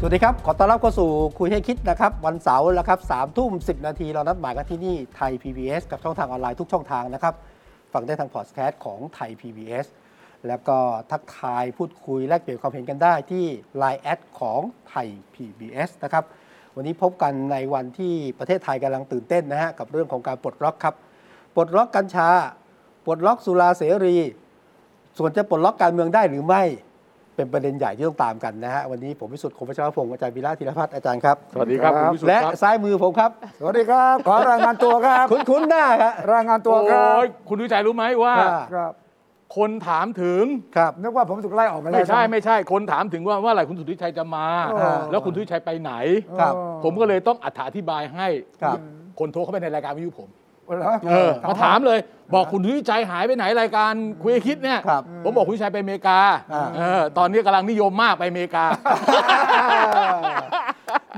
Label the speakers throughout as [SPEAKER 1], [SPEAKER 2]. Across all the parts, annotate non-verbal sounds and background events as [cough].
[SPEAKER 1] สวัสดีครับ ขอต้อนรับเข้าสู่คุยให้คิดนะครับ วันเสาร์แล้วครับสามทุ่มสินาทีเรานัดหมายกันที่นี่ไทย PBS กับช่องทางออนไลน์ทุกช่องทางนะครับ ฟังได้ทางพอดแคสต์ของไทย PBS แล้วก็ทักทายพูดคุยแลกเปลี่ยนความเห็นกันได้ที่ Line แอดของไทย PBS นะครับ วันนี้พบกันในวันที่ประเทศไทยกำลังตื่นเต้นนะฮะกับเรื่องของการปลดล็อกครับปลดล็อกกัญชาปลดล็อกสุราเสรี ส่วนจะปลดล็อกการเมืองได้หรือไม่ เป็นประเด็นใหญ่ที่ต้องตามกันนะฮะ วันนี้ผมพิสุทธิ์คมพัชรพงศ์อาจารย์วีระธีรพัฒน์อาจารย์ครับ
[SPEAKER 2] สวัสดีครับคุณวิสุท
[SPEAKER 1] และ
[SPEAKER 2] ธิ์ครับ
[SPEAKER 1] ซ้ายมือผมครับ
[SPEAKER 3] สวัสดีครับ ขอรายงานตัวครับ
[SPEAKER 1] คุ้นคุ้นหน้าครับ
[SPEAKER 3] รายงานตัวครับ
[SPEAKER 2] โอ้ยคุณวิจัยรู้ไหมว่า
[SPEAKER 3] ครับ
[SPEAKER 2] คนถามถึง
[SPEAKER 1] ครับ
[SPEAKER 3] นึกว่าผมถูกไล่ออกไปแล้ว
[SPEAKER 2] ไม่ใช่
[SPEAKER 3] ห
[SPEAKER 2] ไม่ใช่ คนถามถึงว่าเมื่อไหร่คุณสุทธิชัยจะมา
[SPEAKER 1] อ่า
[SPEAKER 2] แล้วคุณสุทธิชัยไปไหน
[SPEAKER 1] ครับ
[SPEAKER 3] อ๋อ
[SPEAKER 2] ผมก็เลยต้องอธิบายให้
[SPEAKER 1] ครับ
[SPEAKER 2] คนโทรเข้าไปในรายการวิทยุผม
[SPEAKER 3] เหรอ
[SPEAKER 2] เออมาถามเลย บอกคุณสุทธิชัยหายไปไหนรายการคุยให้คิดเนี่ย
[SPEAKER 1] ครับ
[SPEAKER 2] ผมบอกคุณสุทธิชัยไปอเมริกา
[SPEAKER 1] อ่า
[SPEAKER 2] เออตอนนี้กำลังนิยมมากไปอเมริกา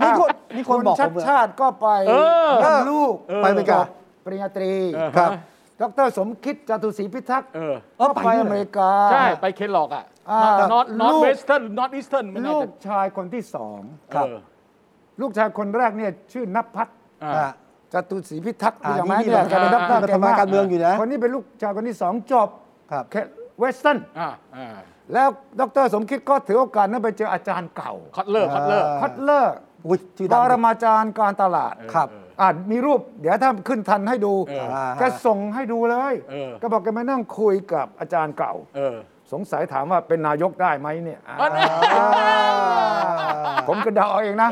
[SPEAKER 1] นี่คนนี่ค
[SPEAKER 3] คุ
[SPEAKER 1] น
[SPEAKER 3] ณ
[SPEAKER 1] บอก
[SPEAKER 3] ชัด
[SPEAKER 1] ผม
[SPEAKER 3] ชาติก็ไป
[SPEAKER 2] เออ
[SPEAKER 3] เยี่ยมลูก
[SPEAKER 2] เออ
[SPEAKER 1] ไปไปกัน
[SPEAKER 3] ปริญญาตรี
[SPEAKER 2] เออ
[SPEAKER 1] ครับ
[SPEAKER 3] ดรสมคิดจตุศรีพิทักษ์
[SPEAKER 2] เออ
[SPEAKER 1] เออ
[SPEAKER 3] ก็
[SPEAKER 1] ไป
[SPEAKER 3] ไป
[SPEAKER 1] ด้วย
[SPEAKER 3] อเมริกา
[SPEAKER 2] ใช่ไปเคนหลอกอ่ะ
[SPEAKER 3] อ่า
[SPEAKER 2] นอตนอตเวสเทิร์นนอตอีสเทิร์นไม่แน่
[SPEAKER 3] ลู
[SPEAKER 2] ใจ
[SPEAKER 3] กชายคนที่สอง
[SPEAKER 1] ครับ
[SPEAKER 2] เออ
[SPEAKER 3] ลูกชายคนแรกเนี่ยชื่อนภัทร
[SPEAKER 2] อ่า
[SPEAKER 1] อ่ะ
[SPEAKER 3] จตุศรีพิทักษ์
[SPEAKER 1] อ่า
[SPEAKER 3] รู้จักไหม
[SPEAKER 1] นี่
[SPEAKER 3] เนี่ย
[SPEAKER 1] นี่
[SPEAKER 3] การเป็นดร
[SPEAKER 1] เราทำงานการเมืองอยู่นะ
[SPEAKER 3] คนนี้เป็นลูกชายคนที่สองจบ
[SPEAKER 1] ครับ
[SPEAKER 3] เวสตัน
[SPEAKER 2] อ่าอ่า
[SPEAKER 3] แล้วดรสมคิดก็ถือโอกาสนั้นไปเจออาจารย์เก่า
[SPEAKER 2] คัตเลอร์คัตเลอร์
[SPEAKER 3] คัตเลอร์
[SPEAKER 1] อุ้ยชื่อ
[SPEAKER 3] ป
[SPEAKER 1] ดัง
[SPEAKER 3] รมาจารย์การตลาด
[SPEAKER 1] ครับ
[SPEAKER 3] อ่ามีรูป เดี๋ยวถ้าขึ้นทันให้ดู
[SPEAKER 2] เออ
[SPEAKER 1] อ่าฮะ
[SPEAKER 3] แกส่งให้ดูเลย
[SPEAKER 2] เออ
[SPEAKER 3] แก็บอกแกมานั่งคุยกับอาจารย์เก่า
[SPEAKER 2] เออ
[SPEAKER 3] สงสัยถามว่าเป็นนายกได้ไหมเนี่ยอ่า
[SPEAKER 2] อันนี้
[SPEAKER 1] อ่า
[SPEAKER 3] ผมก็เดาเอาเองนะ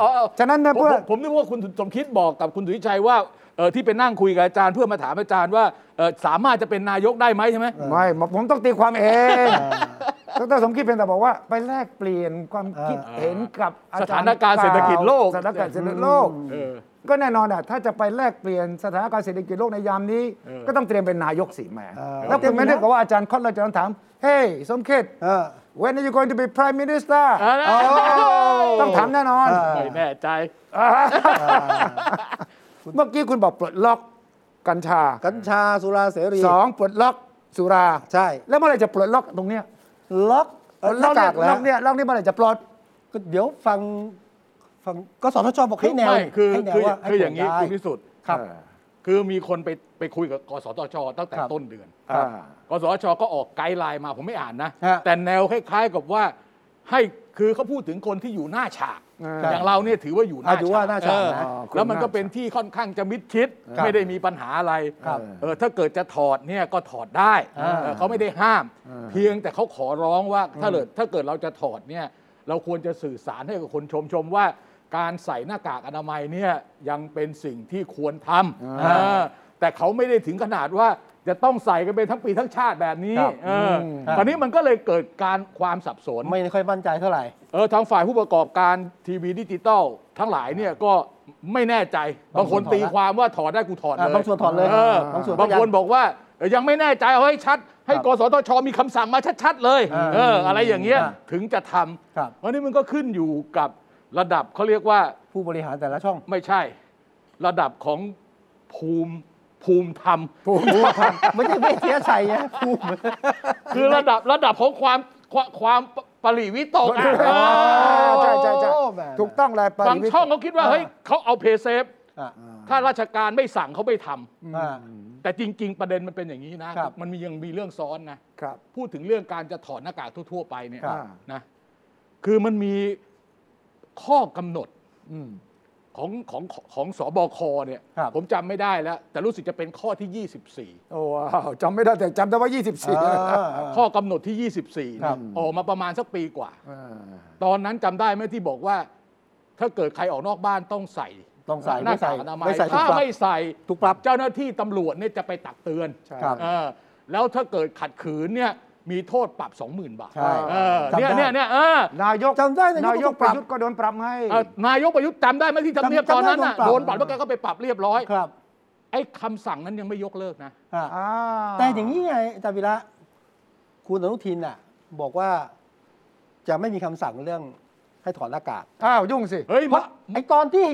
[SPEAKER 2] อ๋อ
[SPEAKER 3] ฉะนั้นนะ
[SPEAKER 2] ผม
[SPEAKER 3] เพื่
[SPEAKER 2] ผ
[SPEAKER 3] อ
[SPEAKER 2] มผมนึกว่าคุณสมคิดบอกกับคุณสุทธิชัยว่าเอ่อที่ไปนั่งคุยกับอาจารย์เพื่อมาถามอาจารย์ว่าเอ่อสามารถจะเป็นนายกได้ไหมใช่ไหม
[SPEAKER 3] ไม่ผมต้องตีความเองดรสมคิดเป็นแต่บอกว่า ไปแลกเปลี่ยนความคิด
[SPEAKER 2] เออ
[SPEAKER 3] เห็นกับอจ
[SPEAKER 2] สถานการณ์เศรษฐกิจโลก
[SPEAKER 3] สถานการณ์เศรษฐกิจโลก
[SPEAKER 2] เออ
[SPEAKER 3] ก็แน่นอนอ่ะถ้าจะไปแลกเปลี่ยนสถานการณ์เศรษฐกิจโลกในยามนี้
[SPEAKER 2] เออ
[SPEAKER 3] ก็ต้องเตรียมเป็นนายกสิแหม่
[SPEAKER 1] เออ
[SPEAKER 3] แล้วคุณไม่ได้กับว่าอาจารย์คอตเราจะต้องถาม เฮ้ยสมคิด
[SPEAKER 1] เออ
[SPEAKER 3] when are you going to be prime minister
[SPEAKER 2] อ่า
[SPEAKER 3] ต้องถามแน่นอน
[SPEAKER 1] เออ
[SPEAKER 2] ไม่แน่ใจ
[SPEAKER 3] เมื่อกี้คุณบอกปลดล็อกกัญชา
[SPEAKER 1] กัญชาสุราเสรี
[SPEAKER 3] สองปลดล็อกสุรา
[SPEAKER 1] ใช่
[SPEAKER 3] แล้วเมื่อไหรจะปลดล็อกตรงเนี้ย
[SPEAKER 1] ล็อก
[SPEAKER 3] ปลดล็อก
[SPEAKER 1] ห
[SPEAKER 3] เนี่ย
[SPEAKER 1] แล้
[SPEAKER 3] ล็
[SPEAKER 1] ว
[SPEAKER 3] อกเนี่ยล็อกเนี่ยเมื่อไหรจะปลด
[SPEAKER 1] ก็เดี๋ยวฟังฟังก็สทชบอกให้แนว
[SPEAKER 2] ไม่คือ
[SPEAKER 1] ให้แนว
[SPEAKER 2] คือ
[SPEAKER 1] ว่าให้
[SPEAKER 2] คืออย่างนี้
[SPEAKER 1] ผล
[SPEAKER 2] คุ
[SPEAKER 1] ได้
[SPEAKER 2] ณพิสุทธิ์
[SPEAKER 1] ครับ
[SPEAKER 2] คือมีคนไปไปคุยกับกสทช ตั้งแต่
[SPEAKER 1] ครับ
[SPEAKER 2] ต้นเดือน
[SPEAKER 3] อ่าก
[SPEAKER 2] สทช ก็ออกไกด์ไลน์มาผมไม่อ่านนะ
[SPEAKER 1] ฮะ
[SPEAKER 2] แต่แนวคล้ายๆกับว่าให้คือเขาพูดถึงคนที่อยู่หน้าฉาก
[SPEAKER 3] อ่า
[SPEAKER 2] อย่างเราเนี่ยถือว่าอยู่หน้า
[SPEAKER 1] อ่าถือว่าหน้าฉาก
[SPEAKER 2] เออ
[SPEAKER 1] นะ
[SPEAKER 2] แล้วมันก็เป็นที่ค่อนข้างจะมิดชิด
[SPEAKER 1] ครับ
[SPEAKER 2] ไม่ได้มีปัญหาอะไร
[SPEAKER 1] ครับ
[SPEAKER 2] เออถ้าเกิดจะถอดเนี่ยก็ถอดได้
[SPEAKER 1] อ่า
[SPEAKER 2] เออเขาไม่ได้ห้าม เพียงแต่เขาขอร้องว่าถ้าเกิดถ้าเกิดเราจะถอดเนี่ยเราควรจะสื่อสารให้กับคนชมชมว่า การใส่หน้ากากอนามัยเนี่ยยังเป็นสิ่งที่ควรทำเออแต่เขาไม่ได้ถึงขนาดว่าจะต้องใส่กันเป็นทั้งปีทั้งชาติแบบนี้
[SPEAKER 1] ครับ
[SPEAKER 2] เอออ
[SPEAKER 1] ครับ
[SPEAKER 2] ตอนนี้มันก็เลยเกิดการความสับสน
[SPEAKER 1] ไม่ค่อยมั่นใจเท่าไหร่
[SPEAKER 2] เออทางฝ่ายผู้ประกอบการทีวีดิจิตอลทั้งหลายเนี่ยก็ไม่แน่ใจ บางคน
[SPEAKER 1] บางคนถอดละ
[SPEAKER 2] ตีความว่าถอดได้กูถอดเล
[SPEAKER 1] อ่ะ
[SPEAKER 2] ย
[SPEAKER 1] บางส่วนถอดเลย
[SPEAKER 2] เออ
[SPEAKER 1] อ่าบางส่วนก็
[SPEAKER 2] บางคนบอกว่าเออยังไม่แน่ใจเอาให้ชัด ให้
[SPEAKER 1] ครับ
[SPEAKER 2] กสทชมีคำสั่งมาชัดๆเลย
[SPEAKER 1] อ่า
[SPEAKER 2] เอออะไรอย่างเงี้ย
[SPEAKER 1] อ่า
[SPEAKER 2] ถึงจะท
[SPEAKER 1] ครับ
[SPEAKER 2] ำวันนี้มันก็ขึ้นอยู่กับระดับเขาเรียกว่า
[SPEAKER 1] ผู้บริหารแต่ละช่อง
[SPEAKER 2] ไม่ใช่ ระดับของภูมิภูมิ
[SPEAKER 1] [laughs]
[SPEAKER 2] ธรรม
[SPEAKER 1] ไม่ใช่เวทียชัยนะภูมิ
[SPEAKER 2] คือระดับระดับของความความความปริวิตกอ่ะเออ
[SPEAKER 3] ใช่ใช่ใช่
[SPEAKER 1] โอ้แม่
[SPEAKER 3] ถูกต้องเลยป
[SPEAKER 2] บาง
[SPEAKER 3] ริวิต
[SPEAKER 2] ช่องเขาคิดว่าเฮ้ยเขาเอาเพย์เซฟ
[SPEAKER 1] อ่ะ
[SPEAKER 2] ถ้าราชการไม่สั่งเขาไม่ทำ
[SPEAKER 1] อ่ะ
[SPEAKER 2] แต่จริง ๆ ประเด็นมันเป็นอย่างนี้นะ
[SPEAKER 1] ครับ
[SPEAKER 2] มันมียังมีเรื่องซ้อนนะ
[SPEAKER 3] ครับ
[SPEAKER 2] พูดถึงเรื่องการจะถอดหน้ากากทั่ว ๆ ไปเนี่ย
[SPEAKER 3] ครับ
[SPEAKER 2] นะคือมันมีข้อกำหนด
[SPEAKER 1] อืม
[SPEAKER 2] ของของของสบคเนี่ย
[SPEAKER 1] ครับ
[SPEAKER 2] ผมจำไม่ได้แล้ว แต่รู้สึกจะเป็นข้อที่ 24
[SPEAKER 3] โอ้ว้าวจำไม่ได้แต่จำได้ว่า
[SPEAKER 1] อ่
[SPEAKER 3] 24
[SPEAKER 1] า
[SPEAKER 2] ข้อกำหนดที่ 24
[SPEAKER 1] ครั
[SPEAKER 2] เนี่ย
[SPEAKER 1] บ
[SPEAKER 2] ออกมาประมาณสักปีกว่า
[SPEAKER 3] อ่า
[SPEAKER 2] ตอนนั้นจำได้ไหมที่บอกว่า ถ้าเกิดใครออกนอกบ้านต้องใส่
[SPEAKER 1] ต้องใส่
[SPEAKER 2] หน้า
[SPEAKER 1] ไม่ใส่
[SPEAKER 2] กากอนามัย
[SPEAKER 1] ไม่ใส่ถูก
[SPEAKER 2] ถ้า
[SPEAKER 1] ปรับ
[SPEAKER 2] ไม่ใส่
[SPEAKER 1] ถูกปรับ
[SPEAKER 2] เจ้าหน้าที่ตำรวจเนี่ยจะไปตักเตือน
[SPEAKER 3] ใช่
[SPEAKER 1] ครับ
[SPEAKER 2] เออแล้วถ้าเกิดขัดขืนเนี่ย มีโทษปรับ 20,000 บาท
[SPEAKER 1] ใช่
[SPEAKER 2] เออ
[SPEAKER 1] จำได้
[SPEAKER 2] เนี่ยเนี่ยเนี่ยเออน
[SPEAKER 3] ายก
[SPEAKER 1] จำได้นายก
[SPEAKER 3] นา
[SPEAKER 1] ก็
[SPEAKER 3] ยก
[SPEAKER 1] ถูกปรับ
[SPEAKER 3] ประยุทธ์ก็โดนปรับให้
[SPEAKER 2] เอ่อนายกประยุทธ์จำได้ไหมที่ทำเนียบ
[SPEAKER 1] จำจำได้
[SPEAKER 2] ตอนนั้นน่ะ
[SPEAKER 1] โด
[SPEAKER 2] โด
[SPEAKER 1] น
[SPEAKER 2] น
[SPEAKER 1] ป
[SPEAKER 2] ป
[SPEAKER 1] รั
[SPEAKER 2] รับ บแล้วแกก็ไปปรับเรียบร้อย
[SPEAKER 1] ครับ
[SPEAKER 2] ไอ้คำสั่งนั้นยังไม่ยกเลิกนะ
[SPEAKER 1] อ่า
[SPEAKER 3] อ่า
[SPEAKER 1] แต่อย่างนี้ไงอาจารย์วิระคุณอนุทินอ่ะ บอกว่าจะไม่มีคำสั่งเรื่องให้ถอดหน้ากาก
[SPEAKER 3] อ้าว ยุ่งสิ
[SPEAKER 2] เฮ้ย
[SPEAKER 1] เพราะไอ้ตอนที่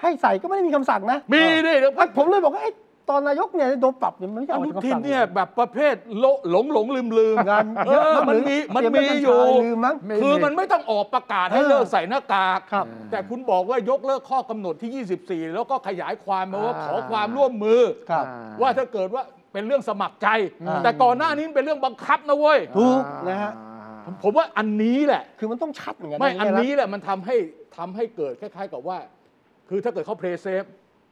[SPEAKER 1] ให้ใส่ก็ไม่ได้มีคำสั่งนะ
[SPEAKER 2] มีดิเดี๋ยว
[SPEAKER 1] ไอ้ผมเลยบอกว่าไอ้ตอนนายกเนี่ยโดนปรับเนี่ยมันไม่ใช่
[SPEAKER 2] อ
[SPEAKER 1] ออก
[SPEAKER 2] นุ
[SPEAKER 1] จากคำ
[SPEAKER 2] ทิน
[SPEAKER 1] สั่ง
[SPEAKER 2] เนี่ยแบบประเภทโลหลงหลงลืมลืม
[SPEAKER 1] งาน
[SPEAKER 2] เอ
[SPEAKER 1] เยอะ
[SPEAKER 2] อมัน
[SPEAKER 1] หรื
[SPEAKER 2] มีมันมี
[SPEAKER 1] เตรี
[SPEAKER 2] อ
[SPEAKER 1] กัญ
[SPEAKER 2] ยู่
[SPEAKER 1] ชาลืมมั้ง
[SPEAKER 3] ไม่
[SPEAKER 2] คือมันไม่ต้องออกประกาศให้
[SPEAKER 1] เออ
[SPEAKER 2] เลิกใส่หน้ากาก
[SPEAKER 1] ครับ
[SPEAKER 2] แต่คุณบอกว่ายกเลิกข้อกำหนดที่ 24 แล้วก็ขยายความมาว่า
[SPEAKER 3] อ่า
[SPEAKER 2] ขอความร่วมมือ
[SPEAKER 1] ครับ
[SPEAKER 3] อ่
[SPEAKER 2] ว่าถ้าเกิดว่าเป็นเรื่องสมัครใจ
[SPEAKER 1] อ่า
[SPEAKER 2] แต่ก่อนหน้านี้เป็นเรื่องบังคับนะเว้ย
[SPEAKER 1] ถูกนะฮะ
[SPEAKER 2] ผมว่าอันนี้แหละ
[SPEAKER 1] คือมันต้องชัดเหมือนกันะ
[SPEAKER 2] ไม่อัน
[SPEAKER 1] เยะ
[SPEAKER 2] นี้แหละมันทำให้ทำให้เกิดคล้ายๆกับว่า คือถ้าเกิดเขาเพลย์เซฟ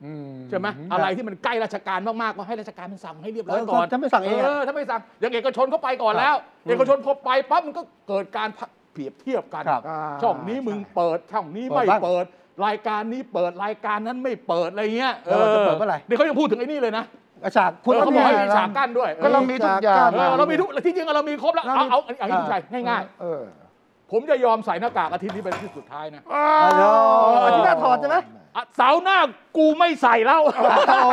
[SPEAKER 3] อื
[SPEAKER 2] ใช่ไหมอะไรที่มันใกล้ราชการมากๆก็ให้ราชการมันสั่งให้เรียบร้อย
[SPEAKER 1] เออ
[SPEAKER 2] ก่อน
[SPEAKER 1] ถ้าไม่สั่งเองอะ
[SPEAKER 2] เออถ้าไม่สั่งอย่างเอกชนเขาไปก่อนแล้ว เอกชนพอไปปั๊บมันก็เกิดการเปรียบเทียบกัน
[SPEAKER 1] ครับ
[SPEAKER 3] า
[SPEAKER 2] ช่องนี้มึงเปิดช่องนี้ไม่เปิด รายการนี้เปิดรายการนั้นไม่เปิดอะไรเงี้ย
[SPEAKER 1] แล้วเราจะเปิดเมื่อไหร่
[SPEAKER 2] นี่เขายังพูดถึงไอ้นี่เลยนะ
[SPEAKER 1] อาจารย์คุณ
[SPEAKER 2] เออ
[SPEAKER 1] ต้
[SPEAKER 2] เขา
[SPEAKER 1] ง
[SPEAKER 2] บอก
[SPEAKER 1] มี
[SPEAKER 2] ให้
[SPEAKER 1] อะไร
[SPEAKER 2] มีฉากกั้นด้วย
[SPEAKER 3] ก็เรามีทุกอย่าง
[SPEAKER 2] เออเรามีทุกที่จริงเรามีครบแล้ว
[SPEAKER 3] เรามี
[SPEAKER 2] เอาเอาเอาอย่างนี้คุณชัยง่าย
[SPEAKER 3] เออ
[SPEAKER 2] ๆ ผมจะยอมใส่หน้ากากอาทิตย์นี้เป็นที่สุดท้ายนะ
[SPEAKER 1] อ๋ออาที่หน้าถอดใช่ไหม
[SPEAKER 2] อ่ะเสาร์หน้ากูไม่ใส่แล้ว
[SPEAKER 1] โอ้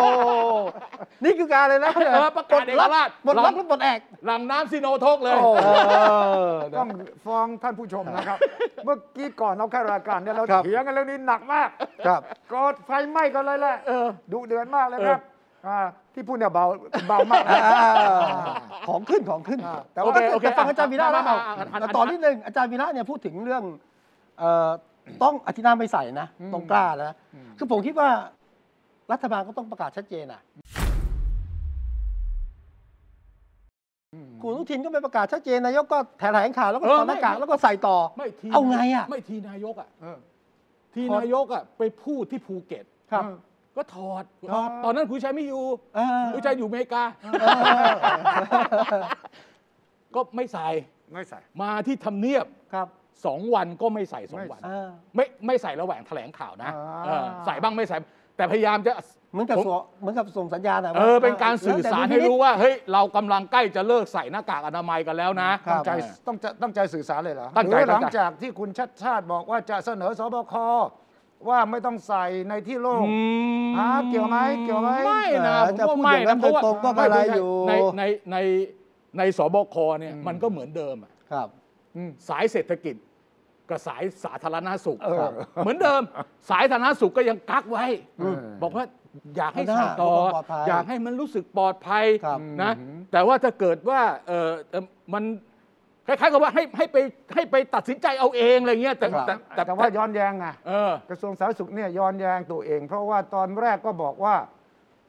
[SPEAKER 1] นี่คือการเลยนะ
[SPEAKER 2] เออประกาศเอกราช
[SPEAKER 1] ปลดล็อกหรือปลดแอก
[SPEAKER 2] หลังน้ำซีโนโทกเลย
[SPEAKER 3] โอ้ต้องฟ้องท่านผู้ชมนะครับ เมื่อกี้ก่อนเราเข้ารายการเนี่ยเรา
[SPEAKER 1] ครับ
[SPEAKER 3] เถียงกันเรื่องนี้หนักมาก
[SPEAKER 1] ครับ
[SPEAKER 3] กอดไฟไหม้กันเลยแหละ
[SPEAKER 2] เออ
[SPEAKER 3] ดุเดือนมากเลยครับาที่พูดเนี่ยเบาเบามากนะ
[SPEAKER 1] ของขึ้นของขึ้น
[SPEAKER 3] อ่า
[SPEAKER 1] แต่ว่าถ้า
[SPEAKER 2] โอ
[SPEAKER 1] เกิดจะ
[SPEAKER 2] เค
[SPEAKER 1] ฟังอาจารย์วีระแล้วเอา
[SPEAKER 2] อ่าอ่าอ่า
[SPEAKER 1] แต่ตอนนิดนึงอาจารย์วีระเนี่ยพูดถึงเรื่องเอ่อต้องอธินาไม่ใส่นะ ต้องกล้านะคือผมคิดว่ารัฐบาลก็ต้องประกาศชัดเจนอ่ะคุณอนุทินก็ไปประกาศชัดเจนนายกก็แถลงข่าวแล้วก็
[SPEAKER 2] เออ
[SPEAKER 1] ถอดหน้ากาก
[SPEAKER 2] ไม่
[SPEAKER 1] แล้วก็ใส่ต่อ
[SPEAKER 2] ไม่ที
[SPEAKER 1] เอาไงอ่ะ
[SPEAKER 2] ไม่ทีนายกอ่ะ
[SPEAKER 3] เออ
[SPEAKER 2] ที
[SPEAKER 1] ถอด
[SPEAKER 2] นายกอ่ะไปพูดที่ภูเก็ต
[SPEAKER 1] ครับ
[SPEAKER 2] ก็ถอด
[SPEAKER 1] ถอด
[SPEAKER 2] ตอนนั้นคุณชัยไม่อยู่
[SPEAKER 1] เออ
[SPEAKER 2] คุณชัยอยู่อเมริกา ก็ไม่ใส่
[SPEAKER 3] ไม่ใส่
[SPEAKER 2] มาที่ทำเนียบ
[SPEAKER 1] ครับ
[SPEAKER 2] สองวันก็ไม่ใส่สองวัน
[SPEAKER 1] เออ
[SPEAKER 2] ไม่ไม่ใส่ระหว่างแถลงข่าวนะ
[SPEAKER 3] อ่า
[SPEAKER 2] เออใส่บ้างไม่ใส่ แต่พยายามจะ
[SPEAKER 1] เหมือนกับส่งเหมือนกับส่งสัญญาณอะ
[SPEAKER 2] เออเป็นการสื่อสารให้รู้
[SPEAKER 1] แล้วแต่ดุลพินิจ
[SPEAKER 2] ว่า เฮ้ย เรากำลังใกล้จะเลิกใส่หน้ากากอนามัยกันแล้วนะ
[SPEAKER 1] ครับ
[SPEAKER 3] ใจต้องจะตั้งใจสื่อสารเลยเหรอ
[SPEAKER 2] ตั้งใจ
[SPEAKER 3] หรือหลั
[SPEAKER 2] ตั้ง
[SPEAKER 3] ง
[SPEAKER 2] ใจ
[SPEAKER 3] จากที่คุณชัดชาติบอกว่าจะเสนอสบคว่าไม่ต้องใส่ในที่โล่ง
[SPEAKER 2] อื
[SPEAKER 3] อ่าเกี่ยวไหมเกี่ยวไหม
[SPEAKER 2] ไม่นะ
[SPEAKER 1] เออจะ
[SPEAKER 2] ผม
[SPEAKER 1] พูดอ
[SPEAKER 2] ว่าไม่
[SPEAKER 1] ย่างนั้น
[SPEAKER 2] นะเพราะว่า
[SPEAKER 1] โดยตรงก็กระไรอยู่
[SPEAKER 2] ในในในในสบคเนี่ยมันก็เหมือนเดิมอะ
[SPEAKER 1] ครับ
[SPEAKER 3] อืม
[SPEAKER 2] สายเศรษฐกิจกับสายสาธารณสุข
[SPEAKER 3] เออ
[SPEAKER 2] ครับเหมือนเดิม สายสาธารณสุขก็ยังกักไว้
[SPEAKER 3] อืม
[SPEAKER 2] บอกว่าอยากให้
[SPEAKER 1] เอาหน้า
[SPEAKER 2] ใส่ต่อ
[SPEAKER 1] เพื่อความปลอดภัย
[SPEAKER 2] อยากให้มันรู้สึกปลอดภัย
[SPEAKER 1] ครับ
[SPEAKER 2] นะแต่ว่าถ้าเกิดว่าเออเอ่อมันคล้ายๆกับว่าให้ให้ไปให้ไปตัดสินใจเอาเองอะไรเงี้ยแต่
[SPEAKER 1] ครับ
[SPEAKER 2] แต่แต่
[SPEAKER 3] แต่ว่าย้อนแย้งไง
[SPEAKER 2] เออ
[SPEAKER 3] กระทรวงสาธารณสุขเนี่ยย้อนแย้งตัวเอง เพราะว่าตอนแรกก็บอกว่า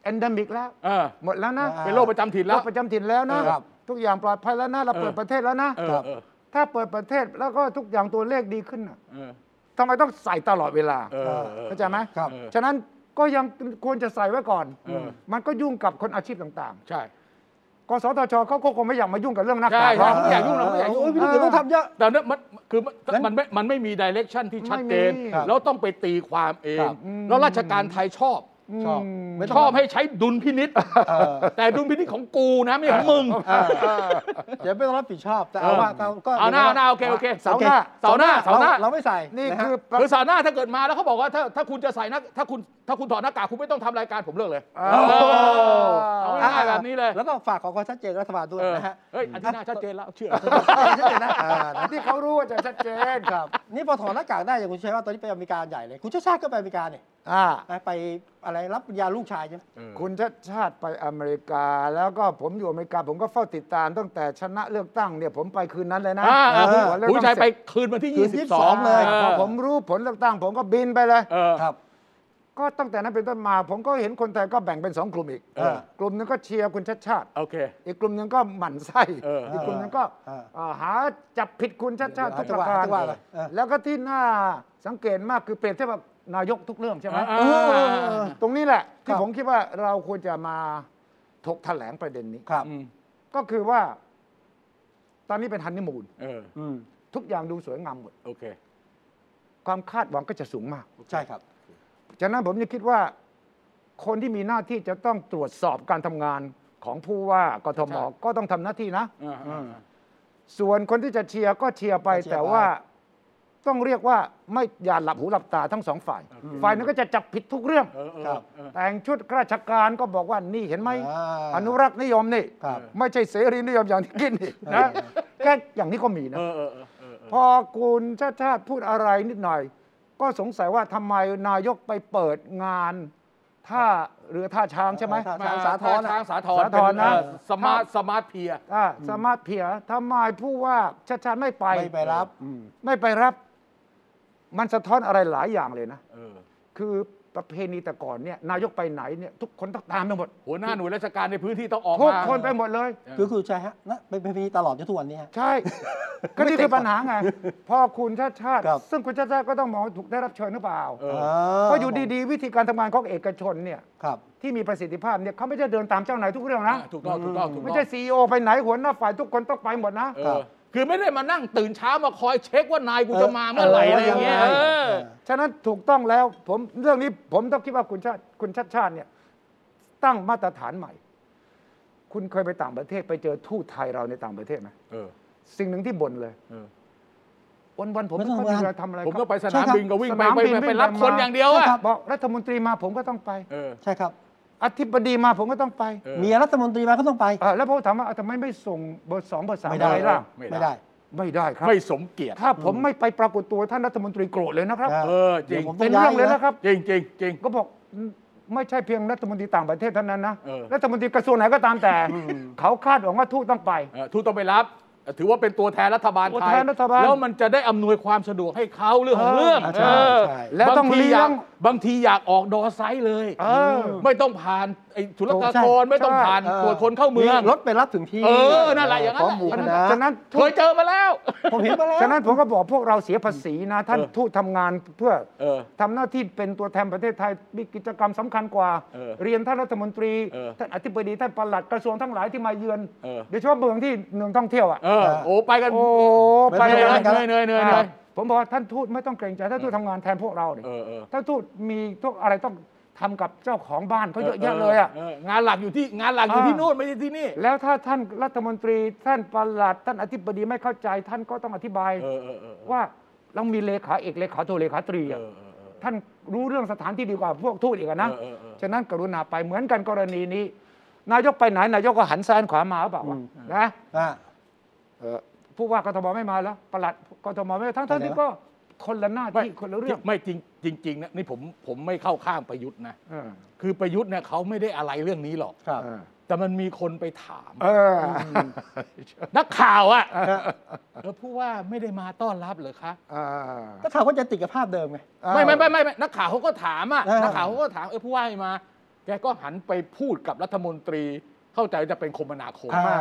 [SPEAKER 3] e อนเดมิกแล้ว
[SPEAKER 2] เออ
[SPEAKER 3] หมดแล้วนะ
[SPEAKER 1] อ่า
[SPEAKER 2] เป็นโรคประจำถิ่นแล้ว
[SPEAKER 3] โรคประจำถิ่นแล้วนะ
[SPEAKER 1] ครับ
[SPEAKER 3] ทุกอย่างปลอดภัยแล้วนะ เรา
[SPEAKER 2] เออ
[SPEAKER 3] เปิดประเทศแล้วนะ
[SPEAKER 2] เออเออ
[SPEAKER 3] ถ้าเปิดประเทศแล้วก็ทุกอย่างตัวเลขดีขึ้นน่ะ
[SPEAKER 2] เออ
[SPEAKER 3] ทำไมต้องใส่ตลอดเวลา
[SPEAKER 2] เออออ
[SPEAKER 3] เข้าใจไหม
[SPEAKER 1] ครับ
[SPEAKER 2] เออ
[SPEAKER 3] ฉะนั้นก็ยังควรจะใส่ไว้ก่อน
[SPEAKER 2] เออ
[SPEAKER 3] มันก็ยุ่งกับคนอาชีพต่าง
[SPEAKER 2] ใช่
[SPEAKER 3] ๆ กสทชเขาก็คงไม่อยากมายุ่งกับเรื่องหน้ากา
[SPEAKER 2] ใช่
[SPEAKER 3] กหร
[SPEAKER 2] ใช่
[SPEAKER 3] อก
[SPEAKER 2] ผมอยากยุ่งเราไม่อยากยุ่ง
[SPEAKER 1] โอ้ยพี่ตู่ต้องทำเยอะ
[SPEAKER 2] แต่เนี่ยมันคือมัน
[SPEAKER 1] งั้น
[SPEAKER 2] มันไม่มันไม่มีดิเรกชันที่ชัดเจน
[SPEAKER 3] ไม่มีครับ
[SPEAKER 2] แล้วต้องไปตีความเอง
[SPEAKER 1] ครับ
[SPEAKER 2] แล้วราชการไทยชอบ
[SPEAKER 1] ชอบไม่ต้ง
[SPEAKER 2] ชอบให้ใช้ดุลพินิษ
[SPEAKER 1] เออ
[SPEAKER 2] แต่ดุลพินิษของกูนะไม่ของมึง
[SPEAKER 1] เออเดี๋ยวไม่ต้องรับผิดชอบ แต่เอาว่าก็ก็
[SPEAKER 2] เอาหน้าเอาหน้าโอเคโอเค
[SPEAKER 3] เสาร์หน้า
[SPEAKER 2] เสาร์หน้าเสาร์หน้า
[SPEAKER 1] เราไม่ใส่
[SPEAKER 3] นี่
[SPEAKER 1] ะฮะ
[SPEAKER 3] คือ
[SPEAKER 2] คือเสาร์หน้าถ้าเกิดมาแล้วเขาบอกว่าถ้าถ้าคุณจะใส่หน้าถ้าคุณถ้าคุณถอดหน้ากากคุณไม่ต้องทำรายการผมเลิกเลย
[SPEAKER 3] เออ
[SPEAKER 2] เอาไว้ ด้แบบนี้เลย
[SPEAKER 1] แล้วก็ฝากขอความชัดเจนรัฐบาลด้วย
[SPEAKER 2] เออ
[SPEAKER 1] นะฮะ
[SPEAKER 2] เฮ้ยอันที่หน้าชัดเจนแล้วเชื่อ
[SPEAKER 1] ชัดเจนนะอ่านะ
[SPEAKER 3] ที่เขารู้ว่าจะชัดเจน
[SPEAKER 1] ครับ นี่พอถอดหน้ากากได้อย่างคุณชัยว่าตอนนี้ไปอเมริกาใหญ่เลย คุณชาติชาติก็ไปอเมริกาเนี่ย
[SPEAKER 3] อ่า
[SPEAKER 1] ไปอะไรรับปริญญาลูกชายใช่ไหม
[SPEAKER 3] คุณชาติชาติไปอเมริกา แล้วก็ผมอยู่อเมริกา ผมก็เฝ้าติดตามตั้งแต่ชนะเลือกตั้งเนี่ยผมไปคืนนั้นเลยนะ
[SPEAKER 2] อ่าอ่า
[SPEAKER 1] เออ
[SPEAKER 3] วันเลือก
[SPEAKER 2] ผู้
[SPEAKER 3] ตั้ง
[SPEAKER 2] ชายไป
[SPEAKER 3] เสร็จ
[SPEAKER 2] คืนวันที่
[SPEAKER 1] คืน
[SPEAKER 2] 22
[SPEAKER 1] เลย
[SPEAKER 3] พอผมรู้ผลเลือกตั้ง ผมก็บินไปเลย
[SPEAKER 2] เออ
[SPEAKER 1] ครับ
[SPEAKER 3] ก็ตั้งแต่นั้นเป็นต้นมา ผมก็เห็นคนไทยก็แบ่งเป็นสองกลุ่มอีก
[SPEAKER 1] เออก
[SPEAKER 3] ลุ่มหนึงก็เชียร์คุณชาติชาติ
[SPEAKER 2] โอเค
[SPEAKER 3] อีกกลุ่มหนึงก็หมั่นไส้
[SPEAKER 2] เอออี
[SPEAKER 3] อีกกลุ่มหนึงก็
[SPEAKER 1] เออ
[SPEAKER 3] เอ่อหาจับผิดคุณชาติชาติทุก
[SPEAKER 1] จั
[SPEAKER 3] ป
[SPEAKER 1] งหวะ
[SPEAKER 3] ระการ
[SPEAKER 1] จังหวะเลยเออ
[SPEAKER 3] แล้วก็ที่น่าสังเกตมากคือเปรียบเทียบกับนายกทุกเรื่องใช่ไหม
[SPEAKER 2] อ่า
[SPEAKER 3] ตรงนี้แหละ
[SPEAKER 1] ค
[SPEAKER 3] ที่
[SPEAKER 1] รับ
[SPEAKER 3] ผมคิดว่าเราควรจะมาถกแถลงประเด็นนี้
[SPEAKER 1] ครับ
[SPEAKER 2] อืม
[SPEAKER 3] ก็คือว่า ตอนนี้เป็นฮันนีมูน
[SPEAKER 2] เออ
[SPEAKER 1] อืม
[SPEAKER 3] ทุกอย่างดูสวยงามหมด
[SPEAKER 2] โอเค
[SPEAKER 3] ความคาดหวังก็จะสูงมาก
[SPEAKER 1] ใช่ครับ
[SPEAKER 3] ฉะนั้นผมจะคิดว่า คนที่มีหน้าที่จะต้องตรวจสอบการทำงานของผู้ว่ากทม
[SPEAKER 2] ใช่
[SPEAKER 3] ก็ต้องทำหน้าที่นะ
[SPEAKER 2] อ่าอ่า
[SPEAKER 3] ส่วนคนที่จะเชียร์ก็เชียร์ไป
[SPEAKER 1] ก็เชียร์ไป
[SPEAKER 3] แต่ว่าต้องเรียกว่าไม่อย่าหลับหูหลับตาทั้งสองฝ่าย
[SPEAKER 2] อืม
[SPEAKER 3] ฝ่ายหนึงก็จะจับผิดทุกเรื่อง
[SPEAKER 2] เออเออ
[SPEAKER 1] ครับ
[SPEAKER 2] เออ
[SPEAKER 3] แต่งชุดข้าราชการก็บอกว่านี่เห็นไหม
[SPEAKER 1] อ่า
[SPEAKER 3] อนุรักษ์นิยมนี่
[SPEAKER 1] ครับ
[SPEAKER 3] ไม่ใช่เสรีนิยมอย่างที่กินนี่นะ
[SPEAKER 1] เออ
[SPEAKER 3] แค่อย่างนี้ก็มีนะ
[SPEAKER 2] เออเออเออเออเออ
[SPEAKER 3] พอคุณชาติชาติพูดอะไรนิดหน่อย ก็สงสัยว่าทำไมนายกไปเปิดงานท่าเรือท่าช้างใช่ไหม
[SPEAKER 1] ท่ ทางสาธรณ์อะ
[SPEAKER 2] ทางสาธร
[SPEAKER 3] สาธรณ์นะ
[SPEAKER 2] เป็เออสมาร์ทสมาร์ทเพียร์
[SPEAKER 3] อ่าสามารถเพียทำไมผู้ว่าชาติชาติไม่ไป
[SPEAKER 1] ไม่ไปรับอืม
[SPEAKER 3] ไม่ไปรับ มันสะท้อนอะไรหลายอย่างเลยนะ
[SPEAKER 2] เออ
[SPEAKER 3] คือประเพณีแต่ก่อนเนี่ย นายกไปไหนเนี่ยทุกคนต้องตามไปหมด
[SPEAKER 2] หัวหน้าหน่วยราชการในพื้นที่ต้องออก
[SPEAKER 3] ทุก
[SPEAKER 2] มา
[SPEAKER 3] คนไปหมดเลย
[SPEAKER 2] เ
[SPEAKER 1] คือคือใช่ฮะนะเป็นเป็นพิธีตลอดอยู่ทุกวันนี้ฮะ
[SPEAKER 3] ใช่ ก็นี่คือปัญหาไง พอคุณชาติชาติ
[SPEAKER 1] ครับ
[SPEAKER 3] ซึ่งคุณชาติชาติก็ต้องมองว่าถูกได้รับเชิญหรือเปล่า
[SPEAKER 2] เออ
[SPEAKER 3] เพราะอยู่ดีๆ วิธีการทำงานของเอกชนเนี่ย
[SPEAKER 1] ครับ
[SPEAKER 3] ที่มีประสิทธิภาพเนี่ยเขาไม่ได้เดินตามเจ้านายทุกเรื่อง
[SPEAKER 2] อ่ะ
[SPEAKER 3] นะ
[SPEAKER 2] ถูกต้องถูกต้องถูกต้อง
[SPEAKER 3] ไม่ใช่ซีอไปไหนหัวหน้าฝ่ายทุกคนต้องไปหมดนะ
[SPEAKER 2] เออคือไม่ได้มานั่งตื่นเช้ามาคอยเช็คว่านายกูจะมาเมื่อไหร่อะไรอย่างเงี้ย
[SPEAKER 1] ออ
[SPEAKER 2] เออ
[SPEAKER 3] ฉะนั้นถูกต้องแล้วผมเรื่องนี้ผมต้องคิดว่าคุณชาติคุณชาติชาติเนี่ยตั้งมาตรฐานใหม่ คุณเคยไปต่างประเทศไปเจอทูตไทยเราในต่างประเทศไหม
[SPEAKER 2] เออ
[SPEAKER 3] สิ่งหนึ่งที่บ่นเลย
[SPEAKER 2] เออ
[SPEAKER 3] วันวันๆผมไม่ค่อยมีเวลาทำอะไรค
[SPEAKER 2] ผ
[SPEAKER 3] รั
[SPEAKER 2] ม
[SPEAKER 3] บ
[SPEAKER 2] ก็ไปสนามบินก็วิ่ง
[SPEAKER 3] ส
[SPEAKER 2] ไป
[SPEAKER 3] นาม
[SPEAKER 2] ไป
[SPEAKER 3] บิน
[SPEAKER 2] ไป
[SPEAKER 3] วิ่ง
[SPEAKER 2] ไปรับ
[SPEAKER 3] ไปมา
[SPEAKER 2] คนอย่างเดียวอะ
[SPEAKER 3] บอกรัฐมนตรีมาผมก็ต้องไป
[SPEAKER 2] เออ
[SPEAKER 1] ใช่ครับ
[SPEAKER 3] อธิบดีมาผมก็ต้องไป
[SPEAKER 2] ออ
[SPEAKER 1] เมียรัฐมนตรีมาก็ต้องไป
[SPEAKER 3] เออแล้วผมถามว่าเอาทำไมไม่ส่งเบอร์สองเบอร์สาม
[SPEAKER 1] ไม่
[SPEAKER 3] อะ
[SPEAKER 1] ได้
[SPEAKER 3] ไรล่ะ
[SPEAKER 2] ไม่
[SPEAKER 1] ไม่
[SPEAKER 2] ได้
[SPEAKER 1] ได้
[SPEAKER 3] ไม่ได้ครับ
[SPEAKER 2] ไม่สมเกียรติ
[SPEAKER 3] ถ้าผมไม่ไปปรากฏตัวท่านรัฐมนตรีโกรธเลยนะครับ
[SPEAKER 1] นะ
[SPEAKER 2] เออจริ
[SPEAKER 1] ดี๋ยว
[SPEAKER 2] ง
[SPEAKER 1] ผมต้
[SPEAKER 3] เป็นเรื่องเลยนะครับ
[SPEAKER 2] จริงจริงจริง
[SPEAKER 3] ก็บอกไม่ใช่เพียงรัฐมนตรีต่างประเทศเท่านั้นนะ
[SPEAKER 2] เออ
[SPEAKER 3] รัฐมนตรีกระทรวงไหนก็ตามแต่
[SPEAKER 2] [laughs]
[SPEAKER 3] เขาคาดหวังว่าทูตต้องไป
[SPEAKER 2] เออทูตต้องไปรับ ถือว่าเป็นตัวแทนรัฐบาล
[SPEAKER 3] ตัว
[SPEAKER 2] ไทย
[SPEAKER 3] แทนรัฐบาล
[SPEAKER 2] แล้วมันจะได้อำนวยความสะดวกให้เขาเรื่องของ
[SPEAKER 3] เออ
[SPEAKER 2] เรื่อง
[SPEAKER 1] อ่าใช่
[SPEAKER 2] เออ
[SPEAKER 1] ใช่
[SPEAKER 3] แล้วต้อง
[SPEAKER 2] บาที
[SPEAKER 3] เลี้ยง
[SPEAKER 2] ากบางทีอยากออกดอไซส์เลย
[SPEAKER 3] เออ
[SPEAKER 2] ไม่ต้องผ่านไอ้ศุลกา
[SPEAKER 1] ใช่
[SPEAKER 2] กรไม่ต้อง
[SPEAKER 3] ใช่
[SPEAKER 2] ผ่านตรวจคนเข้าเมือง
[SPEAKER 1] รถไปรับถึงที่
[SPEAKER 2] เออนั่นแหละอย่างนั้น
[SPEAKER 1] พร้
[SPEAKER 2] แห
[SPEAKER 1] อม
[SPEAKER 2] ละ
[SPEAKER 1] หมูคณะ
[SPEAKER 3] ฉะนั้น
[SPEAKER 2] เคยเจอมาแล้ว
[SPEAKER 1] ผมเห็นมาแล้ว
[SPEAKER 3] ฉะนั้นผมก็บอกพวกเราเสียภาษีนะ ท่าน
[SPEAKER 2] เออ
[SPEAKER 3] ทูตทำงานเพื่อ
[SPEAKER 2] เออ
[SPEAKER 3] ทำหน้าที่เป็นตัวแทนประเทศไทยมีกิจกรรมสำคัญกว่า
[SPEAKER 2] เออ
[SPEAKER 3] เรียนท่านรัฐมนตรี
[SPEAKER 2] เออ
[SPEAKER 3] ท่านอธิบดีท่านปลัดกระทรวงทั้งหลายที่มาเยือน
[SPEAKER 2] เออ
[SPEAKER 3] โดยเฉพาะเมืองที่เมืองท่องเที่ยวอ่ะ
[SPEAKER 2] เออโอ้ไปกัน
[SPEAKER 3] โอ้
[SPEAKER 1] ไม่
[SPEAKER 3] ไป
[SPEAKER 2] เห
[SPEAKER 1] ป็
[SPEAKER 3] เล
[SPEAKER 1] ไร
[SPEAKER 3] ย
[SPEAKER 2] นื่อย
[SPEAKER 1] กั
[SPEAKER 2] เหนื่อยเหนื่อยเหนื่อยเหนื่อย
[SPEAKER 3] ผมบอกว่าท่านทูตไม่ต้องเกรงใจท่านทูตทำงานแทนพวกเราเนี่ย
[SPEAKER 2] เออเออ
[SPEAKER 3] ถ้าทูตมีทุกอะไรต้องทำกับเจ้าของบ้านเขาเยอะแยะเลยอ่ะ
[SPEAKER 2] งานหลักอยู่ที่งานหลักอยู่ที่
[SPEAKER 3] อ่า
[SPEAKER 2] นู่นไม่ใช่ที่นี่
[SPEAKER 3] แล้วถ้าท่านรัฐมนตรีท่านปลัดท่านอธิบดีไม่เข้าใจท่านก็ต้องอธิบาย
[SPEAKER 2] เออเออเออ
[SPEAKER 3] ว่าเรามีเลขาเอกเลขาโทเลขาตรี
[SPEAKER 2] เอ
[SPEAKER 3] อะ
[SPEAKER 2] อเออเออ
[SPEAKER 3] ท่านรู้เรื่องสถานที่ดีกว่าพวกทูตอีกอะนะ
[SPEAKER 2] เออเออเออ
[SPEAKER 3] ฉะนั้นกรุณาไปเหมือนกันกรณีนี้ นายกไปไหนนายกก็หันซ้ายหันขวามาหรือเปล่าวะนะ
[SPEAKER 1] อ่ะ
[SPEAKER 3] ผู้ว่ากทมไม่มาแล้วปลัดกทมไม่มาทั้งทั้งๆที่ก็คนละหน้าที่คนละเรื่อง
[SPEAKER 2] ไม่จริงจริงๆนะนี่ผมผมไม่เข้าข้างประยุทธ์นะ
[SPEAKER 3] เออ
[SPEAKER 2] คือประยุทธ์เนี่ยเขาไม่ได้อะไรเรื่องนี้หรอก
[SPEAKER 1] ครับ
[SPEAKER 3] เออ
[SPEAKER 2] แต่มันมีคนไปถาม
[SPEAKER 3] เออ
[SPEAKER 2] นักข่าวอ่ะแล้วผู้ว่าไม่ได้มาต้อนรับเหรอคะ
[SPEAKER 1] ก็ถามว่าจะติดกับภาพเดิมไง
[SPEAKER 2] ไม่ไม่ไม่ไม่ไม่นักข่าวเขาก็ถามอ่ะ
[SPEAKER 1] เออ
[SPEAKER 2] นักข่าวเขาก็ถามเออผู้ว่าไม่มา แกก็หันไปพูดกับรัฐมนตรีเข้าใจจะเป็นคมนาคม
[SPEAKER 1] อ่า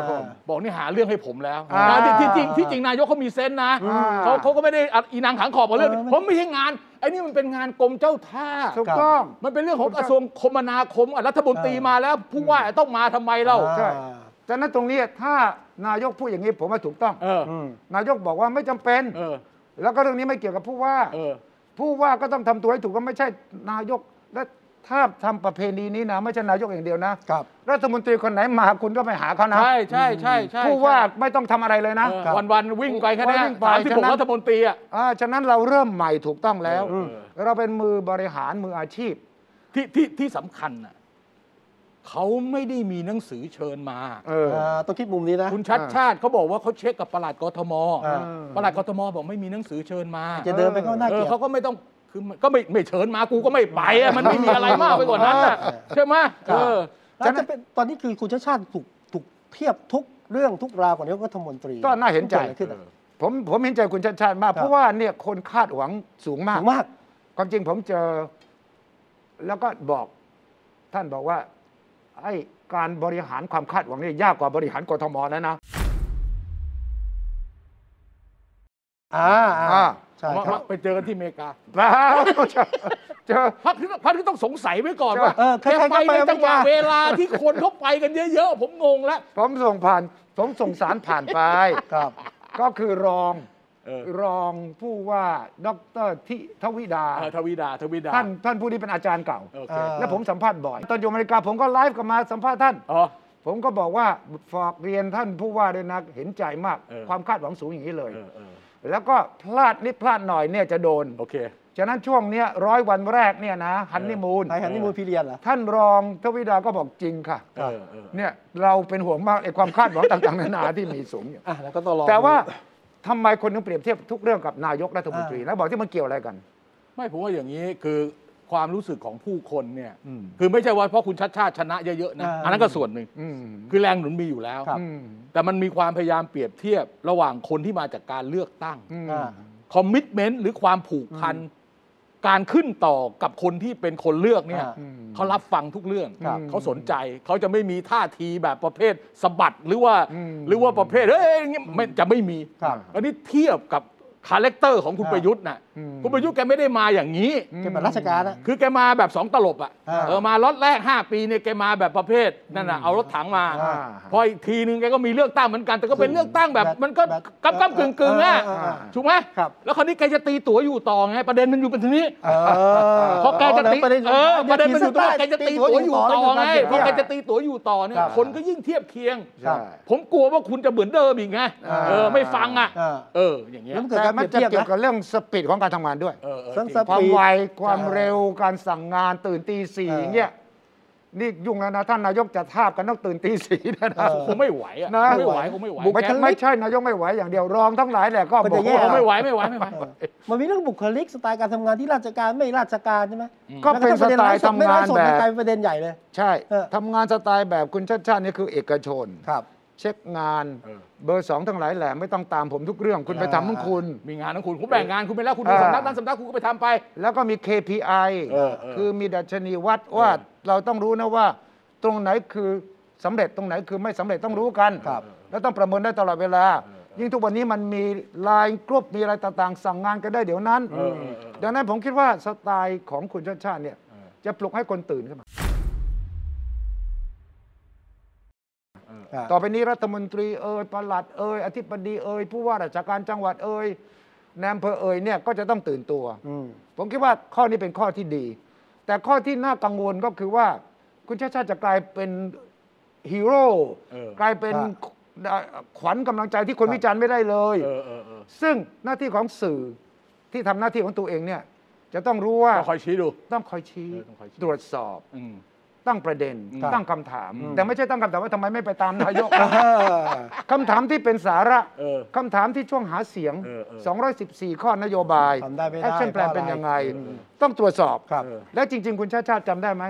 [SPEAKER 2] บอกนี่หาเรื่องให้ผมแล้ว
[SPEAKER 3] อ่า
[SPEAKER 2] นะที่ที่จริงที่จริงนายกเขามีเซนส์นะ
[SPEAKER 3] อ่า
[SPEAKER 2] เขาเขาก็ไม่ได้อีนางขังขอบกับเรื่อง
[SPEAKER 1] เออไม่
[SPEAKER 2] ผมไม่ใช่งานไอ้นี่มันเป็นงานกรมเจ้าท่า
[SPEAKER 3] ถูกต้อง
[SPEAKER 2] มันเป็นเรื่องของกระทรวงคมนาคมอ่ะรัฐมนตรีมาแล้วผู้ว่าต้องมาทำไมเรา
[SPEAKER 3] ใช่
[SPEAKER 1] อ่า
[SPEAKER 3] ฉะนั้นตรงนี้ถ้านายกพูดอย่างนี้ผมว่าถูกต้อง
[SPEAKER 2] เออ
[SPEAKER 1] อืม
[SPEAKER 3] นายกบอกว่าไม่จำเป็น
[SPEAKER 2] เออ
[SPEAKER 3] แล้วก็เรื่องนี้ไม่เกี่ยวกับผู้ว่า
[SPEAKER 2] เออ
[SPEAKER 3] ผู้ว่าก็ต้องทำตัวให้ถูกก็ไม่ใช่นายก และถ้าทำประเพณีนี้นะไม่ใช่นายกอย่างเดียวนะครับ รัฐมนตรีคนไหนมาคุณก็ไปหาเขานะ
[SPEAKER 2] ใช่ใช่ใช่ใช่
[SPEAKER 3] ผู้ว่าไม่ต้องทำอะไรเลยนะ
[SPEAKER 1] ครับ
[SPEAKER 2] วันวันๆวิ่งไปแค่เนี้
[SPEAKER 3] วิ่งไป
[SPEAKER 2] สามสิบ
[SPEAKER 3] ฉะ
[SPEAKER 2] หก
[SPEAKER 3] นั้น
[SPEAKER 2] รัฐมนตรีอ่ะ
[SPEAKER 3] อ่าฉะนั้นเราเริ่มใหม่ถูกต้องแล้ว
[SPEAKER 2] เออ
[SPEAKER 3] เราเป็นมือบริหารมืออาชีพ
[SPEAKER 2] ที่ที่ที่สำคัญน่ะเขาไม่ได้มีหนังสือเชิญมา
[SPEAKER 3] เออ
[SPEAKER 1] อ่าต้องคิดมุมนี้นะ
[SPEAKER 2] คุณชัดชาติเขาบอกว่าเขาเช็คกับปลัดกทม
[SPEAKER 1] อ่า
[SPEAKER 2] ปลัดกทมบอกไม่มีหนังสือเชิญมา
[SPEAKER 1] จะเดินไปก็น่า
[SPEAKER 2] เอ
[SPEAKER 1] เกลี
[SPEAKER 2] อย
[SPEAKER 1] ด
[SPEAKER 2] เขาก็ไม่ต้องคือมันก็ไม่ไม่เชิญมากูก็ไม่ไปอ่ะมันไม่มีอะไรมากไปกว่านั้นอ่ะใช่ไหม
[SPEAKER 1] ค
[SPEAKER 2] เอ
[SPEAKER 1] รับ
[SPEAKER 2] อ
[SPEAKER 1] แล้วจะเป็นตอนนี้คือคุณชาติชาติถูกถูกเทียบทุกเรื่องทุกราวกับนายกรัฐมนตรี
[SPEAKER 3] ก็น่าเห็นใจ
[SPEAKER 1] กิดอะไรขึ้นอะ
[SPEAKER 3] ผมผมเห็นใจคุณชาติชาติมาก
[SPEAKER 1] ครับ
[SPEAKER 3] เพราะว่าเนี่ยคนคาดหวังสูงมาก
[SPEAKER 1] สูงมาก
[SPEAKER 3] ความจริงผมเจอ แล้วก็บอกท่านบอกว่าไอ้การบริหารความคาดหวังเนี่ยยากกว่าบริหารกทมแล้วนะ [laughs]
[SPEAKER 1] อ่า
[SPEAKER 3] อ่า
[SPEAKER 1] อ่าใช่
[SPEAKER 2] มา
[SPEAKER 1] ครับ
[SPEAKER 2] มาไปเจอกันที่อเมริกา
[SPEAKER 3] เปล่าเจอเจอ
[SPEAKER 2] พักที่พักที่ต้องสงสัยไว้ก่อน
[SPEAKER 3] ใช่
[SPEAKER 2] ว่า
[SPEAKER 1] เออใครๆ
[SPEAKER 2] แกไป
[SPEAKER 1] ก็ไป
[SPEAKER 2] ในจังหวะ
[SPEAKER 1] อเมริกา
[SPEAKER 2] เวลาที่คนเขาไปกันเยอะๆ ผมงงแล้ว
[SPEAKER 3] ผมส่งผ่านผมส่งสารผ่านไป [laughs]
[SPEAKER 1] ครับ
[SPEAKER 3] ก็คือรอง
[SPEAKER 2] เออ
[SPEAKER 3] รองผู้ว่าดรทิทวิดา
[SPEAKER 2] เออทวีดาทวีดา
[SPEAKER 3] ท่านท่านผู้นี้เป็นอาจารย์เก่า
[SPEAKER 2] โอเค
[SPEAKER 1] เออ
[SPEAKER 3] และผมสัมภาษณ์บ่อย ตอนอยู่อเมริกาผมก็ไลฟ์กลับมาสัมภาษณ์ท่าน
[SPEAKER 2] อ๋อ
[SPEAKER 3] ผมก็บอกว่าฝากเรียนท่านผู้ว่าด้วยนะเห็นใจมาก
[SPEAKER 2] เออ
[SPEAKER 3] ความคาดหวังสูงอย่างนี้เลย
[SPEAKER 2] เออเออ
[SPEAKER 3] แล้วก็พลาดนิดพลาดหน่อยเนี่ยจะโดน
[SPEAKER 2] โอเค
[SPEAKER 3] ฉะนั้นช่วงเนี้ยร้อยวันแรกเนี่ยนะฮันนีมูน
[SPEAKER 1] นายฮันนี่มูลพิเรียนเหรอ
[SPEAKER 3] ท่านรองทวิดาก็บอกจริงค่ะ
[SPEAKER 2] เออเออ
[SPEAKER 3] เนี่ยเราเป็นห่วงมากไอ้ความคาดหวังต่าง ๆ นานาที่มีสูงอยู่
[SPEAKER 1] อ่ะแล้วก็ต้องรอ
[SPEAKER 3] แต่ว่า
[SPEAKER 1] ดู
[SPEAKER 3] ทำไมคนถึงเปรียบเทียบทุกเรื่องกับนายกรัฐมนตรี
[SPEAKER 1] อ่า
[SPEAKER 3] แล้วบอกที่มันเกี่ยวอะไรกัน
[SPEAKER 2] ไม่ผมว่าอย่างนี้คือความรู้สึกของผู้คนเนี่ยคือไม่ใช่ว่าเพราะคุณชัดชาติชนะเยอะๆนะ
[SPEAKER 1] อ่า
[SPEAKER 2] อันนั้นก็ส่วนหนึ่ง
[SPEAKER 3] อืม
[SPEAKER 2] คือแรงหนุนมีอยู่แล้ว
[SPEAKER 1] ครับ
[SPEAKER 3] อืม
[SPEAKER 2] แต่มันมีความพยายามเปรียบเทียบระหว่างคนที่มาจากการเลือกตั้ง
[SPEAKER 3] อืม
[SPEAKER 1] อ่า
[SPEAKER 2] คอมมิชเมนต์หรือความผูกพัน การขึ้นต่อกับคนที่เป็นคนเลือกเนี่ย
[SPEAKER 1] อ่า
[SPEAKER 3] อืม
[SPEAKER 2] เขารับฟังทุกเรื่อง
[SPEAKER 3] ครับ
[SPEAKER 2] เขาสนใจเขาจะไม่มีท่าทีแบบประเภทสะบัดหรือว่า
[SPEAKER 3] อืม
[SPEAKER 2] หรือว่าประเภทเฮ้ยอย่างเงี้ยไม่จะไม่มี
[SPEAKER 1] ครับ
[SPEAKER 2] อันนี้เทียบกับคาแรคเตอร์ของคุณ
[SPEAKER 1] อ่า
[SPEAKER 2] ประยุทธ์นะ
[SPEAKER 3] อืม
[SPEAKER 2] คุณประยุทธ์แกไม่ได้มาอย่างนี้
[SPEAKER 1] แกเป็นราชการนะ
[SPEAKER 2] คือแกมาแบบสองตลบอ่ะ
[SPEAKER 1] อ่า
[SPEAKER 2] เออมาล็อตแรก 5 ปีเนี่ยแกมาแบบประเภทนั่นน่ะเอารถถังมา
[SPEAKER 1] อ่า
[SPEAKER 2] พออีกทีนึงแกก็มีเลือกตั้งเหมือนกัน แต่ก็เป็นเลือกตั้งแบบ
[SPEAKER 1] แบบ
[SPEAKER 2] มันก็
[SPEAKER 1] แบบ
[SPEAKER 2] กำกำกึ่งกึ่งๆนะ
[SPEAKER 1] เออเออเออเออ
[SPEAKER 2] ถูกไหม
[SPEAKER 1] ครับ
[SPEAKER 2] แล้วคราวนี้แกจะตีตั๋วอยู่ต่อไงประเด็นมันอยู่เป็นทีนี้
[SPEAKER 1] เออ
[SPEAKER 2] เพราะแกจะตี
[SPEAKER 1] เอ
[SPEAKER 2] เออ
[SPEAKER 1] อ
[SPEAKER 2] ประเด็นมันอยู่ตรงว่าแกจะตีตั๋วอยู่ต่อไง
[SPEAKER 1] ด้ยู่
[SPEAKER 2] เพราะแก
[SPEAKER 1] ด้ยู่
[SPEAKER 2] จะตีตั๋วอยู่ต่อเนี่ย
[SPEAKER 1] ครับ
[SPEAKER 2] คนก็ยิ่งเทียบเคียง
[SPEAKER 1] ครับ
[SPEAKER 2] ผมกลัวว่าคุณจะเหมือนเดิมอีกไง
[SPEAKER 3] อ่า
[SPEAKER 2] เออไม่ฟังอ่ะ
[SPEAKER 1] เออ
[SPEAKER 2] เอออย่างเงี้ย
[SPEAKER 1] แล้วมันเกิด
[SPEAKER 3] แต่
[SPEAKER 1] การ
[SPEAKER 3] มัน
[SPEAKER 1] เปรียบ
[SPEAKER 3] จะ
[SPEAKER 1] เทียบ
[SPEAKER 3] เกี่ย
[SPEAKER 1] นะ
[SPEAKER 3] วกับเรื่องสปีดของการทำงานด้วย
[SPEAKER 2] เออเออ
[SPEAKER 1] เรื่อง
[SPEAKER 2] จริง
[SPEAKER 1] ส
[SPEAKER 3] ความ
[SPEAKER 1] ปีด
[SPEAKER 3] ไวความ
[SPEAKER 1] เออ
[SPEAKER 3] เร็วการสั่งงานตื่นตีสี่
[SPEAKER 1] เอออ
[SPEAKER 3] อย่างเงี้ยนี่ยุ่งแล้วนะท่านนายกจะทาบกันต้องตื่นตีสี่นะนะ
[SPEAKER 1] เออ
[SPEAKER 2] คงไม่ไหวอ่ะ
[SPEAKER 3] นะ
[SPEAKER 2] คงไม่ไหวคงไม่ไหว
[SPEAKER 1] บุก
[SPEAKER 3] ไม่
[SPEAKER 2] แก
[SPEAKER 3] ใช่ไม่ใช่นายกไม่ไหวอย่างเดียวรองทั้งหลายแหละก็
[SPEAKER 1] มัน
[SPEAKER 3] บอ
[SPEAKER 1] จะ
[SPEAKER 3] ก
[SPEAKER 1] แย่
[SPEAKER 2] ค
[SPEAKER 3] ว่าง
[SPEAKER 2] ไม่ไหวไม่ไหวไม่ไหว
[SPEAKER 1] เออมันมีเรื่องบุคลิกสไตล์การทำงานที่ราชการไม่ราชการใช่ไหม
[SPEAKER 3] ก็เป็นสไตล์ทำงาน
[SPEAKER 1] แบ
[SPEAKER 3] แบบ บ
[SPEAKER 1] กลายเป็นประเด็นใหญ่เลย
[SPEAKER 3] ใช่
[SPEAKER 1] เออ
[SPEAKER 3] ทำงานสไตล์แบบคุณชาติชาตินี่คือเอกชน
[SPEAKER 1] ครับ
[SPEAKER 3] เช็คงาน
[SPEAKER 2] เออ
[SPEAKER 3] เบอร์สองทั้งหลายแหละไม่ต้องตามผมทุกเรื่องคุณไป
[SPEAKER 1] เออ
[SPEAKER 3] ทำของคุณ
[SPEAKER 2] มีงานของคุณคุณแบ่งงานคุณไปแล้วคุณดู
[SPEAKER 3] อ่า
[SPEAKER 2] สำนักนั้นสำนักคุณก็ไปทำไป
[SPEAKER 3] แล้วก็มี KPI
[SPEAKER 2] เออเออ
[SPEAKER 3] คือมีดัชนีวัดว่า
[SPEAKER 2] เออ
[SPEAKER 3] เราต้องรู้นะว่า ตรงไหนคือสำเร็จตรงไหนคือไม่สำเร็จต้องรู้กัน
[SPEAKER 1] ครับ
[SPEAKER 3] แล้วต้องประเมินได้ตลอดเวลา ยิ่งทุกวันนี้มันมีไลน์กรุ๊ปมีอะไรต่างๆ สั่งงานกันได้เดี๋ยวนั้น ดังนั้นผมคิดว่าสไตล์ของคุณชาติชาติเนี่ยจะปลุกให้คนตื่นขึ้นมา
[SPEAKER 1] ครับ
[SPEAKER 3] ต่อไปนี้รัฐมนตรีเอ่ยปลัดเอ่ยอธิบดีเอ่ยผู้ว่าราชการจังหวัดเอ่ยนายอำเภอเอ่ยเนี่ยก็จะต้องตื่นตัว
[SPEAKER 1] อืม
[SPEAKER 3] ผมคิดว่าข้อนี้เป็นข้อที่ดี แต่ข้อที่น่ากังวลก็คือว่า คุณชาติชาติจะกลายเป็นฮีโร่
[SPEAKER 2] เออ
[SPEAKER 3] กลายเป็นขวัญกำลังใจที่คน
[SPEAKER 1] ครับ
[SPEAKER 3] วิจารณ์ไม่ได้เลย
[SPEAKER 2] เออเออเออ
[SPEAKER 3] ซึ่งหน้าที่ของสื่อที่ทำหน้าที่ของตัวเองเนี่ย จะต้องรู้ว่า
[SPEAKER 2] ก็คอยชี้ดู
[SPEAKER 3] ต้องคอยชี้
[SPEAKER 2] เออต้องคอยชี้
[SPEAKER 3] ตรวจสอบ
[SPEAKER 2] อืม
[SPEAKER 3] ตั้งประเด็น
[SPEAKER 1] ครับ
[SPEAKER 3] ตั้งคำถาม แต่ไม่ใช่ตั้งคำถามว่าทำไมไม่ไปตาม
[SPEAKER 2] [laughs]
[SPEAKER 3] นายก
[SPEAKER 1] เออ
[SPEAKER 3] [laughs] คำถามที่เป็นสาระ
[SPEAKER 2] เออ
[SPEAKER 3] คำถามที่ช่วงหาเสียง
[SPEAKER 2] เออเออ
[SPEAKER 3] 214 ข้อนโยบาย
[SPEAKER 1] ทำได้ไม่ได้
[SPEAKER 3] แอคชั่นแปลนเป็นยังไง
[SPEAKER 1] เออ
[SPEAKER 3] ต้องตรวจสอบ
[SPEAKER 1] ครับ
[SPEAKER 3] และจริง ๆ คุณชาติชาติจำได้ไหม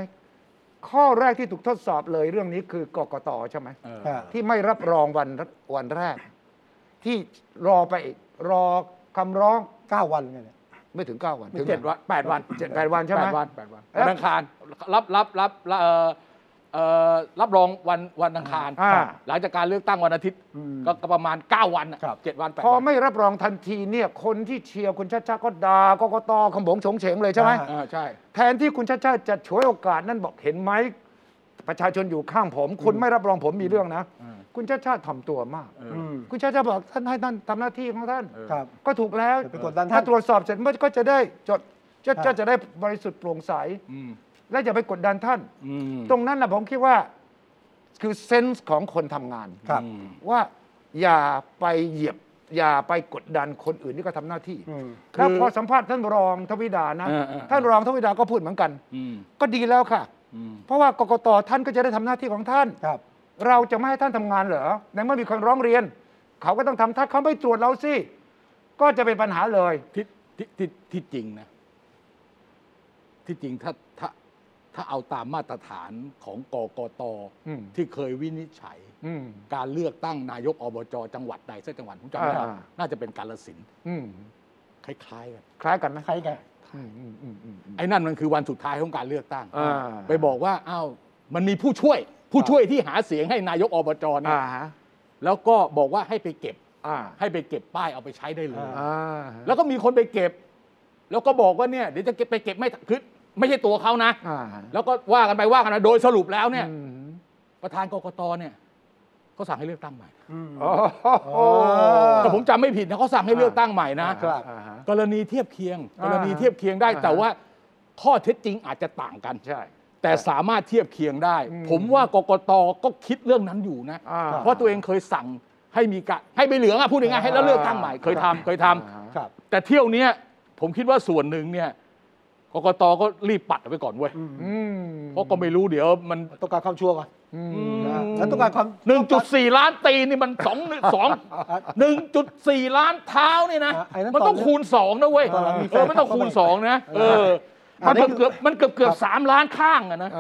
[SPEAKER 3] ข้อแรกที่ถูกทดสอบเลยเรื่องนี้คือกกตใช่ไหม
[SPEAKER 2] เออ
[SPEAKER 1] ครับ
[SPEAKER 3] ที่ไม่รับรองวันวันแรก ที่รอไปอีกรอคำร้อง
[SPEAKER 1] เก้าวันไงเนี่ย
[SPEAKER 3] ไม่ถึง 9 วันถึง
[SPEAKER 2] เจ็ดวันแปดวัน
[SPEAKER 3] เจ็ดแปดวันใช่ไหม
[SPEAKER 2] แปดวันแปดวัน
[SPEAKER 3] แล้ว
[SPEAKER 2] วันอังคารรับรับรับรับเอ่อเอ่อรับรองวันวันอังคาร
[SPEAKER 3] อ่า
[SPEAKER 2] ครับหลังจากการเลือกตั้งวันอาทิตย์ก็ก็ประมาณ 9 วันน่ะ
[SPEAKER 1] ครับ
[SPEAKER 2] เจ็ดวันแปด
[SPEAKER 3] พอ
[SPEAKER 2] วัน
[SPEAKER 3] ไม่รับรองทันทีเนี่ยคนที่เชียร์คุณชาติชาติก็ด่ากกตขมงโฉงเฉงเลยใช่ไหม
[SPEAKER 1] อ่า
[SPEAKER 2] อ่าใช่
[SPEAKER 3] แทนที่คุณชาติชาติจะฉวยโอกาสนั่นบอกเห็นไหมประชาชนอยู่ข้างผม คุณไม่รับรองผมมีเรื่องนะ
[SPEAKER 2] อืม
[SPEAKER 3] คุณชาติชาติถ่อมตัวมาก
[SPEAKER 1] อืม
[SPEAKER 3] คุณชาติชาติบอกท่านให้ท่านทำหน้าที่ของท่าน
[SPEAKER 1] ครับ
[SPEAKER 3] ก็ถูกแล้ว
[SPEAKER 1] อย่าไปกดดันท่า
[SPEAKER 3] ถ้าน ตรวจสอบเสร็จมันก็จะได้จดจะ
[SPEAKER 1] ครั
[SPEAKER 3] จะ
[SPEAKER 1] บ
[SPEAKER 3] จะได้บริสุทธิ์โปร่งใส
[SPEAKER 2] อืม
[SPEAKER 3] และอย่าไปกดดันท่าน
[SPEAKER 2] อืม
[SPEAKER 3] ตรงนั้นนะผมคิดว่าคือเซนส์ของคนทำงาน
[SPEAKER 1] ครับ
[SPEAKER 2] อืม
[SPEAKER 3] ว่าอย่าไปเหยียบ อย่าไปกดดันคนอื่นที่ก็ทำหน้าที่
[SPEAKER 1] อืม
[SPEAKER 3] แล้ว
[SPEAKER 2] คือ
[SPEAKER 3] พอสัมภาษณ์ท่านรองทวิดานะ
[SPEAKER 2] เออเออ
[SPEAKER 3] ท่านรองทวิดาก็พูดเหมือนกัน
[SPEAKER 2] อืม
[SPEAKER 3] ก็ดีแล้วค่ะ
[SPEAKER 2] อืม
[SPEAKER 3] เพราะว่ากกตท่านก็จะได้ทำหน้าที่ของท่าน
[SPEAKER 1] ครับ
[SPEAKER 3] เราจะไม่ให้ท่านทำงานเหรอในเมื่อมีคนร้องเรียน เขาก็ต้องทำถ้าเขาไม่ตรวจเราสิ ก็จะเป็นปัญหาเลย
[SPEAKER 2] ที่ที่ที่ที่จริงนะ ที่จริงถ้าถ้าถ้าเอาตามมาตรฐานของกกต
[SPEAKER 3] อืม
[SPEAKER 2] ที่เคยวินิจฉัย
[SPEAKER 3] อืม
[SPEAKER 2] การเลือกตั้งนายกอบจจังหวัดใดสักจังหวัดผมจำไม่ได้
[SPEAKER 3] อ่า
[SPEAKER 2] น่าจะเป็นกาลสินธุ์
[SPEAKER 3] อืม
[SPEAKER 2] คล้ายๆกัน
[SPEAKER 3] คล้ายกันไหม
[SPEAKER 1] ใครไง
[SPEAKER 3] อืมอืมอืมอืมอืม
[SPEAKER 2] ไอ้นั่นมันคือวันสุดท้ายของการเลือกตั้ง
[SPEAKER 3] อ่า
[SPEAKER 2] ไปบอกว่าอ้าวมันมีผู้ช่วย ผู้ช่วยที่หาเสียงให้นายกอบจเนี่ย
[SPEAKER 3] อ่าฮะ
[SPEAKER 2] แล้วก็บอกว่าให้ไปเก็บ
[SPEAKER 3] อ่า
[SPEAKER 2] ให้ไปเก็บป้ายเอาไปใช้ได้เลย
[SPEAKER 1] อ่
[SPEAKER 3] อ่า
[SPEAKER 2] แล้วก็มีคนไปเก็บ แล้วก็บอกว่าเนี่ยเดี๋ยวจะเก็บไปเก็บไม่ทันคือไม่ใช่ตัวเขานะ
[SPEAKER 3] อ่า
[SPEAKER 2] แล้วก็ว่ากันไปว่ากันมาโดยสรุปแล้วเนี่ย
[SPEAKER 3] อืม
[SPEAKER 2] ประธานกกตเนี่ยเขาสั่งให้เลือกตั้งใหม่
[SPEAKER 1] อืม
[SPEAKER 3] โอ้โห
[SPEAKER 1] เออ
[SPEAKER 2] แต่ผมจำไม่ผิดนะเขาสั่งให้เลือกตั้งใหม่นะ
[SPEAKER 1] ครับ
[SPEAKER 3] อ่าฮะ
[SPEAKER 2] กรณีเทียบเคียง
[SPEAKER 3] อ่าก ก
[SPEAKER 2] รณีเทียบเคียงได้
[SPEAKER 3] อ่าฮะ
[SPEAKER 2] แต่ว่าข้อเท็จจริงอาจจะต่างกัน
[SPEAKER 3] ใช่
[SPEAKER 2] แต่สามารถเทียบเคียงได้ ผมว่ากกตก็คิดเรื่องนั้นอยู่นะ
[SPEAKER 3] อ่า
[SPEAKER 2] เพราะตัวเองเคยสั่งให้มีการให้ไปเหลืองอะพูดง่ายๆให้แล้วเลือกตั้งใหม่เคยทำเคยทำ
[SPEAKER 1] ครับ
[SPEAKER 2] แต่เที่ยวเนี้ยผมคิดว่าส่วนหนึ่งเนี่ยกกตก็รีบปัดเอาไปก่อนเว้ย
[SPEAKER 3] อืม
[SPEAKER 2] เพราะก็ไม่รู้เดี๋ยวมัน
[SPEAKER 1] ต้องการความชัวร์ก่อน
[SPEAKER 3] อืม
[SPEAKER 1] นะแล้วต้องการความ
[SPEAKER 2] หนึ่งจุดสี่ล้านตีนี่มันสองสองหนึ่งจุดสี่ล้านเท้านี่นะ
[SPEAKER 1] ะไอ้นั่น
[SPEAKER 2] มันต้อง
[SPEAKER 1] ตอน
[SPEAKER 2] คูณสองนะเว้ย
[SPEAKER 1] ตอนหลังมี
[SPEAKER 2] เออมันต้องคูณสองนะเออ
[SPEAKER 1] อั
[SPEAKER 2] มัน น
[SPEAKER 1] นี้
[SPEAKER 2] เกือบเกือบมันเกือบเกือบสามล้านข้างอะนะ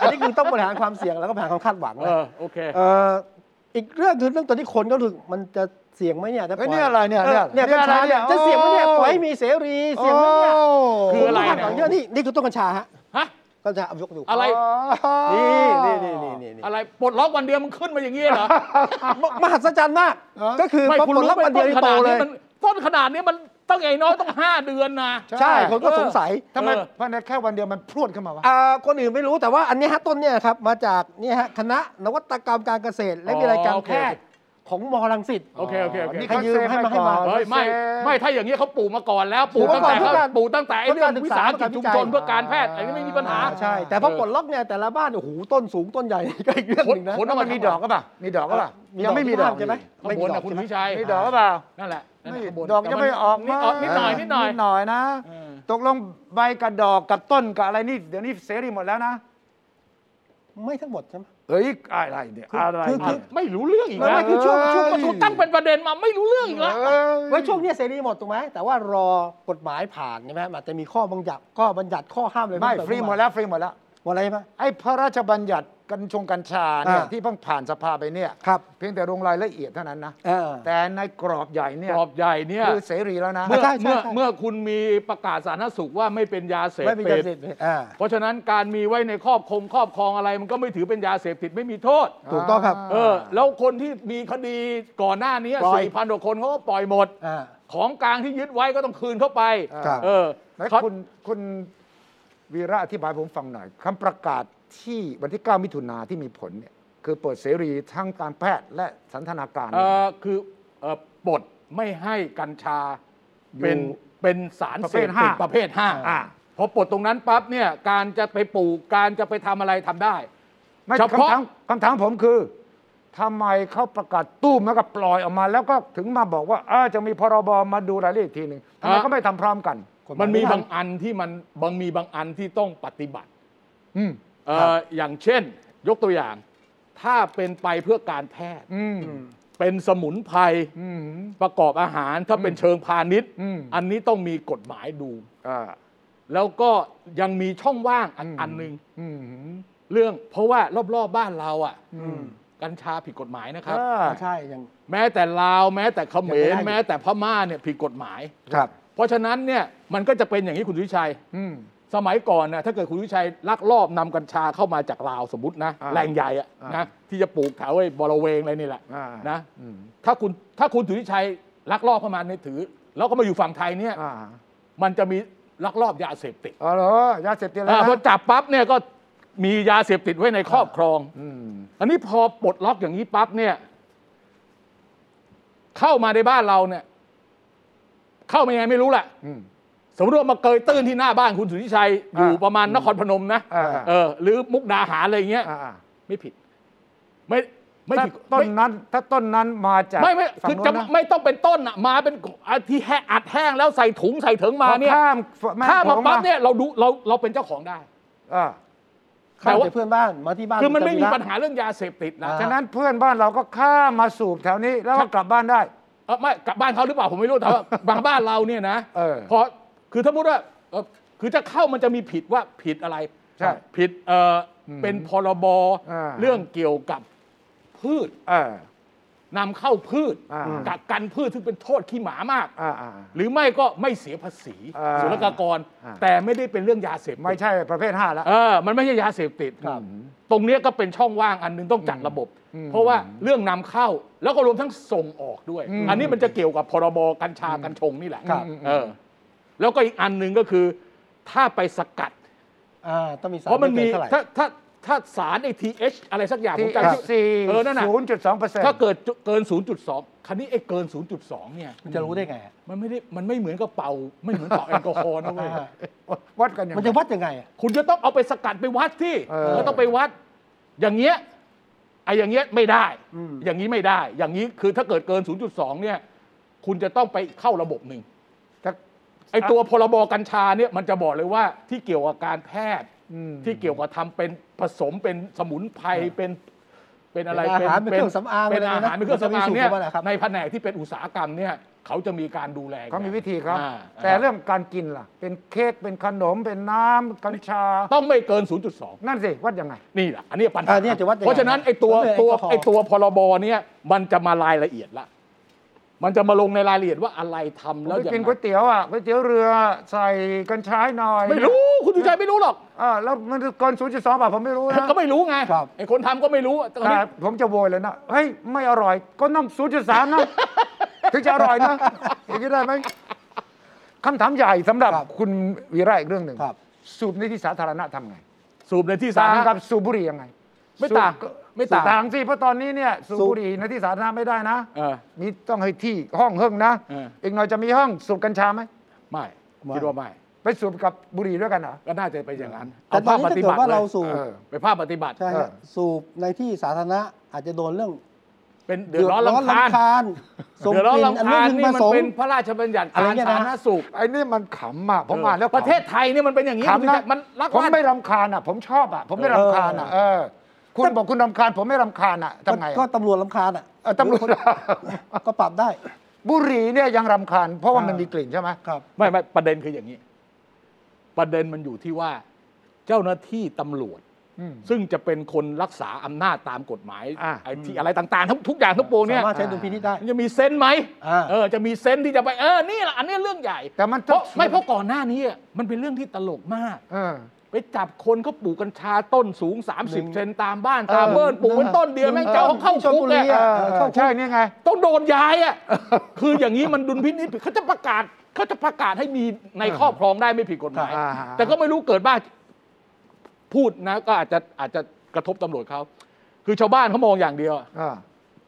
[SPEAKER 1] อันนี้คือต้องบริหารความเสี่ยงแล้วก็บริหารความคาดหวัง
[SPEAKER 2] เอ
[SPEAKER 1] นะ
[SPEAKER 2] อโอเค
[SPEAKER 1] เอ่ออีกเรื่องคือเรื่องตอนที่คนก็รู้สึกมันจะเสี่ยงไหมเนี่ยจะปล่อย ย
[SPEAKER 3] เอ้เนี่ยอะไรเนี่ย
[SPEAKER 1] เนี่ยเนี่ยกัญชาเนี่ยจะเสี่ยงไหมเนี่ยปล่อยให้มีเสรีเสี่ยงไหมเนี่ย
[SPEAKER 2] คืออะไร
[SPEAKER 1] ผมก็คาดหวัง
[SPEAKER 2] เนี่ย
[SPEAKER 1] เยอะนี่นี่คือต้นกัญชาฮะ
[SPEAKER 2] ฮะ
[SPEAKER 1] กัญชาเอายกดู
[SPEAKER 2] อะไร
[SPEAKER 1] นี่นี่นี่นี่นี่
[SPEAKER 2] อะไรปลดล็อกวันเดียวมันขึ้นมาอย่างนี้เหรอ
[SPEAKER 1] มหัศจรรย์มากก็คือ
[SPEAKER 2] ไม่
[SPEAKER 1] พอ
[SPEAKER 2] คุณ
[SPEAKER 1] ผล
[SPEAKER 2] รู้
[SPEAKER 1] ลัพธ์
[SPEAKER 2] ไหม
[SPEAKER 1] มันเดี
[SPEAKER 2] ต้
[SPEAKER 1] ยวน นี่โตเลย
[SPEAKER 2] ขนาดนี้มันต้นขนาดนี้มันต้องไงน้อยต้องห้าเดือนนะ
[SPEAKER 1] ใช่คนก็สงสัย
[SPEAKER 3] ทำไมภายในแค่วันเดียวมันพรวดขึ้นมาวะ
[SPEAKER 1] อ่าคนอื่นไม่รู้แต่ว่าอันเนี้ยฮะต้นเนี่ยครับมาจากเนี่ยฮะคณะนวัตกรรมการเกษตร และวิทยาลัยการแพทย์ของมอรังสิต
[SPEAKER 2] โอเคโอเคโอเค
[SPEAKER 1] ให้ยืมให้มาให้มา
[SPEAKER 2] เฮ้ยไม่ไม่ถ้าอย่างนี้ยเขาปลูกมาก่อนแล้วปลูกตั้งแต่
[SPEAKER 1] ปลูกมาก่อนเพื่อการ
[SPEAKER 2] ปลูกตั้งแต่ไอ้เรื่องวิสาหกิจชุมชน
[SPEAKER 1] เพื่
[SPEAKER 2] เพื่
[SPEAKER 1] อ
[SPEAKER 2] อ
[SPEAKER 1] การวิจัย
[SPEAKER 2] การแพทย์อันนี้ไม่มีปัญหา
[SPEAKER 1] อ่าใช่ แต่พอปลดล็อกเนี่ยแต่ละบ้านโอ้โหต้นสูงต้นใหญ่ [laughs] ก็อีกเรื่อง
[SPEAKER 2] ผ
[SPEAKER 1] ห
[SPEAKER 2] ล
[SPEAKER 1] นึ่งนะ
[SPEAKER 2] ผล
[SPEAKER 3] แล้วมันมีดอกก็ป่ะ มีดอกก็ป่ะยังไม่มีดอก
[SPEAKER 1] ใช่ไหม
[SPEAKER 2] ข้างบนนะคุณวิชัย
[SPEAKER 3] มีดอกก็เปล่า
[SPEAKER 2] นั่นแหละนั่นแหละข้างบน
[SPEAKER 3] ดอกจะไม่ออก
[SPEAKER 2] นิดนิดหน่อยนิดหน่อย
[SPEAKER 3] นิดหน่อยนะ
[SPEAKER 2] เออ
[SPEAKER 3] ตกลงใบกับดอกกับต้นกับอะไรนี่เดี๋ยวนี้เสรีหมดแล้วนะ
[SPEAKER 1] ไม่ทั้งหมดใช่ไหม
[SPEAKER 3] เฮ้ยอะไรเนี่ยอะไร
[SPEAKER 1] คือคื
[SPEAKER 3] เนี่ย
[SPEAKER 1] อ
[SPEAKER 2] ไม่รู้เรื่องอีก
[SPEAKER 1] ไม่
[SPEAKER 2] แล้ว
[SPEAKER 1] ไม่คือช่วงช่วง
[SPEAKER 3] เอ้ย
[SPEAKER 2] เขาตั้งเป็นประเด็นมาไม่รู้เรื่องอีกแล้ว
[SPEAKER 3] เอ้ย
[SPEAKER 1] ไว้ช่วงเนี้ยเสรีหมดถูกไหมแต่ว่ารอกฎหมายผ่านใช่ไหมอาจจะมีข้อบัญญัติข้อบัญญัติข้อห้ามเลย
[SPEAKER 3] ไม่ฟรีหมดแล้วฟรีหมดแล้ว
[SPEAKER 1] หมดอะไรไหม
[SPEAKER 3] ไอ้พระราชบัญญัติกัญชงกัญชาเนี่ย
[SPEAKER 1] อ่า
[SPEAKER 3] ที่เพิ่งผ่านสภาไปเนี่ย
[SPEAKER 1] ครับ
[SPEAKER 3] เพียงแต่ลงรายละเอียดเท่านั้นนะ
[SPEAKER 1] เออ
[SPEAKER 3] แต่ในกรอบใหญ่เนี่
[SPEAKER 2] ก
[SPEAKER 3] ย
[SPEAKER 2] รอบใหญ่เนี่ย
[SPEAKER 3] คือเสรีแล้วนะ
[SPEAKER 2] เมื่อ
[SPEAKER 1] ใช่ใช่
[SPEAKER 2] เมื่อ
[SPEAKER 1] ใช่
[SPEAKER 2] เมื่อคุณมีประกาศสาธารณสุขว่าไม่เป็นยาเสพ
[SPEAKER 1] ไม่เป็น
[SPEAKER 2] ติ
[SPEAKER 1] ยา
[SPEAKER 2] ด
[SPEAKER 1] เสพติดอ่า
[SPEAKER 2] เพราะฉะนั้นการมีไว้ในครอบครองครอบครองอะไร มันก็ไม่ถือเป็นยาเสพติดไม่มีโทษ
[SPEAKER 1] ถูกต้องครับ
[SPEAKER 2] เออ แล้วคนที่มีคดีก่อนหน้านี้สี่พันกว่าคนเขาก็ปล่อยหมด
[SPEAKER 1] อ่า
[SPEAKER 2] ของกลางที่ยึดไว้ก็ต้องคืนเข้าไป
[SPEAKER 1] ครับ
[SPEAKER 2] เออ
[SPEAKER 3] ไหน
[SPEAKER 2] เขา
[SPEAKER 3] คุณคุณวีระอธิบายผมฟังหน่อยคำประกาศที่วันที่ 9 มิถุนาที่มีผลเนี่ยคือเปิดเสรีทั้งการแพทย์และสันทนาการ
[SPEAKER 2] เอ่อคือเอ่อปลดไม่ให้กัญชา
[SPEAKER 3] อยู่
[SPEAKER 2] เป็นเป็นสารเสพ
[SPEAKER 3] ประเภ
[SPEAKER 2] ติด
[SPEAKER 3] ทห้า
[SPEAKER 2] ประเภทห้า
[SPEAKER 3] อ่า
[SPEAKER 2] พอปลดตรงนั้นปั๊บเนี่ยการจะไปปลูกการจะไปทำอะไรทำได้
[SPEAKER 3] ไม่
[SPEAKER 2] เฉ
[SPEAKER 3] คำ
[SPEAKER 2] พาะ
[SPEAKER 3] ถามคำถามผมคือทำไมเขาประกาศตู้มแล้วก็ปล่อยออกมา แล้วก็ถึงมาบอกว่าเอ้อจะมีพรบมาดูรายละเอียดอีกทีหนึ่งทำไมเขาไม่ทำพร้อมกัน
[SPEAKER 2] มันมีบางอันที่มันบางมีบางอันที่ต้องปฏิบัติ
[SPEAKER 3] อืม
[SPEAKER 2] เอ่ออย่างเช่น ยกตัวอย่าง ถ้าเป็นไปเพื่อการแพทย์
[SPEAKER 3] อืม
[SPEAKER 2] เป็นสมุนไพร
[SPEAKER 3] อืม
[SPEAKER 2] ประกอบอาหารถ้าเป็นเชิงพาณิชย์
[SPEAKER 3] อืม
[SPEAKER 2] อันนี้ต้องมีกฎหมายดู
[SPEAKER 3] อ่า
[SPEAKER 2] แล้วก็ยังมีช่องว่างอันอันหนึ่ง
[SPEAKER 3] อืม
[SPEAKER 2] เรื่องเพราะว่ารอบๆบบ้านเราอ่ะ
[SPEAKER 1] อืม
[SPEAKER 2] กัญชาผิดกฎหมายนะครับ
[SPEAKER 3] อ่า
[SPEAKER 1] ใช่ยัง
[SPEAKER 2] แม้แต่ลาวแม้แต่เขม
[SPEAKER 1] ยังไม่
[SPEAKER 2] ร
[SPEAKER 1] ได้
[SPEAKER 2] แม้แต่พม่าเนี่ยผิดกฎหมาย
[SPEAKER 1] ครับ
[SPEAKER 2] เพราะฉะนั้นเนี่ยมันก็จะเป็นอย่างนี้คุณวิชัย
[SPEAKER 3] อืม
[SPEAKER 2] สมัยก่อนนะถ้าเกิดคุณวิชัยลักลอบนำกัญชาเข้ามาจากลาวสมมตินะ
[SPEAKER 3] อ่า
[SPEAKER 2] แรงใหญ่อะ
[SPEAKER 3] อ่าน
[SPEAKER 2] นะที่จะปลูกแถวไอ้บอระเวงอะไรนี่แหละ
[SPEAKER 3] อ่าน
[SPEAKER 2] นะ
[SPEAKER 3] อืม
[SPEAKER 2] ถ้าคุณถ้าคุณถือวิชัยลักลอบเข้ามาในถือ แล้วก็มาอยู่ฝั่งไทยเนี่ย
[SPEAKER 3] อ่า
[SPEAKER 2] มันจะมีลักลอบยาเสพติด
[SPEAKER 3] อ๋อเหรอยาเสพติดแล้ว
[SPEAKER 2] อ่า
[SPEAKER 3] นะ
[SPEAKER 2] พอจับปั๊บเนี่ยก็มียาเสพติดไว้ในครอบครอง
[SPEAKER 3] อืม
[SPEAKER 2] อันนี้พอปลดล็อกอย่างนี้ปั๊บเนี่ย เข้ามาในบ้านเราเนี่ย เข้ามายังไงไม่รู้แหละ
[SPEAKER 3] อืม
[SPEAKER 2] สมมติว่ามาเกยตื้นที่หน้าบ้านคุณสุทธิชัย อยู่
[SPEAKER 3] อ่า
[SPEAKER 2] ประมาณนครพนมนะ
[SPEAKER 3] อ่า
[SPEAKER 2] เออ หรือมุกดาหารอะไรอย่างเงี้ย
[SPEAKER 3] อ่า
[SPEAKER 2] ไม่ผิด ไม่ไม่
[SPEAKER 3] ถ้า
[SPEAKER 2] ผิด
[SPEAKER 3] ต้นนั้นถ้าต้นนั้นมาจาก
[SPEAKER 2] ไม่ไม่คือจะ
[SPEAKER 3] ฝั่งนู้นนะ
[SPEAKER 2] ไม่ต้องเป็นต้นอะมาเป็นอ่ะที่แห้อัดแห้งแล้วใส่ถุงใส่เถิงมาเนี่ย
[SPEAKER 3] พอข้ามแ
[SPEAKER 2] ถ้ามา
[SPEAKER 3] โขง
[SPEAKER 2] ปั๊บเนี่ยเราดูเราเราเป็นเจ้าของได้
[SPEAKER 3] อ่า
[SPEAKER 1] ข้าม
[SPEAKER 2] แต่ว่า
[SPEAKER 1] ไปเพื่อนบ้านมาที่บ้าน
[SPEAKER 2] คือมัน
[SPEAKER 1] ณจ
[SPEAKER 2] ไม่มี
[SPEAKER 1] ระ
[SPEAKER 2] ปัญหาเรื่องยาเสพติดนะ
[SPEAKER 1] อ่า
[SPEAKER 3] ฉะนั้นเพื่อนบ้านเราก็ข้ามมาสูบแถวนี้แล้วก็กลับบ้านได้
[SPEAKER 2] เออไม่กลับบ้านเขาหรือเปล่าผมไม่รู้แต่
[SPEAKER 3] [laughs]
[SPEAKER 2] ว่า บางบ้านเราเนี่ยนะ
[SPEAKER 3] เออ
[SPEAKER 2] พอคือถ้าพูดว่าเอ่อคือจะเข้ามันจะมีผิดว่าผิดอะไร
[SPEAKER 3] ใช่
[SPEAKER 2] ผิดเอออ
[SPEAKER 3] ม
[SPEAKER 2] เป็นพรบ
[SPEAKER 3] อ่า
[SPEAKER 2] เรื่องเกี่ยวกับพืช
[SPEAKER 3] เออ
[SPEAKER 2] นำเข้าพืช
[SPEAKER 3] อ่า
[SPEAKER 2] กักกันพืชซึ่งเป็นโทษขี้หมามาก
[SPEAKER 3] อ่าอ่า
[SPEAKER 2] หรือไม่ก็ไม่เสียภาษี
[SPEAKER 3] อ่า
[SPEAKER 2] ศุลกากร
[SPEAKER 3] อ่า
[SPEAKER 2] แต่ไม่ได้เป็นเรื่องยาเสพ
[SPEAKER 3] ไม่
[SPEAKER 2] ติด
[SPEAKER 3] ใช่ประเภทห้าแล้ว
[SPEAKER 2] เออมันไม่ใช่ยาเสพติด
[SPEAKER 3] ครับ
[SPEAKER 2] ตรงเนี้ยก็เป็นช่องว่างอันหนึงต้องจัดระบบ
[SPEAKER 3] อืม
[SPEAKER 2] เพราะว่าเรื่องนำเข้าแล้วก็รวมทั้งส่งออกด้วย
[SPEAKER 3] อืม
[SPEAKER 2] อันนี้มันจะเกี่ยวกับพรบกัญชากัญชงนี่แหละ
[SPEAKER 1] ครับ
[SPEAKER 2] เออแล้วก็อีกอันหนึ่งก็คือ ถ้าไปสกัด
[SPEAKER 1] อ่าต้องมีสาร
[SPEAKER 2] เพราะมันมี
[SPEAKER 1] ไเกิเท่าไหร่
[SPEAKER 2] ถ้าถ้า ถ้าสารไอทีเอชอะไรสักอย่าง
[SPEAKER 3] ที
[SPEAKER 2] ผม
[SPEAKER 3] เอ
[SPEAKER 2] จำ
[SPEAKER 3] ส
[SPEAKER 2] ชื่อ
[SPEAKER 3] ซี
[SPEAKER 2] เออนั่นน่ะ
[SPEAKER 3] ศูนย์จุดสองเปอร์เซ็นต์
[SPEAKER 2] ถ้าเกิดเกิน 0.2 คันนี้ไอ้เกิน 0.2 เนี่ย
[SPEAKER 1] มันจะรู้ได้ไงอะ
[SPEAKER 2] มันไม่ได้มันไม่เหมือนกับเป่า ไม่เหมือนเป่าแอลกอฮอล์นะเว้ย
[SPEAKER 3] วัดกันอย่าง
[SPEAKER 1] มันจะวัดยังไงอะ
[SPEAKER 2] คุณจะต้องเอาไปสกัดไปวัดที่
[SPEAKER 1] เออ
[SPEAKER 2] ก็ต้องไปวัด อย่างเงี้ยไอ้อย่างเงี้ยไม่ได้
[SPEAKER 1] อืม
[SPEAKER 2] อย่างนี้ไม่ได้ อย่างนี้คือถ้าเกิดเกิน 0.2 เนี่ย คุณจะต้องไปเข้าระบบหนึ่ง
[SPEAKER 3] ถ้า
[SPEAKER 2] ไอ้ตัวพรบกัญชาเนี่ยมันจะบอกเลยว่าที่เกี่ยวกับการแพทย์
[SPEAKER 3] อืม
[SPEAKER 2] ที่เกี่ยวกับทำเป็นผสมเป็นสมุนไพรเป็นเป็นอะไร
[SPEAKER 1] เป็นอาหารเป็นเครื่องสำอาง
[SPEAKER 2] เป็นอาหา
[SPEAKER 1] อะ
[SPEAKER 2] ร
[SPEAKER 1] ไรนะ
[SPEAKER 2] เป็นเครื่องสำอางเนี่
[SPEAKER 1] มันจะมีสู
[SPEAKER 2] ย
[SPEAKER 1] ตรของมันนะครับ
[SPEAKER 2] ในแผนกที่เป็นอุตสาหกรรมเนี่ยเขาจะมีการดูแล
[SPEAKER 3] เขามีวิธีครับ
[SPEAKER 2] อ่า
[SPEAKER 3] แต่เรื่องการกินล่ะ เป็นเค้กเป็นขนม เป็นน้ำกัญชา
[SPEAKER 2] ต้องไม่เกิน 0.2
[SPEAKER 3] นั่นสิ วัดยังไง
[SPEAKER 2] นี่แหละอันนี้ปัญหา
[SPEAKER 1] อ่าเนี่ยจะวัดยังไง
[SPEAKER 2] เพราะฉะนั้นไอ้ตัว
[SPEAKER 1] วัดด้วย
[SPEAKER 2] ตัว
[SPEAKER 1] แอลกอฮอล์
[SPEAKER 2] ไอ้ตัวพรบเนี่ยมันจะมารายละเอียดละ มันจะมาลงในรายละเอียดว่าอะไรทำ
[SPEAKER 3] ผม
[SPEAKER 2] แล้ว
[SPEAKER 3] ไป
[SPEAKER 2] อย่าง
[SPEAKER 3] กิน
[SPEAKER 2] ไร
[SPEAKER 3] ก๋วยเตี๋ยวอ่ะก๋วยเตี๋ยวเรือใส่กัญชาให้หน่อย
[SPEAKER 2] ไม่รู้คุณสุชัยไม่รู้หรอก
[SPEAKER 3] อ่าแล้วมันเกินศูนย์จุดสองป่ะผมไม่รู้นะ
[SPEAKER 2] ก็ไม่รู้ไง
[SPEAKER 1] ครับ
[SPEAKER 2] ไอ้คนทำก็ไม่รู้ตอน
[SPEAKER 3] แต่
[SPEAKER 2] นี้
[SPEAKER 3] ผมจะโวยเลยนะ เฮ้ย ไม่อร่อย ก็น้ำศูนย์จุดสาม
[SPEAKER 2] [laughs]
[SPEAKER 3] นะ ถึงจะอร่อยนะอย่างนี้ได้ไหมคำถามใหญ่สำหรับ
[SPEAKER 1] ครับ
[SPEAKER 3] คุณวีระอีกเรื่องหนึ่ง
[SPEAKER 1] ครับ
[SPEAKER 3] สูบในที่สาธารณะทำไง
[SPEAKER 2] สูบในที่สา
[SPEAKER 3] ต่าง
[SPEAKER 2] ธาร
[SPEAKER 3] กับ
[SPEAKER 2] ณะ
[SPEAKER 3] สูบบุหรี่ยังไง
[SPEAKER 2] ไม่ต่าง
[SPEAKER 3] สูบ
[SPEAKER 2] ไม่ต่าง
[SPEAKER 3] สูบต่างสิเพราะตอนนี้เนี่ยสูบ
[SPEAKER 1] สูบ
[SPEAKER 3] บุหรี่ในที่สาธารณะไม่ได้นะ
[SPEAKER 2] เออ
[SPEAKER 3] มีต้องให้ที่ห้องเฮิ่งนะ
[SPEAKER 2] เออ
[SPEAKER 3] อีกหน่อยจะมีห้องสูบกัญชาไหม
[SPEAKER 2] ไม่คิดว่าไม่
[SPEAKER 3] ไปสูบกับบุหรี่ด้วยกันเหรอ
[SPEAKER 2] ก็น่าจะเป็นอย่างนั้น
[SPEAKER 1] แต่ตอนนี้
[SPEAKER 2] ภพ
[SPEAKER 1] ถ้าเกิดว่าเรา
[SPEAKER 2] ลย
[SPEAKER 1] สูบ
[SPEAKER 3] เออ
[SPEAKER 2] ไปภาพปฏิบัติ
[SPEAKER 1] ใช่ฮะสูบในที่สาธารณะอาจจะโดนเรื่อง
[SPEAKER 2] เป็นเดือดร้อนลำคาญ
[SPEAKER 1] ญส่ง
[SPEAKER 2] เดือดร้อน
[SPEAKER 1] กลิ่นอัน
[SPEAKER 2] ลำ
[SPEAKER 1] ไม่พึงประ
[SPEAKER 2] คาญนี่มัน
[SPEAKER 1] สง
[SPEAKER 2] เป็น
[SPEAKER 1] ค์
[SPEAKER 2] พระราชบัญญัติ
[SPEAKER 1] อะไร
[SPEAKER 2] การ
[SPEAKER 1] เนี่ย
[SPEAKER 2] สา
[SPEAKER 1] นะ
[SPEAKER 2] ธารณสุข
[SPEAKER 3] ไอ้นี่มันขำอ่ะผมอ่านแล้วขำ
[SPEAKER 2] ประเทศไทยเนี่ยมันเป็นอย่างนี้คุณ
[SPEAKER 3] ขำ
[SPEAKER 2] สุ
[SPEAKER 3] นะ
[SPEAKER 2] ชัยมันรัก
[SPEAKER 3] ผม
[SPEAKER 2] บ้าน
[SPEAKER 3] ไม่รำคาญอ่ะ ผมชอบอ่ะ ผมไม่รำคาญอ่ะเออ คุณบอกคุณรำคาญ ผมไม่รำคาญอ่ะทำไง
[SPEAKER 1] ก็
[SPEAKER 3] อ่ะ
[SPEAKER 1] ตำรวจลำคาญอ่ะ
[SPEAKER 3] เออตำรวจ
[SPEAKER 1] ก็ปรับได้
[SPEAKER 3] [laughs] บุหรี่เนี่ยยังรำคาญ เพราะว่ามัน
[SPEAKER 1] เออ
[SPEAKER 3] มีกลิ่นใช่ไหม
[SPEAKER 1] ครับ
[SPEAKER 2] ไม่ไม่ประเด็นคืออย่างนี้ ประเด็นมันอยู่ที่ว่าเจ้าหน้าที่ตำรวจ
[SPEAKER 3] อืม
[SPEAKER 2] ซึ่งจะเป็นคนรักษาอำนาจตามกฎหมาย
[SPEAKER 3] อ่ะ
[SPEAKER 2] ไอ้ที่อะไรต่างๆทั้งทุกอย่างทั้งปวงเนี่ย
[SPEAKER 1] สามารถใช้ดุลพินิจได้
[SPEAKER 2] มันจะมีเซนส์ไหม
[SPEAKER 1] อ่า
[SPEAKER 2] เออจะมีเซนส์ที่จะไปเออนี่แหละอันนี้เรื่องใหญ่
[SPEAKER 3] แต่มัน
[SPEAKER 2] เพ
[SPEAKER 3] ต้อง
[SPEAKER 2] ราะไม่เพราะก่อนหน้านี้อ่ะมันเป็นเรื่องที่ตลกมาก
[SPEAKER 3] เออ
[SPEAKER 2] ไปจับคนเขาปลูกกัญชาต้นสูง 30 เซนตามบ้านตาม
[SPEAKER 3] เออ
[SPEAKER 2] เบิร์นปลูกเป็นต้นเดียวแม่งเจ้าเขาเข้า
[SPEAKER 1] ชล
[SPEAKER 2] คุก
[SPEAKER 1] บุ
[SPEAKER 2] เล
[SPEAKER 1] รี
[SPEAKER 2] ย
[SPEAKER 1] อ่ะ
[SPEAKER 3] เออ
[SPEAKER 1] เออเข้าคุก
[SPEAKER 3] ใช่นี่ไง
[SPEAKER 2] ต้องโดนย้ายอ่ะ คืออย่างนี้มันดุลพินิจผิดเขาจะประกาศเขาจะประกาศให้มีในครอบครองได้ไม่ผิดกฎหมาย
[SPEAKER 3] อ่าฮะ
[SPEAKER 2] แต่ก็ไม่รู้เกิดบ้างพูดนะก็อาจจะอาจจะกระทบตำรวจเขา คือชาวบ้านเขามองอย่างเดียวอะ
[SPEAKER 3] เออ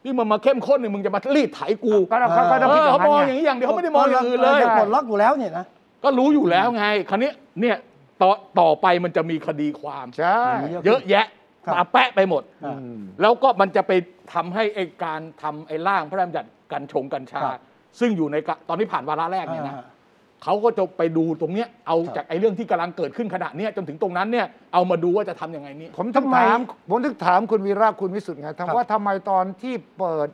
[SPEAKER 2] นี่มันมาเข้มข้นเนี่ยมึงจะมารีดไถกู
[SPEAKER 3] ก็เราเขาก็
[SPEAKER 2] เอ
[SPEAKER 3] ต้องคิด
[SPEAKER 2] อ
[SPEAKER 3] อย่า
[SPEAKER 2] เขา
[SPEAKER 3] งนั้
[SPEAKER 2] ม
[SPEAKER 3] น
[SPEAKER 2] องอ
[SPEAKER 3] ไง
[SPEAKER 2] ย่างนี้อย่างเดียวเขาไม่ได้มองอย่างอื่นเลย
[SPEAKER 1] ปลดล็อกอยู่แล้วเนี่ยนะ
[SPEAKER 2] ก็รู้อยู่แล้วไง คราวนี้เนี่ยต่อต่อไปมันจะมีคดีความ
[SPEAKER 3] ใช่
[SPEAKER 1] เยอะ
[SPEAKER 2] เยอะแยะ
[SPEAKER 1] ครับ
[SPEAKER 2] มาแปะไปหมด
[SPEAKER 1] อื
[SPEAKER 3] ม
[SPEAKER 2] แล้วก็มันจะไปทำให้ไอการทำไอร่างพระราชบัญญัติกัญชงกัญชา
[SPEAKER 1] ครับ
[SPEAKER 2] ซึ่งอยู่ในกะตอนที่ผ่านวาระแรกเนี่ยนะ
[SPEAKER 1] อ่า
[SPEAKER 2] เขาก็จะไปดูตรงเนี้ยเอา
[SPEAKER 1] ครับ
[SPEAKER 2] จากไอเรื่องที่กำลังเกิดขึ้นขณะเนี้ยจนถึงตรงนั้นเนี่ยเอามาดูว่าจะทำยังไงเนี่ย
[SPEAKER 3] ผมถึง
[SPEAKER 1] ทำไม
[SPEAKER 3] ถามผมถึงถามคุณวีระคุณวิสุทธิ์ไงถาม
[SPEAKER 1] ครับ
[SPEAKER 3] ว่าทำไมตอนที่เปิด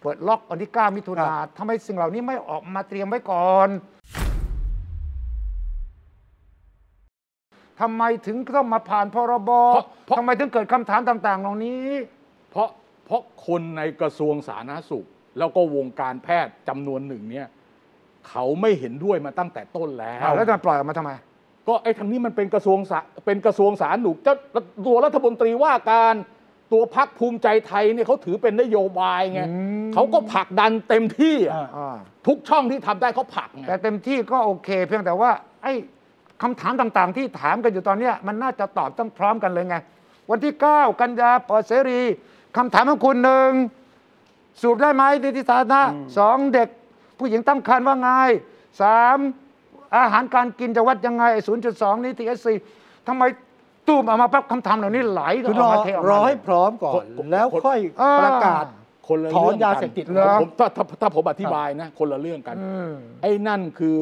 [SPEAKER 3] เปิดล็อกวันที่ 9 มิถุนา
[SPEAKER 1] ครับ
[SPEAKER 3] ทำไมสิ่งเหล่านี้ไม่ออกมาเตรียมไว้ก่อน ทำไมถึงต้องมาผ่านพร
[SPEAKER 2] เ
[SPEAKER 3] บ
[SPEAKER 2] พราะเพราะ
[SPEAKER 3] ทำไมถึงเกิดคำถามต่าง ๆ เหล่านี้
[SPEAKER 2] เพราะเพราะคนในกระทรวงสาธารณสุข แล้วก็วงการแพทย์จำนวนหนึ่งเนี่ยเขาไม่เห็นด้วยมาตั้งแต่ต้นแล้ว
[SPEAKER 3] แล้วจะปล่อยออกมาทำไม
[SPEAKER 2] ก็ไอ้ทางนี้มันเป็นกระทรวงสาเป็นกระทรวงสาธารณสุขเจ้าตัวรัฐมนตรีว่าการตัวพักภูมิใจไทยเนี่ยเขาถือเป็นนโยบายไง
[SPEAKER 3] อืม
[SPEAKER 2] เขาก็ผลักดันเต็มที่อะ
[SPEAKER 1] อ่า
[SPEAKER 3] อ่า
[SPEAKER 2] ทุกช่องที่ทำได้เขาผลักไง
[SPEAKER 3] แต่เต็มที่ก็โอเค เพียงแต่ว่า ไอ้คำถามต่าง ๆ ที่ถามกันอยู่ตอนเนี้ยมันน่าจะตอบต้องพร้อมกันเลยไง วันที่ 9 กันยาเปิดเสรีคำถามของคุณหนึ่งสูบได้ไหมในที่สาธารณะสองเด็ก ผู้หญิงตั้งครรภ์ว่าไงสามอาหารการกินจะวัดยังไง 0.2 นี้ทีเอสซีทำไมตูมออกมาปั๊บคำถามเหล่านี้ไหล
[SPEAKER 1] คือร
[SPEAKER 3] อ
[SPEAKER 1] อ
[SPEAKER 3] อกมาเทออก
[SPEAKER 1] ร
[SPEAKER 3] มา
[SPEAKER 1] อ
[SPEAKER 3] เล
[SPEAKER 1] ให้
[SPEAKER 3] ย
[SPEAKER 1] พร้อมก่อน แล้วค่อย
[SPEAKER 3] อ่า
[SPEAKER 1] ประกาศ
[SPEAKER 2] คนละ
[SPEAKER 1] ถอน
[SPEAKER 2] เรื่อง
[SPEAKER 1] ยา
[SPEAKER 2] กั
[SPEAKER 1] เสพติด
[SPEAKER 2] ผมผมถ้าถ้าถ้าผมอธิบายนะ คนละเรื่องกัน
[SPEAKER 3] อืม
[SPEAKER 2] ไอ้นั่นคือ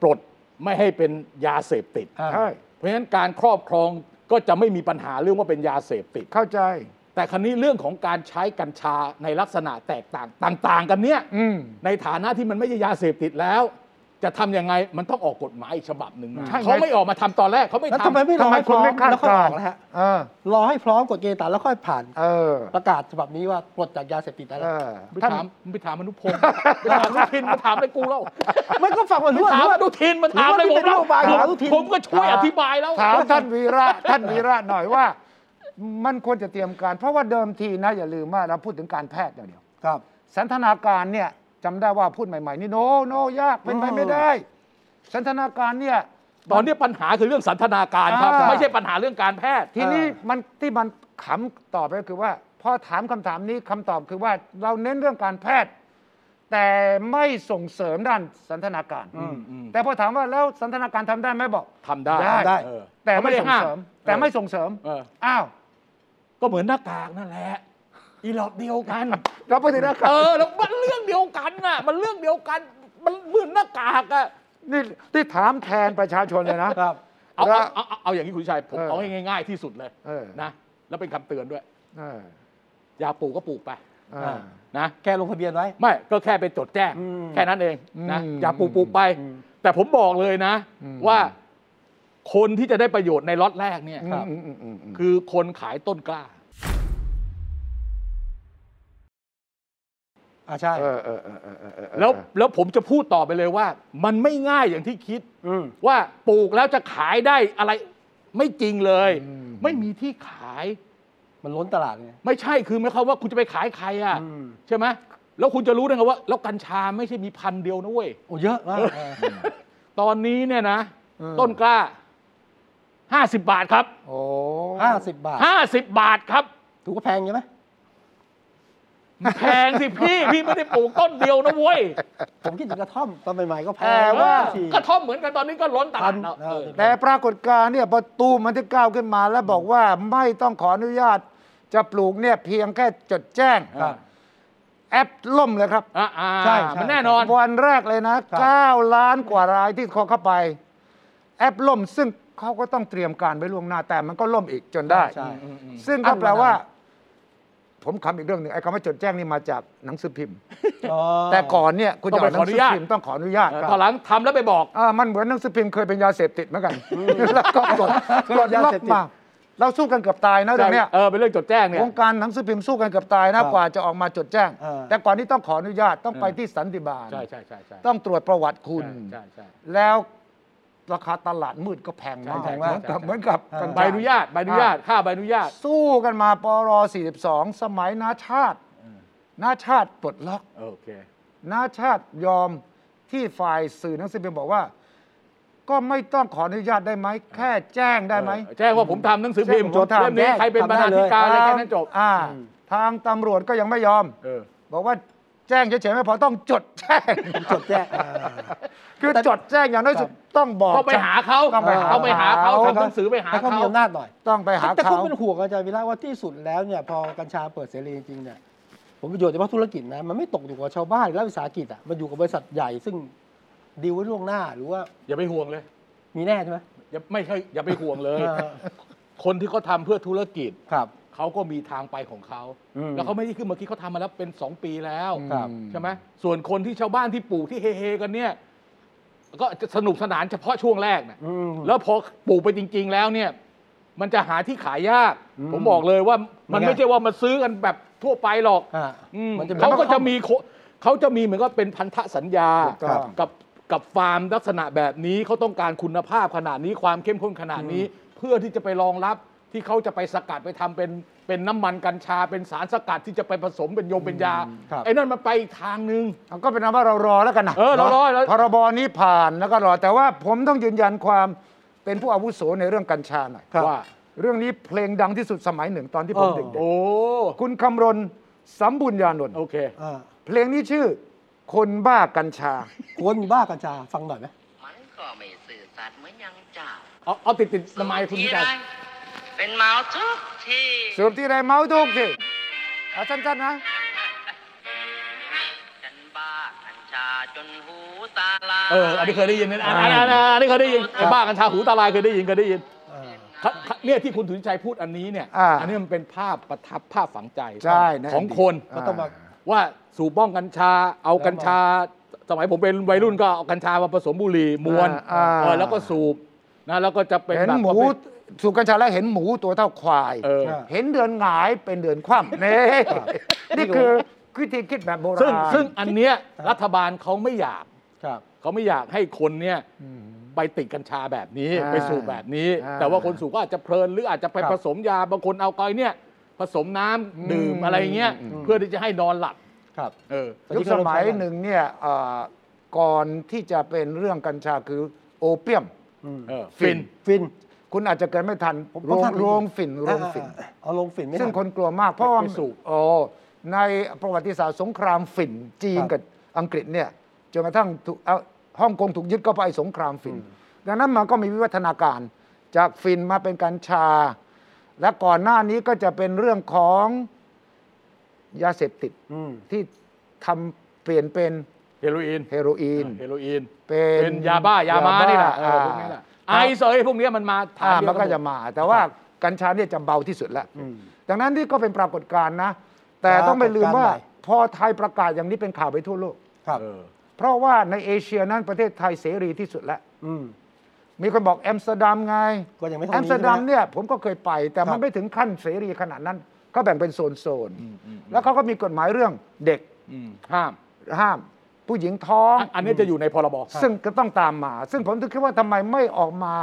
[SPEAKER 2] ปลดไม่ให้เป็นยาเสพติด
[SPEAKER 1] อ่า
[SPEAKER 3] ใช่
[SPEAKER 2] เพราะฉะนั้นการครอบครองก็จะไม่มีปัญหาเรื่องว่าเป็นยาเสพติด
[SPEAKER 3] เข้าใจ
[SPEAKER 2] แต่ครั้นี้เรื่องของการใช้กัญชาในลักษณะแตกต่างต่าง ๆ กันเนี่ย
[SPEAKER 3] อืม
[SPEAKER 2] ในฐานะที่มันไม่ใช่ยาเสพติดแล้ว จะทำยังไงมันต้องออกกฎหมายอีกฉบับหนึ่งมา
[SPEAKER 3] ใช่ไง
[SPEAKER 2] เขาไม่ออกมาทำตอนแรกเขาไม่
[SPEAKER 1] แล้ว
[SPEAKER 2] ทำ
[SPEAKER 1] ทำไมไม่ร
[SPEAKER 3] ทำ
[SPEAKER 1] อ
[SPEAKER 3] ไม
[SPEAKER 1] ให้พ
[SPEAKER 3] คุณ
[SPEAKER 1] ร้อม
[SPEAKER 3] ไม่คาด
[SPEAKER 1] แล้วค่อยอ
[SPEAKER 3] กา
[SPEAKER 1] อ
[SPEAKER 3] ร
[SPEAKER 1] ก
[SPEAKER 3] ณ์
[SPEAKER 1] นะฮะ
[SPEAKER 3] เออ
[SPEAKER 1] รอให้พร้อมกฎเกณฑ์ต่างแล้วค่อยผ่าน
[SPEAKER 3] เออ
[SPEAKER 1] ประกาศฉบับนี้ว่าปลดจากยาเสพติดได้
[SPEAKER 3] เอ
[SPEAKER 1] แล้ว
[SPEAKER 3] อ
[SPEAKER 2] ไป
[SPEAKER 3] ท่าน
[SPEAKER 2] ถามไปถามมนุพงศ์ไปถามอนุทินมาถามอะไรกูเล่า
[SPEAKER 1] ไม่ก็ฟังมัน
[SPEAKER 2] ไป
[SPEAKER 1] รู้
[SPEAKER 2] ถามอ
[SPEAKER 1] ว่า
[SPEAKER 2] นุทินมาถามอะไรผมเล่า
[SPEAKER 1] หรือว่าที่เป็นนโยบายของอนุทิน
[SPEAKER 2] ผมก็ช่วยอธิบายแล้ว
[SPEAKER 3] ถามท่านวี
[SPEAKER 2] [laughs]
[SPEAKER 3] ระ ท่านวีระหน่อยว่า มันควรจะเตรียมการ เพราะว่าเดิมทีนะ อย่าลืมว่าเราพูดถึงการแพทย์อย่างเดียว
[SPEAKER 1] ครับ
[SPEAKER 3] สันทนาการเนี่ยจำได้ว่าพูดใหม่ ๆ นี่โนโนยากเป็นไปไม่ได้ สันทนาการเนี่ย
[SPEAKER 2] ตอนนี้ปัญหาคือเรื่องสันทนาการครับ
[SPEAKER 3] อ่า
[SPEAKER 2] ไม่ใช่ปัญหาเรื่องการแพทย์
[SPEAKER 3] ทีนี้มันที่มันขำตอบไปก็คือว่าพอถามคำถามนี้คำตอบคือว่าเราเน้นเรื่องการแพทย์ แต่ไม่ส่งเสริมด้านสันทนาการ
[SPEAKER 2] อืมอืม
[SPEAKER 3] แต่พอถามว่าแล้วสันทนาการทำได้ไหมบอก
[SPEAKER 2] ทำได้
[SPEAKER 3] ได้
[SPEAKER 1] ได้
[SPEAKER 2] เออ
[SPEAKER 3] แต่
[SPEAKER 2] เขา
[SPEAKER 3] ไม่
[SPEAKER 2] ด้
[SPEAKER 3] ส่ง
[SPEAKER 2] ห้า
[SPEAKER 3] เสริม แต่ไม่ส่งเสริม
[SPEAKER 2] เออ
[SPEAKER 3] อ้าว
[SPEAKER 2] ก็เหมือนหน้ากากนั่นแหละ อีหลอดเดียวกัน
[SPEAKER 3] เราไปถึงหน้ากา
[SPEAKER 2] เอก อ แล้วมันเรื่องเดียวกันน่ะ มันเรื่องเดียวกัน มันเหมือนหน้ากากอะ
[SPEAKER 3] นี่ที่ถามแทนประชาชนเลยนะ
[SPEAKER 1] ครับ
[SPEAKER 2] เอา
[SPEAKER 3] แล้ว
[SPEAKER 2] เอาเอาเอาอย่างนี้คุณชัยผม
[SPEAKER 3] เออ
[SPEAKER 2] เอาให้ง่าย ๆที่สุดเลย
[SPEAKER 3] เออ
[SPEAKER 2] นะ แล้วเป็นคำเตือนด้วย
[SPEAKER 3] เออ
[SPEAKER 2] อย่าปลูกก็ปลูกไป
[SPEAKER 3] เออ
[SPEAKER 2] นะ
[SPEAKER 1] แกลงทะเบียนไว้
[SPEAKER 2] ไม่ก็แค่ไปจดแจ้ง
[SPEAKER 1] อืม
[SPEAKER 2] แค่นั้นเองนะ
[SPEAKER 3] อืม
[SPEAKER 2] อย่าปลูกปลูกไป
[SPEAKER 1] อืม
[SPEAKER 2] แต่ผมบอกเลยนะ
[SPEAKER 3] อืม
[SPEAKER 2] ว่าคนที่จะได้ประโยชน์ในล็อตแรกเนี่ย
[SPEAKER 1] ครับ
[SPEAKER 3] อืมอืมอืมอืม
[SPEAKER 2] คือคนขายต้นกล้า
[SPEAKER 1] อ่าใช่
[SPEAKER 3] เออเออเออเออเออเออ
[SPEAKER 2] แล้วแล้วผมจะพูดต่อไปเลยว่า มันไม่ง่ายอย่างที่คิด
[SPEAKER 1] อืม
[SPEAKER 2] ว่าปลูกแล้วจะขายได้อะไรไม่จริงเลย
[SPEAKER 3] อืม
[SPEAKER 2] ไม่มีที่ขาย
[SPEAKER 1] มันล้นตลาดไง
[SPEAKER 2] ไม่ใช่คือไม่เขามว่าคุณจะไปขายใครอ่ะ
[SPEAKER 1] อืม
[SPEAKER 2] ใช่ไหมแล้วคุณจะรู้ได้ไงว่า แล้วกัญชาไม่ใช่มีพันธุ์เดียวนะเว้ย
[SPEAKER 1] โอ้เยอะมากเออ
[SPEAKER 2] ตอนนี้เนี่ยนะ
[SPEAKER 3] เออ
[SPEAKER 2] ต้นกล้าห้าสิบบาทครับ
[SPEAKER 3] โอ้
[SPEAKER 1] ห้าสิบบาท
[SPEAKER 2] ห้าสิบบาทครับ
[SPEAKER 1] ถูกกว่าแพงใช่ไหม
[SPEAKER 2] แพง
[SPEAKER 3] [laughs]
[SPEAKER 2] สิพี่ พี่ไม่ได้ปลูกต้นเดียวนะเว้ย
[SPEAKER 1] ผมคิดถึงกระท่อมตอนใหม่ๆก็แพ
[SPEAKER 3] แต่
[SPEAKER 1] ง
[SPEAKER 3] ว่า
[SPEAKER 1] ทุที
[SPEAKER 2] กระท่อมเหมือนกันตอนนี้ก็ล้นตลาดแล้ว
[SPEAKER 1] พันเออ
[SPEAKER 2] เออ
[SPEAKER 3] แต่ปรากฏการณ์เนี่ยประตูมันที่ก้าวขึ้นมาแล้วบอกว่าไม่ต้องขออนุญาต จะปลูกเนี่ยเพียงแค่จดแจ้ง
[SPEAKER 1] ครับ
[SPEAKER 3] แอปล่มเลยครับ
[SPEAKER 2] อ่าอ่า
[SPEAKER 1] ใช่ใช่
[SPEAKER 2] มันแน่นอน
[SPEAKER 3] วันแรกเลยนะ
[SPEAKER 1] ครับ
[SPEAKER 3] 9 ล้านกว่ารายที่เขาเข้าไป แอปล่มซึ่งเขาก็ต้องเตรียมการไว้ล่วงหน้าแต่มันก็ล่มอีกจนได้
[SPEAKER 1] ใช่
[SPEAKER 3] ซึ่งก็
[SPEAKER 1] อั้นมานาน
[SPEAKER 3] แปลว่า ผมคำอีกเรื่องหนึ่งไอ้คำว่าจดแจ้งนี่มาจากหนังสือพิมพ์
[SPEAKER 1] อ๋อ
[SPEAKER 3] แต่ก่อนเนี่ยคุณจะอ่านห
[SPEAKER 2] ต้อ
[SPEAKER 3] นั
[SPEAKER 2] ง
[SPEAKER 3] ง
[SPEAKER 2] ไปขออนุ
[SPEAKER 3] สือ
[SPEAKER 2] ญาต
[SPEAKER 3] พิมพ์ต้องขออนุญาต
[SPEAKER 2] เออ
[SPEAKER 3] ครับ
[SPEAKER 2] ตอนหลังทำแล้วไปบอก
[SPEAKER 3] อ่ามันเหมือนหนังสือพิมพ์เคยเป็นยาเสพติดเหมือนกัน แล้วก็กดกด
[SPEAKER 1] ยา
[SPEAKER 3] ล็อก
[SPEAKER 1] เสพติด
[SPEAKER 3] มา เราสู้กันเกือบตายนะเรื่องเนี้ย
[SPEAKER 2] เออเป็นเรื่องจดแจ้งเนี่ยว
[SPEAKER 3] งการหนังสือพิมพ์สู้กันเกือบตาย
[SPEAKER 1] ครั
[SPEAKER 3] นะ
[SPEAKER 1] บ
[SPEAKER 3] กว่าจะออกมาจดแจ้ง
[SPEAKER 1] เออ
[SPEAKER 3] แต่ก่อนนี้ต้องขออนุญาตต้องไปที่สันติบาล
[SPEAKER 2] ใช่ใช่ใช่ใช่
[SPEAKER 3] ต้องตรวจประวัติคุณ
[SPEAKER 2] ใช่ใช่
[SPEAKER 3] แล้วราคาตลาดมืดก็แพงมาก
[SPEAKER 2] ใช่
[SPEAKER 3] เห
[SPEAKER 2] ใช่
[SPEAKER 3] มือนกับ
[SPEAKER 2] ใช่
[SPEAKER 3] เหมือนกับกัญช
[SPEAKER 2] ใบอนุญาตใบอนุญาตค่าใบอนุญาต
[SPEAKER 3] สู้กันมาปร42 สมัยนาชาติ
[SPEAKER 2] เออ
[SPEAKER 3] นาชาติปลดล็อก
[SPEAKER 2] โอเค
[SPEAKER 3] นาชาติยอมที่ฝ่ายสื่อหนังสือพิมพ์บอกว่า ก็ไม่ต้องขออนุญาตได้ไหม แค่แจ้งได้ไหม
[SPEAKER 2] แจ้งว่าผมทำหนังสือพิมพ์
[SPEAKER 3] แจ้งผมทำ
[SPEAKER 2] เล่มนี้
[SPEAKER 1] แจ้ง
[SPEAKER 2] ใครเป็น
[SPEAKER 1] ทำ
[SPEAKER 2] บร
[SPEAKER 1] ได้
[SPEAKER 2] รณา
[SPEAKER 1] เลย
[SPEAKER 2] ธิการอะไร
[SPEAKER 3] ท
[SPEAKER 2] แค่นั้นจบ
[SPEAKER 3] อ่า
[SPEAKER 1] อืม
[SPEAKER 3] ทางตำรวจก็ยังไม่ยอม
[SPEAKER 2] เออ
[SPEAKER 3] บอกว่าแจ้งเฉยๆไม่พอต้องจดแจ้ง
[SPEAKER 1] จดแจ้ง
[SPEAKER 3] คือจดแจ้งอย่างน้อยสุดต้องบอก
[SPEAKER 2] ต้องไปหาเขา
[SPEAKER 3] ต้องไปหา
[SPEAKER 2] ต้องไปหาเขา
[SPEAKER 3] เขา
[SPEAKER 2] ทำหนังสือไปหา
[SPEAKER 1] ให้เขา
[SPEAKER 2] เขา
[SPEAKER 1] มีอำนาจหน่อย
[SPEAKER 3] ต้องไปหา
[SPEAKER 1] แต่
[SPEAKER 3] เขา
[SPEAKER 1] คุณเป็นห่วงอาจารย์วิระว่าที่สุดแล้วเนี่ยพอกัญชาเปิดเสรีจริงๆเนี่ยผลประโยชน์เฉพาะธุรกิจนะมันไม่ตกอยู่กับชาวบ้านและวิสาหกิจอ่ะมันอยู่กับบริษัทใหญ่ซึ่งดีลไว้ล่วงหน้าหรือว่า
[SPEAKER 2] อย่าไปห่วงเลย
[SPEAKER 1] มีแน่ใช่ไหม
[SPEAKER 2] อย่าไม่ใช่อย่าไปห่วงเลย
[SPEAKER 1] เออ
[SPEAKER 2] คนที่เขาทำเพื่อธุรกิจ
[SPEAKER 1] ครับ
[SPEAKER 2] เขาก็มีทางไปของเขา
[SPEAKER 1] อืม
[SPEAKER 2] แล้วเขาไม่ได้ขึ้นมาคิดเขาทำมาแล้วเป็น 2 ปีแล้ว
[SPEAKER 1] ครับ
[SPEAKER 2] ใช่ไหมส่วนคนที่ชาวบ้านที่ปลูกที่เฮๆกันเนี่ยก็จะสนุกสนานเฉพาะช่วงแรกนะ
[SPEAKER 1] อืม
[SPEAKER 2] แล้วพอปลูกไปจริง ๆ แล้วเนี่ย มันจะหาที่ขายยาก
[SPEAKER 1] อืม
[SPEAKER 2] ผมบอกเลยว่ามัน
[SPEAKER 1] ยังไง
[SPEAKER 2] ไม่ใช่ว่ามาซื้อกันแบบทั่วไปหรอก
[SPEAKER 1] อ่ะ
[SPEAKER 2] อืม
[SPEAKER 1] มันจะมี
[SPEAKER 2] เขาก็จะมีโคเขาจะมีเหมือนก็เป็นพันธสัญญา
[SPEAKER 3] ถูกต้อง
[SPEAKER 2] กับกับฟาร์มลักษณะแบบนี้เขาต้องการคุณภาพขนาดนี้ความเข้มข้นขนาดนี้ เพื่อที่จะไปรองรับที่เขาจะไปสกัดไปทำเป็นเป็นน้ำมันกัญชา เป็นสารสกัดที่จะไปผสมเป็นโยงเป็นยา
[SPEAKER 1] ครับ
[SPEAKER 2] ไอ้นั่นมันไปอีกทางหนึ่ง
[SPEAKER 3] เอาก็เป็นอันว่าเรารอแล้วกันนะ
[SPEAKER 2] เออเรารอแล้ว
[SPEAKER 3] พรบนี้ผ่านแล้วก็รอแต่ว่าผมต้องยืนยันความเป็นผู้อาวุโสในเรื่องกัญชาหน่อย
[SPEAKER 1] ครับ
[SPEAKER 2] ว่า
[SPEAKER 3] เรื่องนี้เพลงดังที่สุดสมัยหนึ่งตอนที่ผม
[SPEAKER 1] เออ
[SPEAKER 3] เด็ก
[SPEAKER 2] โอ้
[SPEAKER 3] ๆคุณคำรณสัมบุญญานนท์
[SPEAKER 2] โอเค
[SPEAKER 1] อ่ะ
[SPEAKER 3] เพลงนี้ชื่อ คนบ้ากัญชา
[SPEAKER 1] คนบ้ากัญชาฟังหน่อยไหม
[SPEAKER 4] มันก็ไม่สื่อสัตย์เหมือนอยังเจ้า
[SPEAKER 2] เอาเอาติดติดๆละไมคุณ
[SPEAKER 4] ที่
[SPEAKER 2] จัน
[SPEAKER 4] ใดเป็นเมาทุกที
[SPEAKER 3] สรุปที่ไรเมาทุกทีเอาสั้นๆนะ
[SPEAKER 4] ฉันบ้ากัญชาจนหูตาลาย
[SPEAKER 2] เอออันนี้เคยได้ยินนะอันอันอันอันอันนี้เคยได้ยินไอ้บ้ากัญชาหูตาลายเคยได้ยินเคยได้ยิน ครับครับเนี่ยที่คุณถุนชัยพูดอันนี้เนี่ย
[SPEAKER 3] อ่า
[SPEAKER 2] นี้มันเป็นภาพประทับภาพฝังใจ
[SPEAKER 3] ใช่นะ
[SPEAKER 2] ของคน
[SPEAKER 3] อ่
[SPEAKER 1] ก็ต้องมา
[SPEAKER 2] ว่าสูบบ้องกัญชา เอากัญชา สมัยผมเป็นวัยรุ่นก็เอากัญชามาผสมบุหรี่มวน
[SPEAKER 3] อ่า
[SPEAKER 2] เออแล้วก็สูบนะแล้วก็จะเป็น
[SPEAKER 3] เห็น
[SPEAKER 2] แบบ
[SPEAKER 3] หมูสูบกัญชาแล้วเห็นหมูตัวเท่าควาย
[SPEAKER 2] เออ
[SPEAKER 1] ครับ
[SPEAKER 3] เห็นเดือนหงายเป็นเดือนคว่ำ [laughs] นี่นี่คือวิธีคิดแบบโบราณ
[SPEAKER 2] ซึ่งซึ่งอันเนี้ยรัฐบาลเขาไม่อยาก
[SPEAKER 1] ครับ
[SPEAKER 2] เขาไม่อยากให้คนเนี่ย
[SPEAKER 3] อืม
[SPEAKER 2] ไปติดกัญชาแบบนี้
[SPEAKER 3] อ่า
[SPEAKER 2] ไปสูบแบบนี้
[SPEAKER 3] อ่า
[SPEAKER 2] แต่ว่าคนสูบก็อาจจะเพลินหรืออาจจะไป
[SPEAKER 3] ครับ
[SPEAKER 2] ผสมยาบางคนเอาไปเนี่ย ผสมน้ำดื่ม
[SPEAKER 3] อืม
[SPEAKER 2] อะไรเงี้ย
[SPEAKER 3] อืม
[SPEAKER 2] เพื่อที่จะให้นอนหลับ
[SPEAKER 1] ครับ
[SPEAKER 2] เออ
[SPEAKER 3] ยุคสมัยหนึ่งเนี่ยเอ่อก่อนที่จะเป็นเรื่องกัญชาคือโอเปียม
[SPEAKER 1] อืม
[SPEAKER 2] เออฟิน
[SPEAKER 1] ฟิน
[SPEAKER 3] คุณอาจจะเกิดไม่ทัน
[SPEAKER 1] ผม
[SPEAKER 3] โรง
[SPEAKER 1] ทัน
[SPEAKER 3] โรงฝิ่นโรงฝิ่น
[SPEAKER 1] อ่าเอาลงฟินไม่
[SPEAKER 3] ซึ่ง
[SPEAKER 1] ทัน
[SPEAKER 3] คนกลัวมากเพราะว่า
[SPEAKER 2] ไปสู่
[SPEAKER 3] โอ้ในประวัติศาสตร์สงครามฝิ่นจีน
[SPEAKER 1] ครับ
[SPEAKER 3] กับอังกฤษเนี่ยจนกระทั่งถูกเอาฮ่องกงถูกยึดก็เพราะไอ้สงครามฝิ่น ดังนั้นมันก็มีวิวัฒนาการจากฝิ่นมาเป็นกัญชา และก่อนหน้านี้ก็จะเป็นเรื่องของยาเสพติด
[SPEAKER 1] อืม
[SPEAKER 3] ที่ทำเปลี่ยนเป็น
[SPEAKER 2] เฮโรอีน
[SPEAKER 3] เฮโรอีน
[SPEAKER 2] เฮโรอีน
[SPEAKER 3] เป็
[SPEAKER 2] เป็นยาบ้ายาม้านี่แหละเอ
[SPEAKER 3] อ่า
[SPEAKER 2] อพวกนี้แหละไอซ์เอ้ยพวกเนี้ยมันมาทา
[SPEAKER 3] อ่าง
[SPEAKER 2] เดียว
[SPEAKER 3] มันก็จะ
[SPEAKER 2] หด
[SPEAKER 3] มา แต่ว่ากัญชาเนี่ยจะเบาที่สุดแล้ว
[SPEAKER 1] อืม
[SPEAKER 3] ดังนั้นนี่ก็เป็นปรากฏการณ์นะ แต่
[SPEAKER 1] ปรากฏการณ์
[SPEAKER 3] ต้องไม่ลืมว่า
[SPEAKER 1] ใหม่
[SPEAKER 3] พอไทยประกาศอย่างนี้เป็นข่าวไปทั่วโลก
[SPEAKER 1] ครับ
[SPEAKER 3] เพราะว่าในเอเชียนั้นประเทศไทยเสรีที่สุดแล้ว
[SPEAKER 1] อืม
[SPEAKER 3] มีคนบอกแอมสเตอร์ดัมไง
[SPEAKER 1] ก็ยังไม่เท่านี้
[SPEAKER 3] แอมสเตอร์ดัม
[SPEAKER 1] ใช่ไหม
[SPEAKER 3] เนี่ยผมก็เคยไป แต่
[SPEAKER 1] ครั
[SPEAKER 3] มัน
[SPEAKER 1] บ
[SPEAKER 3] ไม่ถึงขั้นเสรีขนาดนั้นเขาแบ่งเป็นโซนโซนๆแล้วเขาก็มีกฎหมายเรื่องเด็ก
[SPEAKER 2] อืมห้าม
[SPEAKER 3] ห้าม ผู้หญิงท้อง
[SPEAKER 2] อ่ะอันนี้จะอยู่ในพรบ
[SPEAKER 3] ซึ่งก็ต้องตามมา ซึ่งผมถึงคิดว่าทำไมไม่ออกมา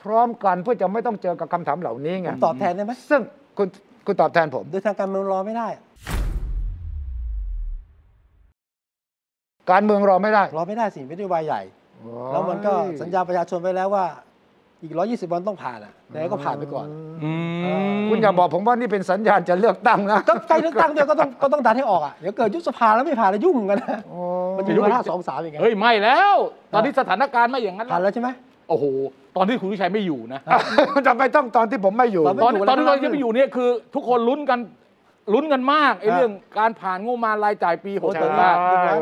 [SPEAKER 3] พร้อมกันเพื่อจะไม่ต้องเจอกับคำถามเหล่านี้
[SPEAKER 1] ผ
[SPEAKER 3] ไง
[SPEAKER 1] มตอบแทนได้ไหม
[SPEAKER 3] ซึ่งคุณคุณตอบแทนผม
[SPEAKER 1] โดยทางการเมืองรอไม่ได้
[SPEAKER 3] การเมืองรอไม่ได้
[SPEAKER 1] รอไม่ได้สิเป็นนโยบายใหญ่ แล้วมันก็สัญญาประชาชนไว้แล้วว่า อีก 120 วันต้องผ่านอ่ะไหนก็ผ่านไปก่อน
[SPEAKER 2] อืม
[SPEAKER 3] คุณอย่าบอกผมว่านี่เป็นสัญญาณจะเลือกตั้งนะ
[SPEAKER 1] ก็ใกล้เลือกตั้งด้วยก็ต้องก็ต้องดันให้ออกอ่ะ เดี๋ยวเกิดยุบสภาแล้วไม่ผ่านแล้วยุ่งกันนะ
[SPEAKER 3] โอ้
[SPEAKER 1] มันจะยุบห้าสองสามอย่างเงี้ย
[SPEAKER 2] เฮ้ยไม่แล้ว ตอนนี้สถานการณ์ไม่อย่างนั้น
[SPEAKER 1] ผ่าน
[SPEAKER 2] แล้ว
[SPEAKER 1] แล้วใช่ไหม
[SPEAKER 2] โอ้โห ตอนที่คุณวิชัยไม่อยู่นะ
[SPEAKER 3] ทำไมต้องตอนที่ผมไม่อยู่
[SPEAKER 1] เราไม่
[SPEAKER 2] ตอน
[SPEAKER 1] อยู่แล้ว
[SPEAKER 2] ตอนที่
[SPEAKER 1] ก็
[SPEAKER 2] เรา
[SPEAKER 1] รับ
[SPEAKER 2] ยังไม่อยู่เนี่ยคือ ทุกคนลุ้นกันลุ้นกันมากไอ้
[SPEAKER 1] ฮะ
[SPEAKER 2] เรื่องการผ่านงบประมาณรายจ่ายปีหก
[SPEAKER 3] ใช่
[SPEAKER 2] หกมาก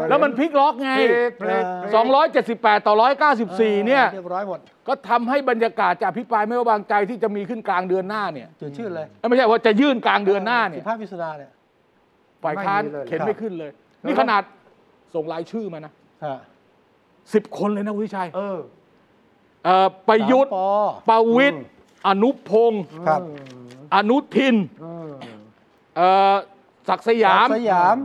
[SPEAKER 2] แล้วมันพลิกล็อกไง
[SPEAKER 3] เพลกเพลกเพลก
[SPEAKER 2] 278 ต่อ 194 เนี่ย
[SPEAKER 1] เรียบร้อยหมด
[SPEAKER 2] ก็ทำให้บรรยากาศจะพิปรายไม่ไว้วางใจที่จะมีขึ้นกลางเดือนหน้าเนี่ย
[SPEAKER 1] จุดชื่อเลย
[SPEAKER 2] เอ้ยไม่ใช่ว่าจะยื่นกลางเดือนหน้าเนี่ย
[SPEAKER 1] สิบห้าพิจารณาเนี่ย
[SPEAKER 2] ฝ่ายค้านเข็นไม่ขึ้นเลย นี่ขนาดส่งรายชื่อมานะ
[SPEAKER 1] ฮะ
[SPEAKER 2] สิบคนเลยนะคุณวิชัย
[SPEAKER 3] เออ
[SPEAKER 2] เอ่อประยุทธ์
[SPEAKER 1] สามปอ
[SPEAKER 2] ประวิตย์อนุพงศ์
[SPEAKER 1] ครับ
[SPEAKER 2] อนุทิน
[SPEAKER 3] เออ
[SPEAKER 2] เอ่อศักดิ์สยาม
[SPEAKER 1] สยาม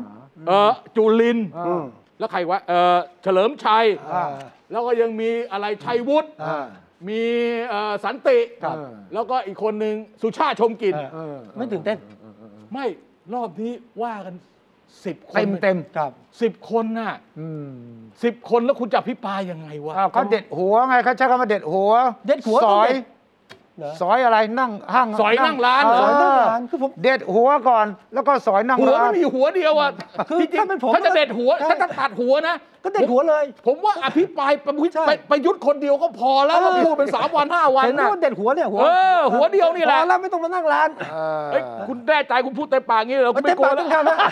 [SPEAKER 2] เอ่อจุลินทร์
[SPEAKER 3] อ่า
[SPEAKER 1] อืม
[SPEAKER 2] แล้วใครวะเอ่อเฉลิมชัย
[SPEAKER 1] อ่า
[SPEAKER 2] แล้วก็ยังมีอะไรชัยวุฒิ
[SPEAKER 1] อ่า
[SPEAKER 2] มีเอ่อสันติ
[SPEAKER 1] ครับ
[SPEAKER 2] แล้วก็อีกคนหนึ่งสุชาติชมกลิน
[SPEAKER 1] เออไม่ตื่นเต้น
[SPEAKER 2] ไม่รอบนี้ว่ากันสิบค
[SPEAKER 3] เต็
[SPEAKER 2] น
[SPEAKER 3] มเต็ม
[SPEAKER 1] ครับ
[SPEAKER 2] สิบคนน่ะ
[SPEAKER 3] อืม
[SPEAKER 2] สิบคนแล้วคุณจะพิปรายยังไงวะ
[SPEAKER 3] อ้าวเขาเด็ดหัวไงเขาใช้คำว่าเด็ดหัว
[SPEAKER 1] เด็ดหัว
[SPEAKER 3] สอย
[SPEAKER 1] เหรอ
[SPEAKER 3] สอยอะไรนั่งห้าง
[SPEAKER 2] สอยนั่งร้านเหร
[SPEAKER 1] ส
[SPEAKER 2] อ
[SPEAKER 1] อยนั่งร้านคือผม
[SPEAKER 3] เด็ดหัวก่อน แล้วก็สอยนั่ง
[SPEAKER 2] หัว
[SPEAKER 3] ร้า
[SPEAKER 2] มัน
[SPEAKER 3] น
[SPEAKER 2] มีหัวเดียวอ่ะ
[SPEAKER 1] คือ
[SPEAKER 2] จริงๆ
[SPEAKER 1] ถ้าเป็นผม
[SPEAKER 2] ถ้าจะเด็ดหัว
[SPEAKER 1] ใช่
[SPEAKER 2] ถ้าจะตัดหัวนะ
[SPEAKER 1] ก็เด็ดหัวเลย
[SPEAKER 2] ผมว่าอภิปรายประวิตร
[SPEAKER 1] ใช่
[SPEAKER 2] ไปประยุทธ์คนเดียวก็พอแล้ว
[SPEAKER 1] เออ
[SPEAKER 2] แล้วพูดเป็นสามวันห้าวัน
[SPEAKER 1] เห็น
[SPEAKER 2] น่ะ
[SPEAKER 1] ว่าเด็ดหัวเนี่ยหัว
[SPEAKER 2] เออหัวเดียวนี่แหละ
[SPEAKER 1] พอแล้วไม่ต้องมานั่งร้าน
[SPEAKER 3] เออ
[SPEAKER 2] เอ้ยคุณแน่ใจคุณพูดเต็มปากงี้เหรอ
[SPEAKER 1] มั
[SPEAKER 2] คุ
[SPEAKER 1] น
[SPEAKER 2] ณ
[SPEAKER 1] เต็
[SPEAKER 2] ไม่
[SPEAKER 1] ม
[SPEAKER 2] กลั
[SPEAKER 1] ปาว ก
[SPEAKER 2] แล้
[SPEAKER 1] เต็
[SPEAKER 2] ว
[SPEAKER 1] มคำนะ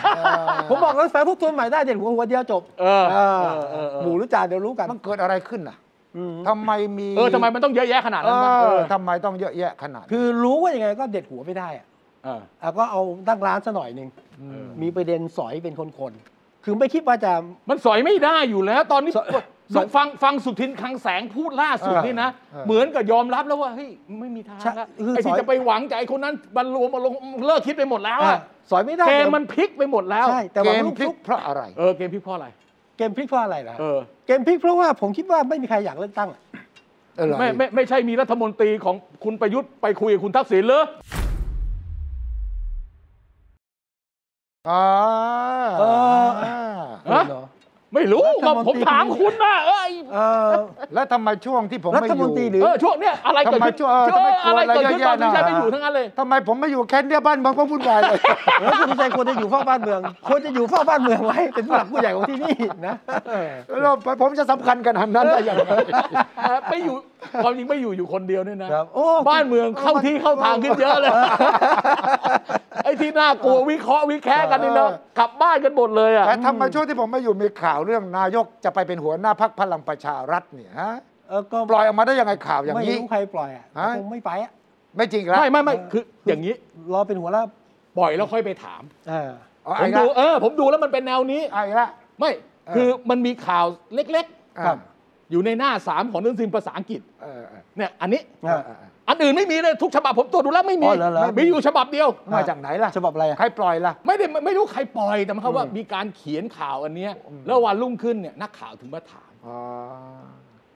[SPEAKER 1] ผมบอกแล้วแฟนพวกทวนใหม่ได้เด่นหัวหัวเดียวจบ
[SPEAKER 2] เออ
[SPEAKER 1] เออ
[SPEAKER 2] เออเออ
[SPEAKER 1] หมูหรือจานเดี๋ยวรู้กัน
[SPEAKER 3] มันเกิดอะไรขึ้นน่ะ
[SPEAKER 1] อืม
[SPEAKER 3] ทำไมมี
[SPEAKER 2] เออทำไมมันต้องเยอะแยะขนาด
[SPEAKER 3] เอ
[SPEAKER 2] นั้นวะเอ
[SPEAKER 3] อ
[SPEAKER 2] อ
[SPEAKER 3] ทำไมต้องเยอะแยะขนาดนั้น
[SPEAKER 1] คือรู้ว่ายังไงก็เด็ดหัวไม่ได้อะ
[SPEAKER 2] เออ
[SPEAKER 1] อ่ะก็เอาตั้งร้านซะหน่อยหนึ่ง
[SPEAKER 2] เออ
[SPEAKER 1] มีประเด็นสอยเป็นคนๆคือไม่คิดว่าจะ
[SPEAKER 2] มันสอยไม่ได้อยู่แล้ว ตอนนี้
[SPEAKER 1] สอย
[SPEAKER 2] สฟังฟังสุทินคลังแสงพูดล่าสุด
[SPEAKER 1] เออ
[SPEAKER 2] นี่นะ เหมือนกับยอมรับแล้วว่าเฮ้ยไม่มีทาง
[SPEAKER 1] ใช่
[SPEAKER 2] แล้ว
[SPEAKER 1] คือ
[SPEAKER 2] ไอ้
[SPEAKER 1] ส
[SPEAKER 2] ที่
[SPEAKER 1] อย
[SPEAKER 2] จะไปหวังใจะไอ้คนนั้นบรรลุมาลงเลิกคิดไปหมดแล้ว
[SPEAKER 1] อ่ะ
[SPEAKER 2] อะ
[SPEAKER 1] สอยไม่ได้
[SPEAKER 2] เกมมันพลิกไปหมดแล้ว
[SPEAKER 1] ใช่แต่
[SPEAKER 3] เก
[SPEAKER 1] ว่าม ลูก
[SPEAKER 3] พลิ
[SPEAKER 1] ทุ
[SPEAKER 3] ก
[SPEAKER 1] ก
[SPEAKER 3] เพราะอะไร
[SPEAKER 2] เออเกมพลิกเพราะอะไร
[SPEAKER 1] เกมพลิกเพราะอะไรล่ะ
[SPEAKER 2] เออ
[SPEAKER 1] เกมพลิกเพราะว่าผมคิดว่าไม่มีใครอยากเลือกตั้งอะ
[SPEAKER 3] เออเหรอ
[SPEAKER 2] ไม่ไม่ไม่ใช่มีรัฐมนตรีของคุณประยุทธ์ไปคุยกับคุณทักษิณเหรอ
[SPEAKER 3] อ่า
[SPEAKER 1] เออ
[SPEAKER 2] ฮะ
[SPEAKER 1] เหรอ
[SPEAKER 2] ไม่รู้
[SPEAKER 1] รัฐมนตรี
[SPEAKER 2] ผมถามคุณนะเอ้ย
[SPEAKER 1] เออ
[SPEAKER 3] แล้วทำไมช่วงที่ผม
[SPEAKER 1] รั
[SPEAKER 3] ไม่
[SPEAKER 1] ฐ
[SPEAKER 3] อ
[SPEAKER 1] มน
[SPEAKER 3] ยู่
[SPEAKER 1] ตรีหรือ
[SPEAKER 2] เออช่วงเนี้ยอะไรเกิดขึ้น
[SPEAKER 3] ทำไมช่วงเออทำไม
[SPEAKER 2] เอออะไรเกิดขึ้นตอน
[SPEAKER 3] กลัวอะ
[SPEAKER 2] ที่
[SPEAKER 3] ไร
[SPEAKER 2] ใช่
[SPEAKER 3] เยอะแยะ
[SPEAKER 2] ไม่อยู่
[SPEAKER 3] น่ะ
[SPEAKER 2] ทั้งนั้นเลย
[SPEAKER 3] [laughs] ทำไมผมไม่อยู่แค่เนี้ยบ้านเมืองก็วุ่นวาย
[SPEAKER 2] [laughs]
[SPEAKER 3] เลย
[SPEAKER 1] แล้วคุณชัยควรจะอยู่เฝ้าบ้านเมืองควรจะอยู่เฝ้าบ้านเมืองไว้เป็นผู้หลักผู้ใหญ่ของที่นี่นะเออ
[SPEAKER 3] แล้วผมจะสำคัญขนาดนั้นได้ยังไง
[SPEAKER 2] ไปอยู่ความจริงไม่อยู่อยู่คนเดียวเนี่ยนะครับ
[SPEAKER 1] โอ้
[SPEAKER 2] บ้านเมืองเข้าที่เข้าทางขึ้นเยอะเลย ไอ้ที่น่ากลัววิเคราะห์วิแคะกันนี่นะ
[SPEAKER 3] เออ
[SPEAKER 2] กลับบ้านกันหมดเลยอ่ะ
[SPEAKER 3] แต่ทำไมช่วงที่ผมไม่อยู่มีข่าวเรื่องนายกจะไปเป็นหัวหน้าพักพลังประชารัฐเนี่ยฮะ
[SPEAKER 1] เออก็
[SPEAKER 3] ปล่อยออกมาได้ยังไงข่าวอย่าง
[SPEAKER 1] ไม่
[SPEAKER 3] นี้
[SPEAKER 1] รู้ใครปล่อยอ่ะ
[SPEAKER 3] ฮะ
[SPEAKER 1] คงไม่ไปอ่ะ
[SPEAKER 3] ไม่จริงแล้ว
[SPEAKER 2] ไม่ไม่ไม่คืออย่างนี้
[SPEAKER 1] รอเป็นหัวแล้ว
[SPEAKER 2] ปล่อยแล้วค่อยไปถาม
[SPEAKER 1] เออ
[SPEAKER 3] เอา
[SPEAKER 2] ผม
[SPEAKER 3] ไอ้
[SPEAKER 2] ดู
[SPEAKER 3] ละ
[SPEAKER 2] เออผมดูแล้วมันเป็นแนวนี้
[SPEAKER 3] ไอ้ละ
[SPEAKER 2] ไม่
[SPEAKER 3] เออ
[SPEAKER 2] คือมันมีข่าวเล็ก
[SPEAKER 1] ครับ
[SPEAKER 2] ๆ อยู่ในหน้าสามของหนังสือภาษาอังกฤษ
[SPEAKER 3] เออเออ
[SPEAKER 2] เนี่ยอันนี้
[SPEAKER 1] เออ
[SPEAKER 3] เออ
[SPEAKER 2] อันอื่นไม่มีเลยทุกฉบับผมตรวจดูแล้วไม่มี
[SPEAKER 1] อ๋อเหรอเหรอ
[SPEAKER 2] มีอยู่ฉบับเดียว
[SPEAKER 3] มาจากไหนล่ะ
[SPEAKER 1] ฉบับอะไรอ่ะ
[SPEAKER 3] ใครปล่อยล่ะ
[SPEAKER 2] ไม่ได้ไม่ไม่รู้ใครปล่อยแต่หมันเขามว่ามีการเขียนข่าวอันเนี้ยแล้ววันรุ่งขึ้นเนี่ยนักข่าวถึงมาถาม
[SPEAKER 3] อ๋อ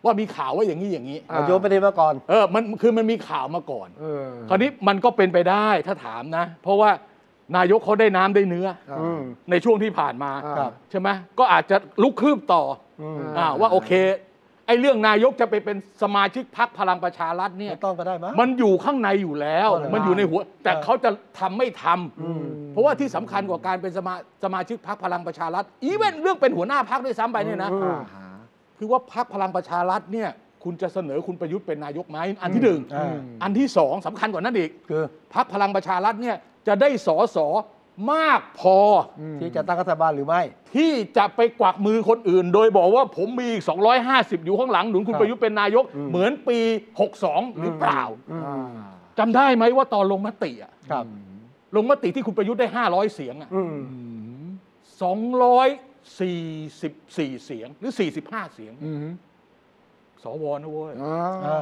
[SPEAKER 2] ว่ามีข่าวว่าอย่างนี้อย่างนี้
[SPEAKER 3] อ่ะ
[SPEAKER 1] โยนประเด็นมาก่อน
[SPEAKER 2] เออมันคือมันมีข่าวมาก่อน
[SPEAKER 3] เออ
[SPEAKER 2] คราวนี้มันก็เป็นไปได้ถ้าถามนะ เพราะว่านายกเขาได้น้ำได้เนื้อ
[SPEAKER 3] อ่า
[SPEAKER 1] อืม
[SPEAKER 2] ในช่วงที่ผ่านมา
[SPEAKER 3] ครับ
[SPEAKER 2] ใช่ไหมก็อาจจะลุกคืบต่ออา อ่าว่าโอเค ไอ อ้เรื่องนายกจะไปเป็นสมาชิกพรรคพลังประชารัฐเนี่ย
[SPEAKER 1] ไม่ต้องก็ได้มั้ง
[SPEAKER 2] มันอยู่ข้างในอยู่แล้ว
[SPEAKER 1] อ๋อเหรอ
[SPEAKER 2] มันอยู่ในหัว แต่
[SPEAKER 1] เออ
[SPEAKER 2] เขาจะทำไม่ทำ
[SPEAKER 1] อืม
[SPEAKER 2] เพราะว่าที่สำคัญกว่าการเป็นสมาสมาชิกพรรคพลังประชารัฐ อีเวนเรื่องเป็นหัวหน้าพรรคด้วยซ้ำไปเนี่ยนะ
[SPEAKER 1] อืม
[SPEAKER 3] อ่าฮะ
[SPEAKER 2] คือว่าพรรคพลังประชารัฐเนี่ย คุณจะเสนอคุณประยุทธ์เป็นนายกไหม อันที่หนึ่ง
[SPEAKER 1] อ่า
[SPEAKER 2] อันที่สองสำคัญกว่านั้นอีก
[SPEAKER 1] คือ
[SPEAKER 2] พรรคพลังประชารัฐเนี่ยจะได้สอสอมากพออ
[SPEAKER 1] ที่จะตั้งรัฐบาลหรือไม่
[SPEAKER 2] ที่จะไปกวักมือคนอื่น โดยบอกว่าผมมีอีก 250 อยู่ข้างหลังหนุนคุณ
[SPEAKER 1] ครับ
[SPEAKER 2] ประยุทธ์เป็นนายก
[SPEAKER 1] อืม
[SPEAKER 2] เหมือนปี 62 หรือเปล่า
[SPEAKER 1] อืม
[SPEAKER 3] อ่า
[SPEAKER 2] จำได้ไหมว่าตอนลงมติอะ
[SPEAKER 1] ครับ
[SPEAKER 2] ลงมติที่คุณประยุทธ์ได้ 500 เสียงอะ
[SPEAKER 1] อืม
[SPEAKER 2] 244 เสียงหรือ 45 เสียง สวนะเว้ย
[SPEAKER 1] อ่า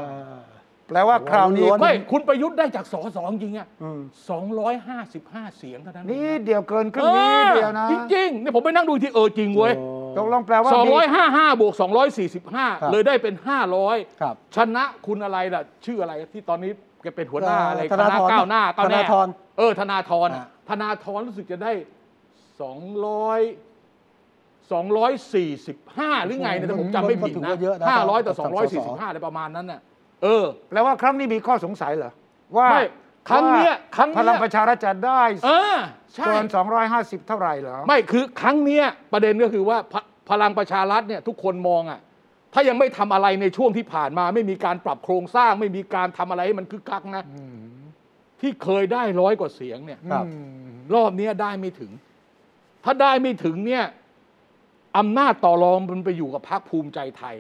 [SPEAKER 3] แปลว่าคราวนี้
[SPEAKER 1] ล้วน
[SPEAKER 2] ไม่คุณประยุทธ์ได้จากสสจริงอะ
[SPEAKER 1] อืม
[SPEAKER 2] 255 เสียงเท่านั้นเอง
[SPEAKER 3] นี่
[SPEAKER 2] นะ
[SPEAKER 3] เดียวเกินครึ่งนี้เดียวนะ
[SPEAKER 2] จริงๆเนี่ยผมไปนั่งดูอีกที่เออจริงเว้ย
[SPEAKER 3] ตกลงแปลว่ามี
[SPEAKER 2] 255บวก
[SPEAKER 1] ครับ
[SPEAKER 2] 245 เลยได้เป็น
[SPEAKER 1] ครับ
[SPEAKER 2] 500 ชนะคุณอะไรล่ะ ชื่ออะไรที่ตอนนี้แกเป็นหัวหน้าอะไร
[SPEAKER 1] ธ
[SPEAKER 2] ค
[SPEAKER 1] นา
[SPEAKER 2] ณะ
[SPEAKER 1] ธร
[SPEAKER 2] ก้าวหน้าก้าว
[SPEAKER 1] ธ
[SPEAKER 2] แน่
[SPEAKER 1] นาธร
[SPEAKER 2] เออธนาธร
[SPEAKER 1] อ่ะ
[SPEAKER 2] ธนาธรรู้สึกจะได้ 200 245 หรือไงเนี่ยแต่ผมจำไม่ผิด
[SPEAKER 1] ก็ถือ
[SPEAKER 2] นะ
[SPEAKER 1] ว่าเยอะนะ
[SPEAKER 2] 500ต่
[SPEAKER 1] สำหรับ
[SPEAKER 2] อ
[SPEAKER 1] สส
[SPEAKER 2] 245อะไรประมาณนั้นน่ะเออ
[SPEAKER 3] แปลว่าครั้งนี้มีข้อสงสัยเหรอว่า
[SPEAKER 2] ไม่ครั้งเนี้ย
[SPEAKER 3] ว่า
[SPEAKER 2] ครั้งเนี้ย
[SPEAKER 3] พลังประชารัฐจะได้
[SPEAKER 2] เออใช่
[SPEAKER 3] เกิน250 เท่าไหร่เหรอ
[SPEAKER 2] ไม่คือครั้งเนี้ยประเด็นก็คือว่าพพลังประชารัฐเนี่ยทุกคนมองอะ่ะถ้ายังไม่ทำอะไรในช่วงที่ผ่านมา ไม่มีการปรับโครงสร้าง ไม่มีการทำอะไรให้มันคึกคักนะที่เคยได้ร้อยกว่าเสียงเนี่ย
[SPEAKER 1] ครับ
[SPEAKER 2] รอบเนี้ยได้ไม่ถึง ถ้าได้ไม่ถึงเนี่ยอำนาจต่อรองมันไปอยู่กับพรรคภูมิใจไทย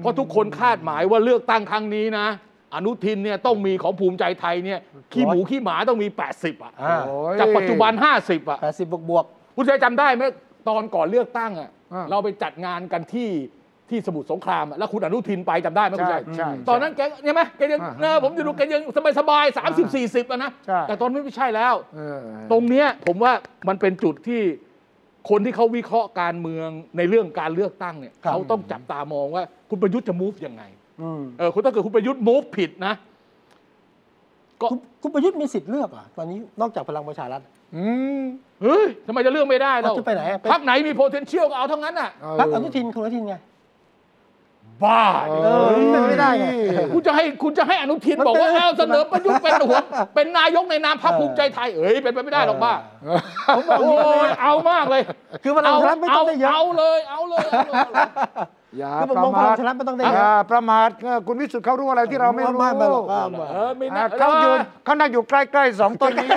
[SPEAKER 2] เพราะทุกคนคาดหมายว่าเลือกตั้งครั้งนี้นะ อนุทินเนี่ยต้องมีของภูมิใจไทยเนี่ยขี้หมูขี้หมาต้องมี 80อ่ะ
[SPEAKER 1] อ่า
[SPEAKER 3] โอ้ย
[SPEAKER 2] จากปัจจุบัน 50อ่ะ
[SPEAKER 1] แปดสิบบวกบวก
[SPEAKER 2] คุณชัยจำได้ไหมตอนก่อนเลือกตั้งอ่ะ
[SPEAKER 3] อ่า
[SPEAKER 2] เราไปจัดงานกันที่ที่สมุทรสงครามอะแล้วคุณอนุทินไปจำได้ไหมคุณชัย
[SPEAKER 3] ใช่ใช่
[SPEAKER 2] ตอนนั้นแกใช่ไหมแกยัง
[SPEAKER 3] อ่า
[SPEAKER 2] เออผมจะดูแกยังสบายสบายสามสิบ
[SPEAKER 3] อ่า
[SPEAKER 2] สี่สิบอะนะ
[SPEAKER 3] ใช่
[SPEAKER 2] แต่ตอนนี้ไม่ใช่แล้ว
[SPEAKER 3] เออ
[SPEAKER 2] ตรงเนี้ยผมว่ามันเป็นจุดที่คนที่เขาวิเคราะห์การเมืองในเรื่องการเลือกตั้งเนี่ย
[SPEAKER 1] ครับ
[SPEAKER 2] เขาต้องจับตามองว่าคุณประยุทธ์จะมูฟยังไง
[SPEAKER 1] อืม
[SPEAKER 2] เออคุณถ้าเกิดคุณประยุทธ์มูฟผิดนะ ก็
[SPEAKER 1] คุณคุณประยุทธ์มีสิทธิ์เลือกเหรอ่ะตอนนี้นอกจากพลังประชารัฐ
[SPEAKER 3] อืม
[SPEAKER 2] เฮ้ยทำไมจะเลือกไม่ได้เรา
[SPEAKER 1] เอาจะไปไหนอะไป
[SPEAKER 2] พรรคไหนมี potential ก็เอาทั้งนั้นอ่ะ
[SPEAKER 3] เ
[SPEAKER 1] พรรคอนุทินคุณอนุทินไง
[SPEAKER 2] บ้า
[SPEAKER 3] เอ
[SPEAKER 2] ดิ
[SPEAKER 1] เออมันเป็นไม่ได้ไง
[SPEAKER 2] คุณจะให้คุณจะให้อนุทินบอกว่า
[SPEAKER 1] มันเป็น
[SPEAKER 2] เอาเสนอประยุทธ์เป็นหัวเป็นนายกในนามพรรค
[SPEAKER 1] เออ
[SPEAKER 2] ภูมิใจไทยเอ้ยเป็นไปไม่ได้หรอกบ้า
[SPEAKER 1] เออ
[SPEAKER 2] ผมบอกโอ้ยเอามากเลย
[SPEAKER 1] คือพลังประชารัฐไม่ต้องได้เยอะ
[SPEAKER 2] เอาเลยเอาเลยเอาเลยเอาเลย
[SPEAKER 3] อย่า
[SPEAKER 1] คือผม
[SPEAKER 3] ประ
[SPEAKER 1] มองพ
[SPEAKER 3] มา
[SPEAKER 1] ลังป
[SPEAKER 3] ท
[SPEAKER 1] ระชารัฐไม่ต้องได้
[SPEAKER 3] อ
[SPEAKER 1] เย
[SPEAKER 3] ย่า
[SPEAKER 1] อะ
[SPEAKER 3] ประมาทเออคุณวิสุทธ์เขารู้อะไรที่เราไม่รู้
[SPEAKER 1] ไม่ไม่หรอกครับ
[SPEAKER 2] เออไม่
[SPEAKER 3] อ่า
[SPEAKER 2] น่า
[SPEAKER 3] เขาอยู่เขานั่งอยู่ใกล้ๆสองตัวนี้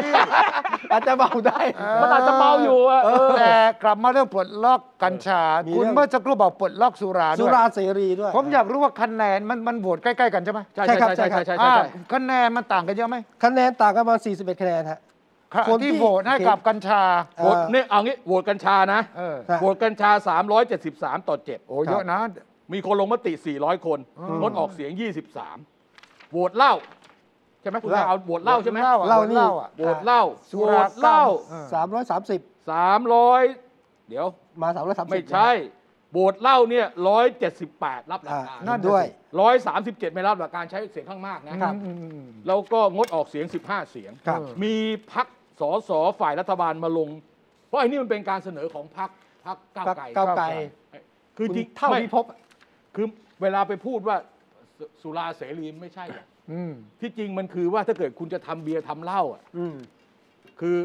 [SPEAKER 1] อาจจะเบาได้
[SPEAKER 2] มันอาจจะเมาอยู่อะเออ
[SPEAKER 3] แต่กลับมาเรื่องปลดล็อกกัญชา
[SPEAKER 1] มี
[SPEAKER 3] คุณ
[SPEAKER 1] เรื่อง
[SPEAKER 3] เมื่อสักครู่บอกปลดล็อกสุรา
[SPEAKER 1] สุ
[SPEAKER 3] ด้วย
[SPEAKER 1] ราเสรีด้วย
[SPEAKER 3] ผมอยากรู้ว่าคะแนนมันมันโหวตใกล้ๆกันใช่ไหม
[SPEAKER 2] ใช่
[SPEAKER 1] ใช่
[SPEAKER 2] ใช่
[SPEAKER 1] ครับ
[SPEAKER 2] ใช่
[SPEAKER 1] ใช่ครับ
[SPEAKER 2] ใช่ใช่
[SPEAKER 3] อ่า
[SPEAKER 2] ใช่
[SPEAKER 3] คะแนนมันต่างกันเยอะไหม
[SPEAKER 1] คะแนนต่างกันประมาณ41 คะแนนฮะ
[SPEAKER 3] คะ
[SPEAKER 1] คนที่
[SPEAKER 3] ที่โหวตให้กับกัญชา
[SPEAKER 2] โหวตเนี่ยเอางี้โหวตกัญชานะ
[SPEAKER 3] เออ
[SPEAKER 1] ฮะ
[SPEAKER 2] โหวตกัญชา 373 ต่อ 7
[SPEAKER 3] โอ้เยอะนะ
[SPEAKER 2] มีคนลงมติ 400 คน
[SPEAKER 3] อืม
[SPEAKER 2] งดออกเสียง 23โหวตเหล้าใช่ไหมคุณเอาโหวตเหล้าใช่ไหม
[SPEAKER 3] เหล้าอะ
[SPEAKER 1] เหล้านี่
[SPEAKER 3] เหล้าอ่ะ
[SPEAKER 2] โหวตเหล้า
[SPEAKER 3] สุ
[SPEAKER 2] โหว
[SPEAKER 3] รา
[SPEAKER 2] ตเหล้า
[SPEAKER 1] สามร้อยสามสิบ
[SPEAKER 2] สามร้อยเดี๋ยว
[SPEAKER 1] มาสามร้อยสามสิบ
[SPEAKER 2] ไม่ใช่โบสถ์เหล้าเนี่ยร้อยเจ็ดสิบแปดรับหลักการ
[SPEAKER 1] นั่นด้วย
[SPEAKER 2] ร้อยสามสิบเจ็ดไม่รับหลักการใช้เสียงข้างมากนะ
[SPEAKER 1] ครั
[SPEAKER 3] อืมอืมอืม
[SPEAKER 2] แล้วก็งดออกเสียงสิบห้าเสียง
[SPEAKER 1] ครับ
[SPEAKER 2] มีพักสอสอฝ่ายรัฐบาลมาลง เพราะไอ้นี่มันเป็นการเสนอของพักพักก้าวไกล
[SPEAKER 1] ก้าวไกล
[SPEAKER 2] คือจริง
[SPEAKER 1] เท่า
[SPEAKER 2] ไม่
[SPEAKER 1] พิภพ
[SPEAKER 2] คือเวลาไปพูดว่าสสุราเสรีไม่ใช่อะ
[SPEAKER 3] อืม
[SPEAKER 2] ที่จริงมันคือว่าถ้าเกิดคุณจะทำเบียร์ทำเหล้าอ่ะ
[SPEAKER 1] อืม
[SPEAKER 2] คือ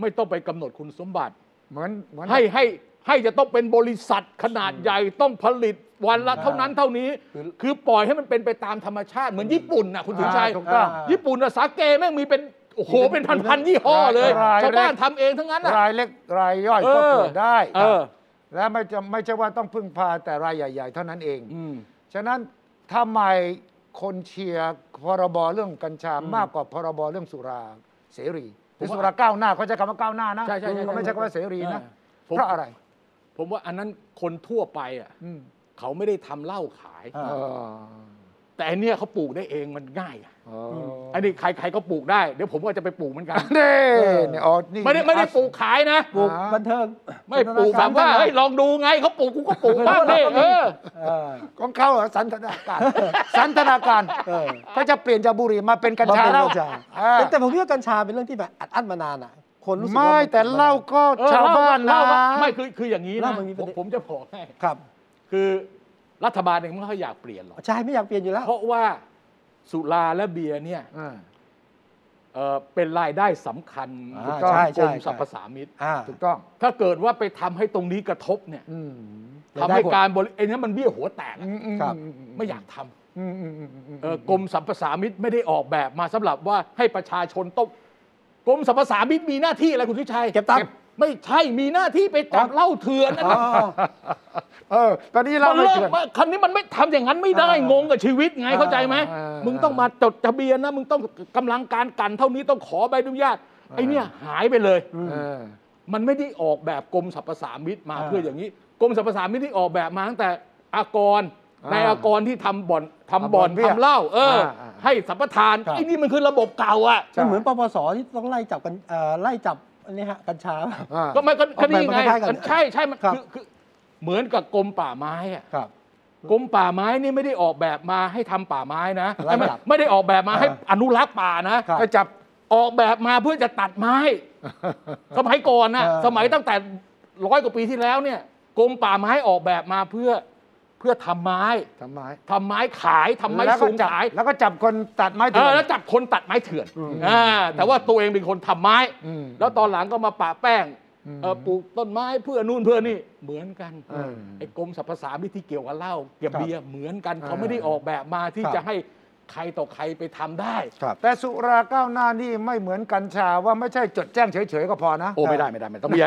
[SPEAKER 2] ไม่ต้องไปกำหนดคุณสมบัติ
[SPEAKER 3] เหมือนเหมือน
[SPEAKER 2] ให้ให้ให้จะต้องเป็นบริษัทขนาดใหญ่ต้องผลิตวันละเท่านั้นเท่านี้
[SPEAKER 1] คือ
[SPEAKER 2] คือปล่อยให้มันเป็นไปตามธรรมชาติเหมือนญี่ปุ่นนะคุณสุชัย
[SPEAKER 3] ถูกต้อง
[SPEAKER 1] อ่า
[SPEAKER 2] ญี่ปุ่นนะสาเกแม่งมีเป็น โอ้โห เป็นพันพันๆยี่ห้อเลย
[SPEAKER 3] ราย
[SPEAKER 2] ชาวบ้าน
[SPEAKER 3] เล็ก
[SPEAKER 2] ทำเองทั้งนั้นนะ
[SPEAKER 3] รายเล็กรายย่อยก็เกิดได้
[SPEAKER 2] เออ
[SPEAKER 3] และไม่จะไม่ใช่ว่าต้องพึ่งพาแต่รายใหญ่ ๆ เท่านั้นเอง
[SPEAKER 2] อืม
[SPEAKER 3] ฉะนั้นทำไมคนเชียร์พรบเรื่องกัญชามากกว่าพรบเรื่องสุราเสรีหรือสุราก้าวหน้าเขาใช้คำว่าก้าวหน้านะ
[SPEAKER 2] ใช่ใช่ใช่
[SPEAKER 3] เขาไม่ใช้คำว่าเสรีนะ
[SPEAKER 2] ออผม
[SPEAKER 3] เพราะอะไร
[SPEAKER 2] ผมว่าอันนั้นคนทั่วไปอ่ะ
[SPEAKER 3] อืม
[SPEAKER 2] เขาไม่ได้ทำเหล้าขาย
[SPEAKER 1] อ่า
[SPEAKER 3] เออ
[SPEAKER 2] แต่อันเนี้ยเขาปลูกได้เองมันง่ายอะ
[SPEAKER 3] เออ
[SPEAKER 2] อันนี้ใครใครก็ปลูกได้เดี๋ยวผมก็จะไปปลูกเหมือนกัน
[SPEAKER 3] นี่เนี่ยอ๋อนี่
[SPEAKER 2] ไม่ได้ไม่ได้ปลูกขายนะ
[SPEAKER 1] ปลูก
[SPEAKER 3] อ่า
[SPEAKER 1] บันเทิง
[SPEAKER 2] ไม่ปลูกแบบว่าเฮ้ยลองดูไงเขาปลูกกูก็ปลูกบ้างดิเออ
[SPEAKER 1] เออ
[SPEAKER 3] ของเขาเหรอสันทนาการ สันทนาการ
[SPEAKER 1] เออ
[SPEAKER 3] เขาจะเปลี่ยนจากบุหรี่มาเป็นกัญชา
[SPEAKER 1] บำเพ็ญ
[SPEAKER 3] แล้ว
[SPEAKER 1] กัญชา
[SPEAKER 3] อ่า
[SPEAKER 1] แต่แต่ผมคิดว่ากัญชาเป็นเรื่องที่แบบอัดอั้นมานานอ่ะ คนรู้สึกว่า
[SPEAKER 3] ไม่
[SPEAKER 1] น
[SPEAKER 3] แต่เหล่าก็
[SPEAKER 2] เออ
[SPEAKER 3] ชาวบ้าน
[SPEAKER 2] เล่
[SPEAKER 3] นะ
[SPEAKER 2] เล่ว่าไม่คือคืออย่างนี้
[SPEAKER 1] เห
[SPEAKER 2] นะ
[SPEAKER 1] ล้ามันมีป
[SPEAKER 2] ผ
[SPEAKER 1] ระ
[SPEAKER 2] ม
[SPEAKER 1] เด็น
[SPEAKER 2] ผมจะบอกให้
[SPEAKER 1] ครับ
[SPEAKER 2] คือ รัฐบาลเองไม่ค่อยอยากเปลี่ยนหรอก
[SPEAKER 1] ใช่ไม่อยากเปลี่ยนอยู่แล้ว
[SPEAKER 2] เพราะว่าสุราและเบียร์เนี่ย
[SPEAKER 3] อ่า
[SPEAKER 2] เอ่อเป็นรายได้สำคัญ
[SPEAKER 1] อ่า
[SPEAKER 2] ของกร
[SPEAKER 1] ใช่ใช่
[SPEAKER 2] ม
[SPEAKER 1] ใช่
[SPEAKER 2] สรรพสามิต
[SPEAKER 1] อ่า
[SPEAKER 3] ถูกต้อง
[SPEAKER 2] ถ้าเกิดว่าไปทำให้ตรงนี้กระทบเนี่ย
[SPEAKER 3] อืม
[SPEAKER 2] ทำให้การบริไอ้นี่มันเบี้ยหัวแตกอะ
[SPEAKER 3] อืมอืม
[SPEAKER 1] ครับ
[SPEAKER 3] อืม
[SPEAKER 2] ไม่อยากทำ
[SPEAKER 3] อืมอืมอืมอืม
[SPEAKER 2] เอ่อกรมสรรพสามิตไม่ได้ออกแบบมาสำหรับว่าให้ประชาชนต้องกรมสรรพสามิตมีหน้าที่อะไรคุณทิชัย
[SPEAKER 1] เก็บตังค์
[SPEAKER 2] ไม่ใช่มีหน้าที่ไปจับเหล้าเถื่อนนะ
[SPEAKER 1] อ๋
[SPEAKER 2] ครับ
[SPEAKER 1] อ
[SPEAKER 3] เออ ตอนนี้เรา
[SPEAKER 2] มัน
[SPEAKER 3] ไม่
[SPEAKER 2] เลิก
[SPEAKER 3] เกิด
[SPEAKER 2] ว่าคันนี้มันไม่ทำอย่างนั้นไม่ได้
[SPEAKER 3] อ่าง
[SPEAKER 2] งกับชีวิตไงเข้าใจไหม
[SPEAKER 3] อ่าอ่าอ่ามึ
[SPEAKER 2] มึงต้องมาจดทะเบียนนะมึงต้องกำลังการกันเท่านี้ต้องขอใบอนุญาตไอ้เนี่ยหายไปเลย
[SPEAKER 3] เออ
[SPEAKER 2] มันไม่ได้ออกแบบกรมสรรพสามิตมา
[SPEAKER 1] อ่า
[SPEAKER 2] เพื่ออย่างนี้กรมสรรพสามิตที่ออกแบบมาตั้งแต่อากร
[SPEAKER 3] อ่า
[SPEAKER 2] ในายอากรที่ทำบ่อนทำ
[SPEAKER 3] ทำบ่
[SPEAKER 2] บ่
[SPEAKER 3] อ
[SPEAKER 2] อน น
[SPEAKER 3] เบี้ย
[SPEAKER 2] ทำเหล้าเออ
[SPEAKER 3] าอ่า
[SPEAKER 2] ให้สัมปทาน
[SPEAKER 1] ครับ
[SPEAKER 2] ไอ้นี่มันคือระบบเก่าอ่ะ
[SPEAKER 3] ใช่
[SPEAKER 1] มันเหมือนปปสที่ต้องไล่จับกันเอ่อไล่จับอันนี้ฮะกัญชา
[SPEAKER 3] อ่า
[SPEAKER 2] ก็มันก็
[SPEAKER 1] อ
[SPEAKER 2] ก็
[SPEAKER 1] อกแบบ
[SPEAKER 2] นี่ไง
[SPEAKER 1] มันคล้ายๆกัน
[SPEAKER 2] ใช่ใช่มัน
[SPEAKER 1] ครับ
[SPEAKER 2] คือคือเหมือนกับกรมป่าไม้อะ
[SPEAKER 1] ครับ
[SPEAKER 2] กรมป่าไม้นี่ไม่ได้ออกแบบมาให้ทำป่าไม้นะ
[SPEAKER 1] ไล่
[SPEAKER 2] ไม่
[SPEAKER 1] จับ
[SPEAKER 2] ไม่ได้ออกแบบมาให้
[SPEAKER 1] อ่า
[SPEAKER 2] อนุรักษ์ป่านะครับ ไปจับออกแบบมาเพื่อจะตัดไม้ สมัยก่อนนะ
[SPEAKER 1] เออ
[SPEAKER 2] สมัยตั้งแต่ร้อยกว่าปีที่แล้วเนี่ยกรมป่าไม้ออกแบบมาเพื่อเพื่อทำไม้
[SPEAKER 3] [laughs] ทำไม
[SPEAKER 2] ทำไม้ขายทำไม้
[SPEAKER 3] แล้วก็
[SPEAKER 2] สูง
[SPEAKER 3] จับ
[SPEAKER 2] ขาย
[SPEAKER 3] แล้วก็จับคนตัดไม้
[SPEAKER 2] เอ
[SPEAKER 3] เถื่อ
[SPEAKER 2] อน แล้วจับคนตัดไม้เถื่อนอ่าแต่ว่าตัวเองเป็นคนทำไม้
[SPEAKER 3] อืม
[SPEAKER 2] แล้วตอนหลังก็มาปะแป้ง
[SPEAKER 3] อืม
[SPEAKER 2] เออปลูกต้นไม้เพื่อนู่นเพื่อนี่เหมือนกัน
[SPEAKER 3] เออ
[SPEAKER 2] ไอ้กรมสรรพสามิตที่เกี่ยวกับเหล้าเกี่ยวกับ
[SPEAKER 1] ครับ
[SPEAKER 2] เบียร์เหมือนกันเขา
[SPEAKER 3] เออ
[SPEAKER 2] ไม่ได้ออกแบบมาที่
[SPEAKER 1] ครับ
[SPEAKER 2] จะให้ใครต่อใครไปทำได้
[SPEAKER 1] ครับ
[SPEAKER 3] แต่สุราก้าวหน้านี่ไม่เหมือนกัญชาว่าไม่ใช่จดแจ้งเฉยๆก็พอนะ
[SPEAKER 2] โอ้ไม่ได้ไม่ได้ไม่ต้องมี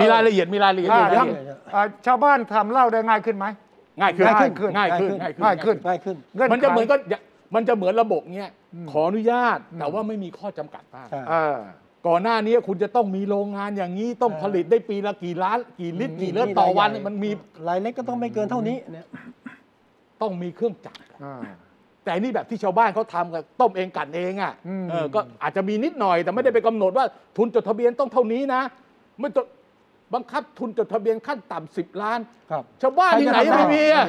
[SPEAKER 2] มีรายละเอียดมีรายละเอียด
[SPEAKER 3] ถ้า
[SPEAKER 2] มีรายละ
[SPEAKER 3] ท
[SPEAKER 2] เอียด
[SPEAKER 3] ำอ่าชาวบ้านทำเหล้าได้ง่ายขึ้นไหม
[SPEAKER 2] ง่ายขึ้น
[SPEAKER 3] ง่ายขึ้น
[SPEAKER 2] ง่ายขึ้น
[SPEAKER 3] ง่ายขึ้น
[SPEAKER 2] ง่ายขึ้น
[SPEAKER 1] ง่ายขึ้น
[SPEAKER 3] งื่ไข
[SPEAKER 2] มันจะเหมือนก็อย่ามันจะเหมือนระบบเนี้ยขออนุญาตแต่ว่าไม่มีข้อจำกัดมาก
[SPEAKER 1] ใช่
[SPEAKER 3] เออ
[SPEAKER 2] ก่อนหน้านี้คุณจะต้องมีโรงงานอย่างนี้ต้อง
[SPEAKER 1] เออ
[SPEAKER 2] ผลิตได้ปีละกี่ล้านกี่ลิตรกี่เลิตรต่อวันมันมี
[SPEAKER 1] รายเล็กก็ต้องไม่เกินเท่านี้เนี่ย
[SPEAKER 2] ต้องมีเครื่องจักร แต่นี่แบบที่ชาวบ้านเขาทำกันต้มเองกันเองอ่ะ
[SPEAKER 3] อืม
[SPEAKER 2] เออก็อาจจะมีนิดหน่อยแต่ไม่ได้ไปกำหนดว่าทุนจดทะเบียนต้องเท่านี้นะไม่จดบังคับทุนจดทะเบียนขั้นต่ำสิบล้าน
[SPEAKER 1] ครับ
[SPEAKER 2] ชาวบ้านที่ไห
[SPEAKER 1] ใค
[SPEAKER 2] น
[SPEAKER 1] รจะทำ
[SPEAKER 2] ไม่มีอะ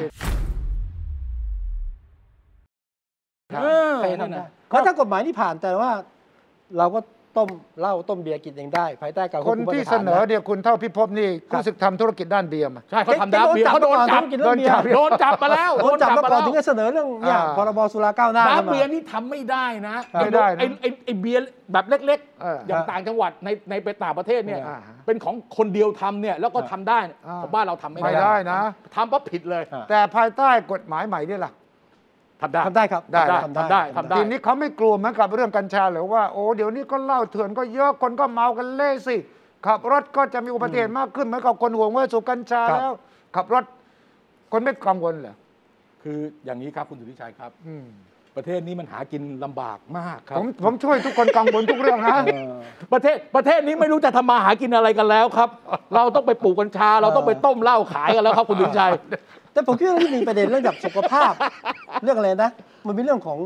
[SPEAKER 1] ได้
[SPEAKER 2] เออ
[SPEAKER 1] ใคร
[SPEAKER 2] นั่น
[SPEAKER 1] ทำได้
[SPEAKER 2] น่ะ
[SPEAKER 1] เพราะถ้ากฎหมายนี่ผ่านแต่ว่า เราก็ต้มเหล้าต้มเบียร์กินเองได้ ภายใต้การวบ
[SPEAKER 3] ค
[SPEAKER 1] คุ
[SPEAKER 3] น
[SPEAKER 1] มมาตรฐา
[SPEAKER 3] ที่เสนอ
[SPEAKER 1] นะ
[SPEAKER 3] เนี่ยคุณเท่าพิภพนี่
[SPEAKER 1] ครั
[SPEAKER 3] รู้
[SPEAKER 1] บ
[SPEAKER 3] สึกทำธุรกิจด้านเบียร์มา
[SPEAKER 2] ใช่เขาทำดาบเบียร์เขาโดนจับ
[SPEAKER 1] โดนจับ
[SPEAKER 2] โดนจับมาแล้ว
[SPEAKER 1] โดนจับมาก่อนถึงจะเสนอเรื่องเนี่ย
[SPEAKER 3] อ่า
[SPEAKER 1] พรบสุราก้าวหน้า
[SPEAKER 2] ดาบ
[SPEAKER 1] ขึ้นมา
[SPEAKER 2] เบียร์นี่ทำไม่ได้นะ
[SPEAKER 3] ครับไม่ได้นะ
[SPEAKER 2] ไอ้ไอ้ไอ้เบียร์แบบเล็ก
[SPEAKER 3] เออ
[SPEAKER 2] ๆ อย่างต่างจังหวัดในในไปต่างประเทศเนี่ย
[SPEAKER 3] อ่าฮะ
[SPEAKER 2] เป็นของคนเดียวทำเนี่ยแล้วก็ทำได้
[SPEAKER 3] อ่า
[SPEAKER 2] ของบ้านเราทำไม่
[SPEAKER 3] ไม่ได้นะ
[SPEAKER 2] ทำปั๊บผิดเลย
[SPEAKER 1] อ่า
[SPEAKER 3] แต่ภายใต้กฎหมายใหม่นี่ล่ะ
[SPEAKER 2] ทำได้
[SPEAKER 1] ทำได้ครับ
[SPEAKER 3] ได้
[SPEAKER 1] ทำ
[SPEAKER 2] ทำได้
[SPEAKER 1] ได้
[SPEAKER 2] ทำได้
[SPEAKER 3] ทีนี้เขาไม่กลัวเหมือนกับเรื่องกัญชาหรือว่าโอ้เดี๋ยวนี้ก็เหล้าเถื่อนก็เยอะคนก็เมากันเล่สิขับรถก็จะมีอุบัติเหตุมากขึ้นเหมือนกับคนห่วงว่าสูบกัญชา
[SPEAKER 1] ครับ
[SPEAKER 3] แล้ว ขับรถ คนไม่กังวลเหรอ
[SPEAKER 2] คืออย่างนี้ครับคุณสุทธิชัยครับ
[SPEAKER 3] อืม
[SPEAKER 2] ประเทศนี้มันหากินลำบากมากครั
[SPEAKER 3] ผมผมช่วยทุกคนกังวลทุกเรื่องนะ
[SPEAKER 1] เออ
[SPEAKER 2] ประเทศประเทศนี้ไม่รู้จะทำมาหากินอะไรกันแล้วครับ เราต้องไปปลูกกัญชา เราต้องไปต้มเหล้าขายกันแล้วครับคุณสุทธิชัย
[SPEAKER 1] แต่ผมคิดว่าที่มีประเด็นเรื่องแบบสุข
[SPEAKER 2] [laughs]
[SPEAKER 1] ภาพ เรื่องอะไรนะ มันเป็นเรื่องของ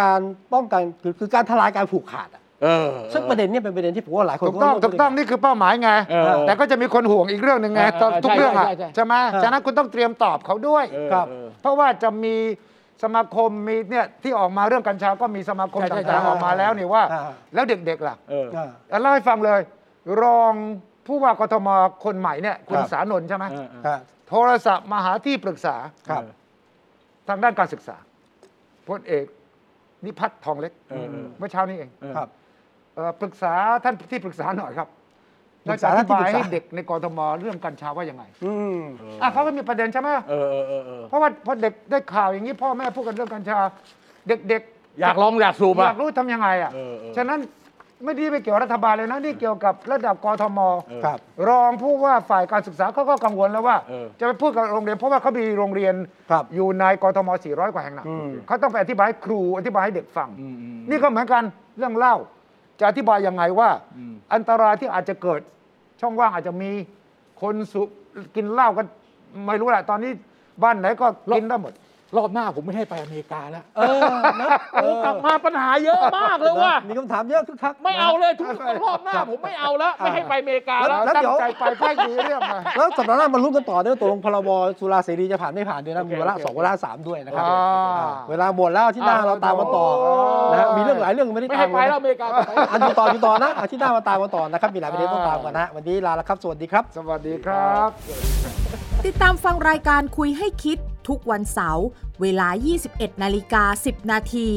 [SPEAKER 1] การป้องกันคือคือการทลายการผูกขาดอะ
[SPEAKER 2] เออ
[SPEAKER 1] ซึ่งประเด็นเนี้เป็นประเด็นที่ผมว่าหลายคน
[SPEAKER 3] ถูกต้อง
[SPEAKER 1] ร่วม
[SPEAKER 3] ถูกต้อง
[SPEAKER 1] ร่วม
[SPEAKER 3] นี่คือเป้าหมายไง
[SPEAKER 2] เออ
[SPEAKER 3] แต่ก็จะมีคนห่วงอีกเรื่องหนึ่งไง
[SPEAKER 2] เออเออ
[SPEAKER 3] ทุก
[SPEAKER 2] ใช่
[SPEAKER 3] เรื่องอะ
[SPEAKER 2] ใช่ใช่
[SPEAKER 3] ใช่ไหมฉะนั้นคุณต้องเตรียมตอบเขาด้วย
[SPEAKER 2] เออ
[SPEAKER 3] ครับ
[SPEAKER 2] เออ
[SPEAKER 3] เพราะว่าจะมีสมาคมมีเนี่ยที่ออกมาเรื่องกัญชาก็มีสมาคม
[SPEAKER 2] ใช่ใช่ใช่
[SPEAKER 3] ต่างๆออกมาแล้วนี่ว่า แล้วเด็กๆล่ะ
[SPEAKER 2] เออ
[SPEAKER 1] อ่า
[SPEAKER 3] เล่าให้ฟังเลย รองผู้ว่ากทมคนใหม่เนี่ยคุณ
[SPEAKER 1] ครับ
[SPEAKER 3] สานนท์ใช่ไหม
[SPEAKER 2] เออเออ
[SPEAKER 1] อ่า
[SPEAKER 3] โทรศัพท์มาหาที่ปรึกษา
[SPEAKER 1] ครับ
[SPEAKER 3] ทางด้านการศึกษาพลเอกนิพัฒน์ทองเล็ก
[SPEAKER 2] เออเออ
[SPEAKER 3] เมื่อเช้านี้เอง
[SPEAKER 2] เออ
[SPEAKER 1] ครับ
[SPEAKER 3] เอ่อปรึกษาท่านที่ปรึกษาหน่อยครับ
[SPEAKER 1] ปรึกษาท่านที่
[SPEAKER 3] อ
[SPEAKER 1] ปรึก
[SPEAKER 3] ธิบาย
[SPEAKER 1] ษา
[SPEAKER 3] ให้เด็กในกทมเรื่องกัญชาว่ายังไง
[SPEAKER 1] อืม
[SPEAKER 3] อ่ะเขาก็มีประเด็นใช่ไหม
[SPEAKER 2] เออเออเออเออ
[SPEAKER 3] เพราะว่าพอเด็กได้ข่าวอย่างนี้พ่อแม่พูดกันเรื่องกัญชา เด็กๆ
[SPEAKER 2] อยากลองอยากสูบ
[SPEAKER 3] อ
[SPEAKER 2] อ่ะ
[SPEAKER 3] ยากรู้ทำยังไงอ่ะ
[SPEAKER 2] เออเออ
[SPEAKER 3] ฉะนั้นไม่ได้ไปเกี่ยวกับรัฐบาลเลยนะ นี่เกี่ยวกับระดับกทม
[SPEAKER 2] เออ
[SPEAKER 1] ครับ
[SPEAKER 3] รองผู้ว่าฝ่ายการศึกษาเขาก็กังวลแล้วว่า
[SPEAKER 2] เออ
[SPEAKER 3] จะไปพูดกับโรงเรียน เพราะว่าเขามีโรงเรียน
[SPEAKER 1] ครับ
[SPEAKER 3] อยู่ในกทม 400 กว่าแห่งนะ
[SPEAKER 1] อืม
[SPEAKER 3] เขาต้องไปอธิบายให้ครูอธิบายให้เด็กฟัง
[SPEAKER 2] อืมอืม
[SPEAKER 3] นี่ก็เหมือนกันเรื่องเล่า จะอธิบายยังไงว่า
[SPEAKER 2] อืม
[SPEAKER 3] อันตรายที่อาจจะเกิด ช่องว่างอาจจะมีคนสูบกินเหล้ากันไม่รู้แหละตอนนี้บ้านไหนก็กินได้หมด
[SPEAKER 2] รอบหน้าผมไม่ให้ไปอเมริกาแล้ว
[SPEAKER 1] เออนะ
[SPEAKER 2] โอ้กลับมาปัญหาเยอะมากเลยว่ะ
[SPEAKER 1] มีคำถามเยอะคึกคัก
[SPEAKER 2] ไม่เอาเลยทุกรอบหน้าผมไม่เอาแล้วไม่ให้ไปอเมริกาแล้ว
[SPEAKER 1] แล้
[SPEAKER 3] เรา
[SPEAKER 1] วเดี๋ยว
[SPEAKER 3] ตั้งใจไปภาคดีเรื่องมา
[SPEAKER 1] แล้วสัปดาห์หน้ามาลุ้นกันต่อด้วยตกลงพรบสุราเสรีจะผ่านไม่ผ่านด้วยนะมีวาระสองวาระสามด้วยนะครับ
[SPEAKER 3] อ่า
[SPEAKER 1] อ่าเวลาหมดแล้วที่หน้าเราตามมาต่อนะฮะมีเรื่องหลายเรื่องไม่ได้
[SPEAKER 2] ไม่
[SPEAKER 1] ตา
[SPEAKER 2] ให้
[SPEAKER 1] ม
[SPEAKER 2] ไป
[SPEAKER 1] กัน
[SPEAKER 2] แล้ว
[SPEAKER 1] นะ
[SPEAKER 2] อเมริกา
[SPEAKER 1] อันอยู่ต่ออยู่ต่อนะอาทิตย์หน้ามาตามกันต่อนะครับ มีหลายประเด็นต้องตามกันนะ วันนี้ลาแล้วครับ สวัสดีครับ
[SPEAKER 3] สวัสดีครับ
[SPEAKER 5] ติดตามฟังรายการคุยให้คิดทุกวันเสาร์เวลา 21 นาฬิกา 10 นาที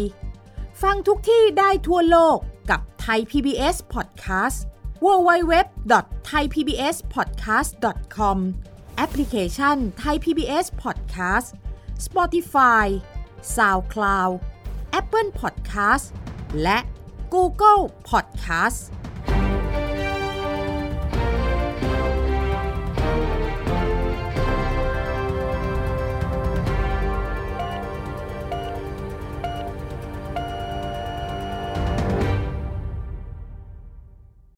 [SPEAKER 5] ฟังทุกที่ได้ทั่วโลกกับ ไทย PBS Podcast www.thaipbspodcast.com แอปพลิเคชัน ไทย PBS Podcast Spotify SoundCloud Apple Podcast และ Google Podcast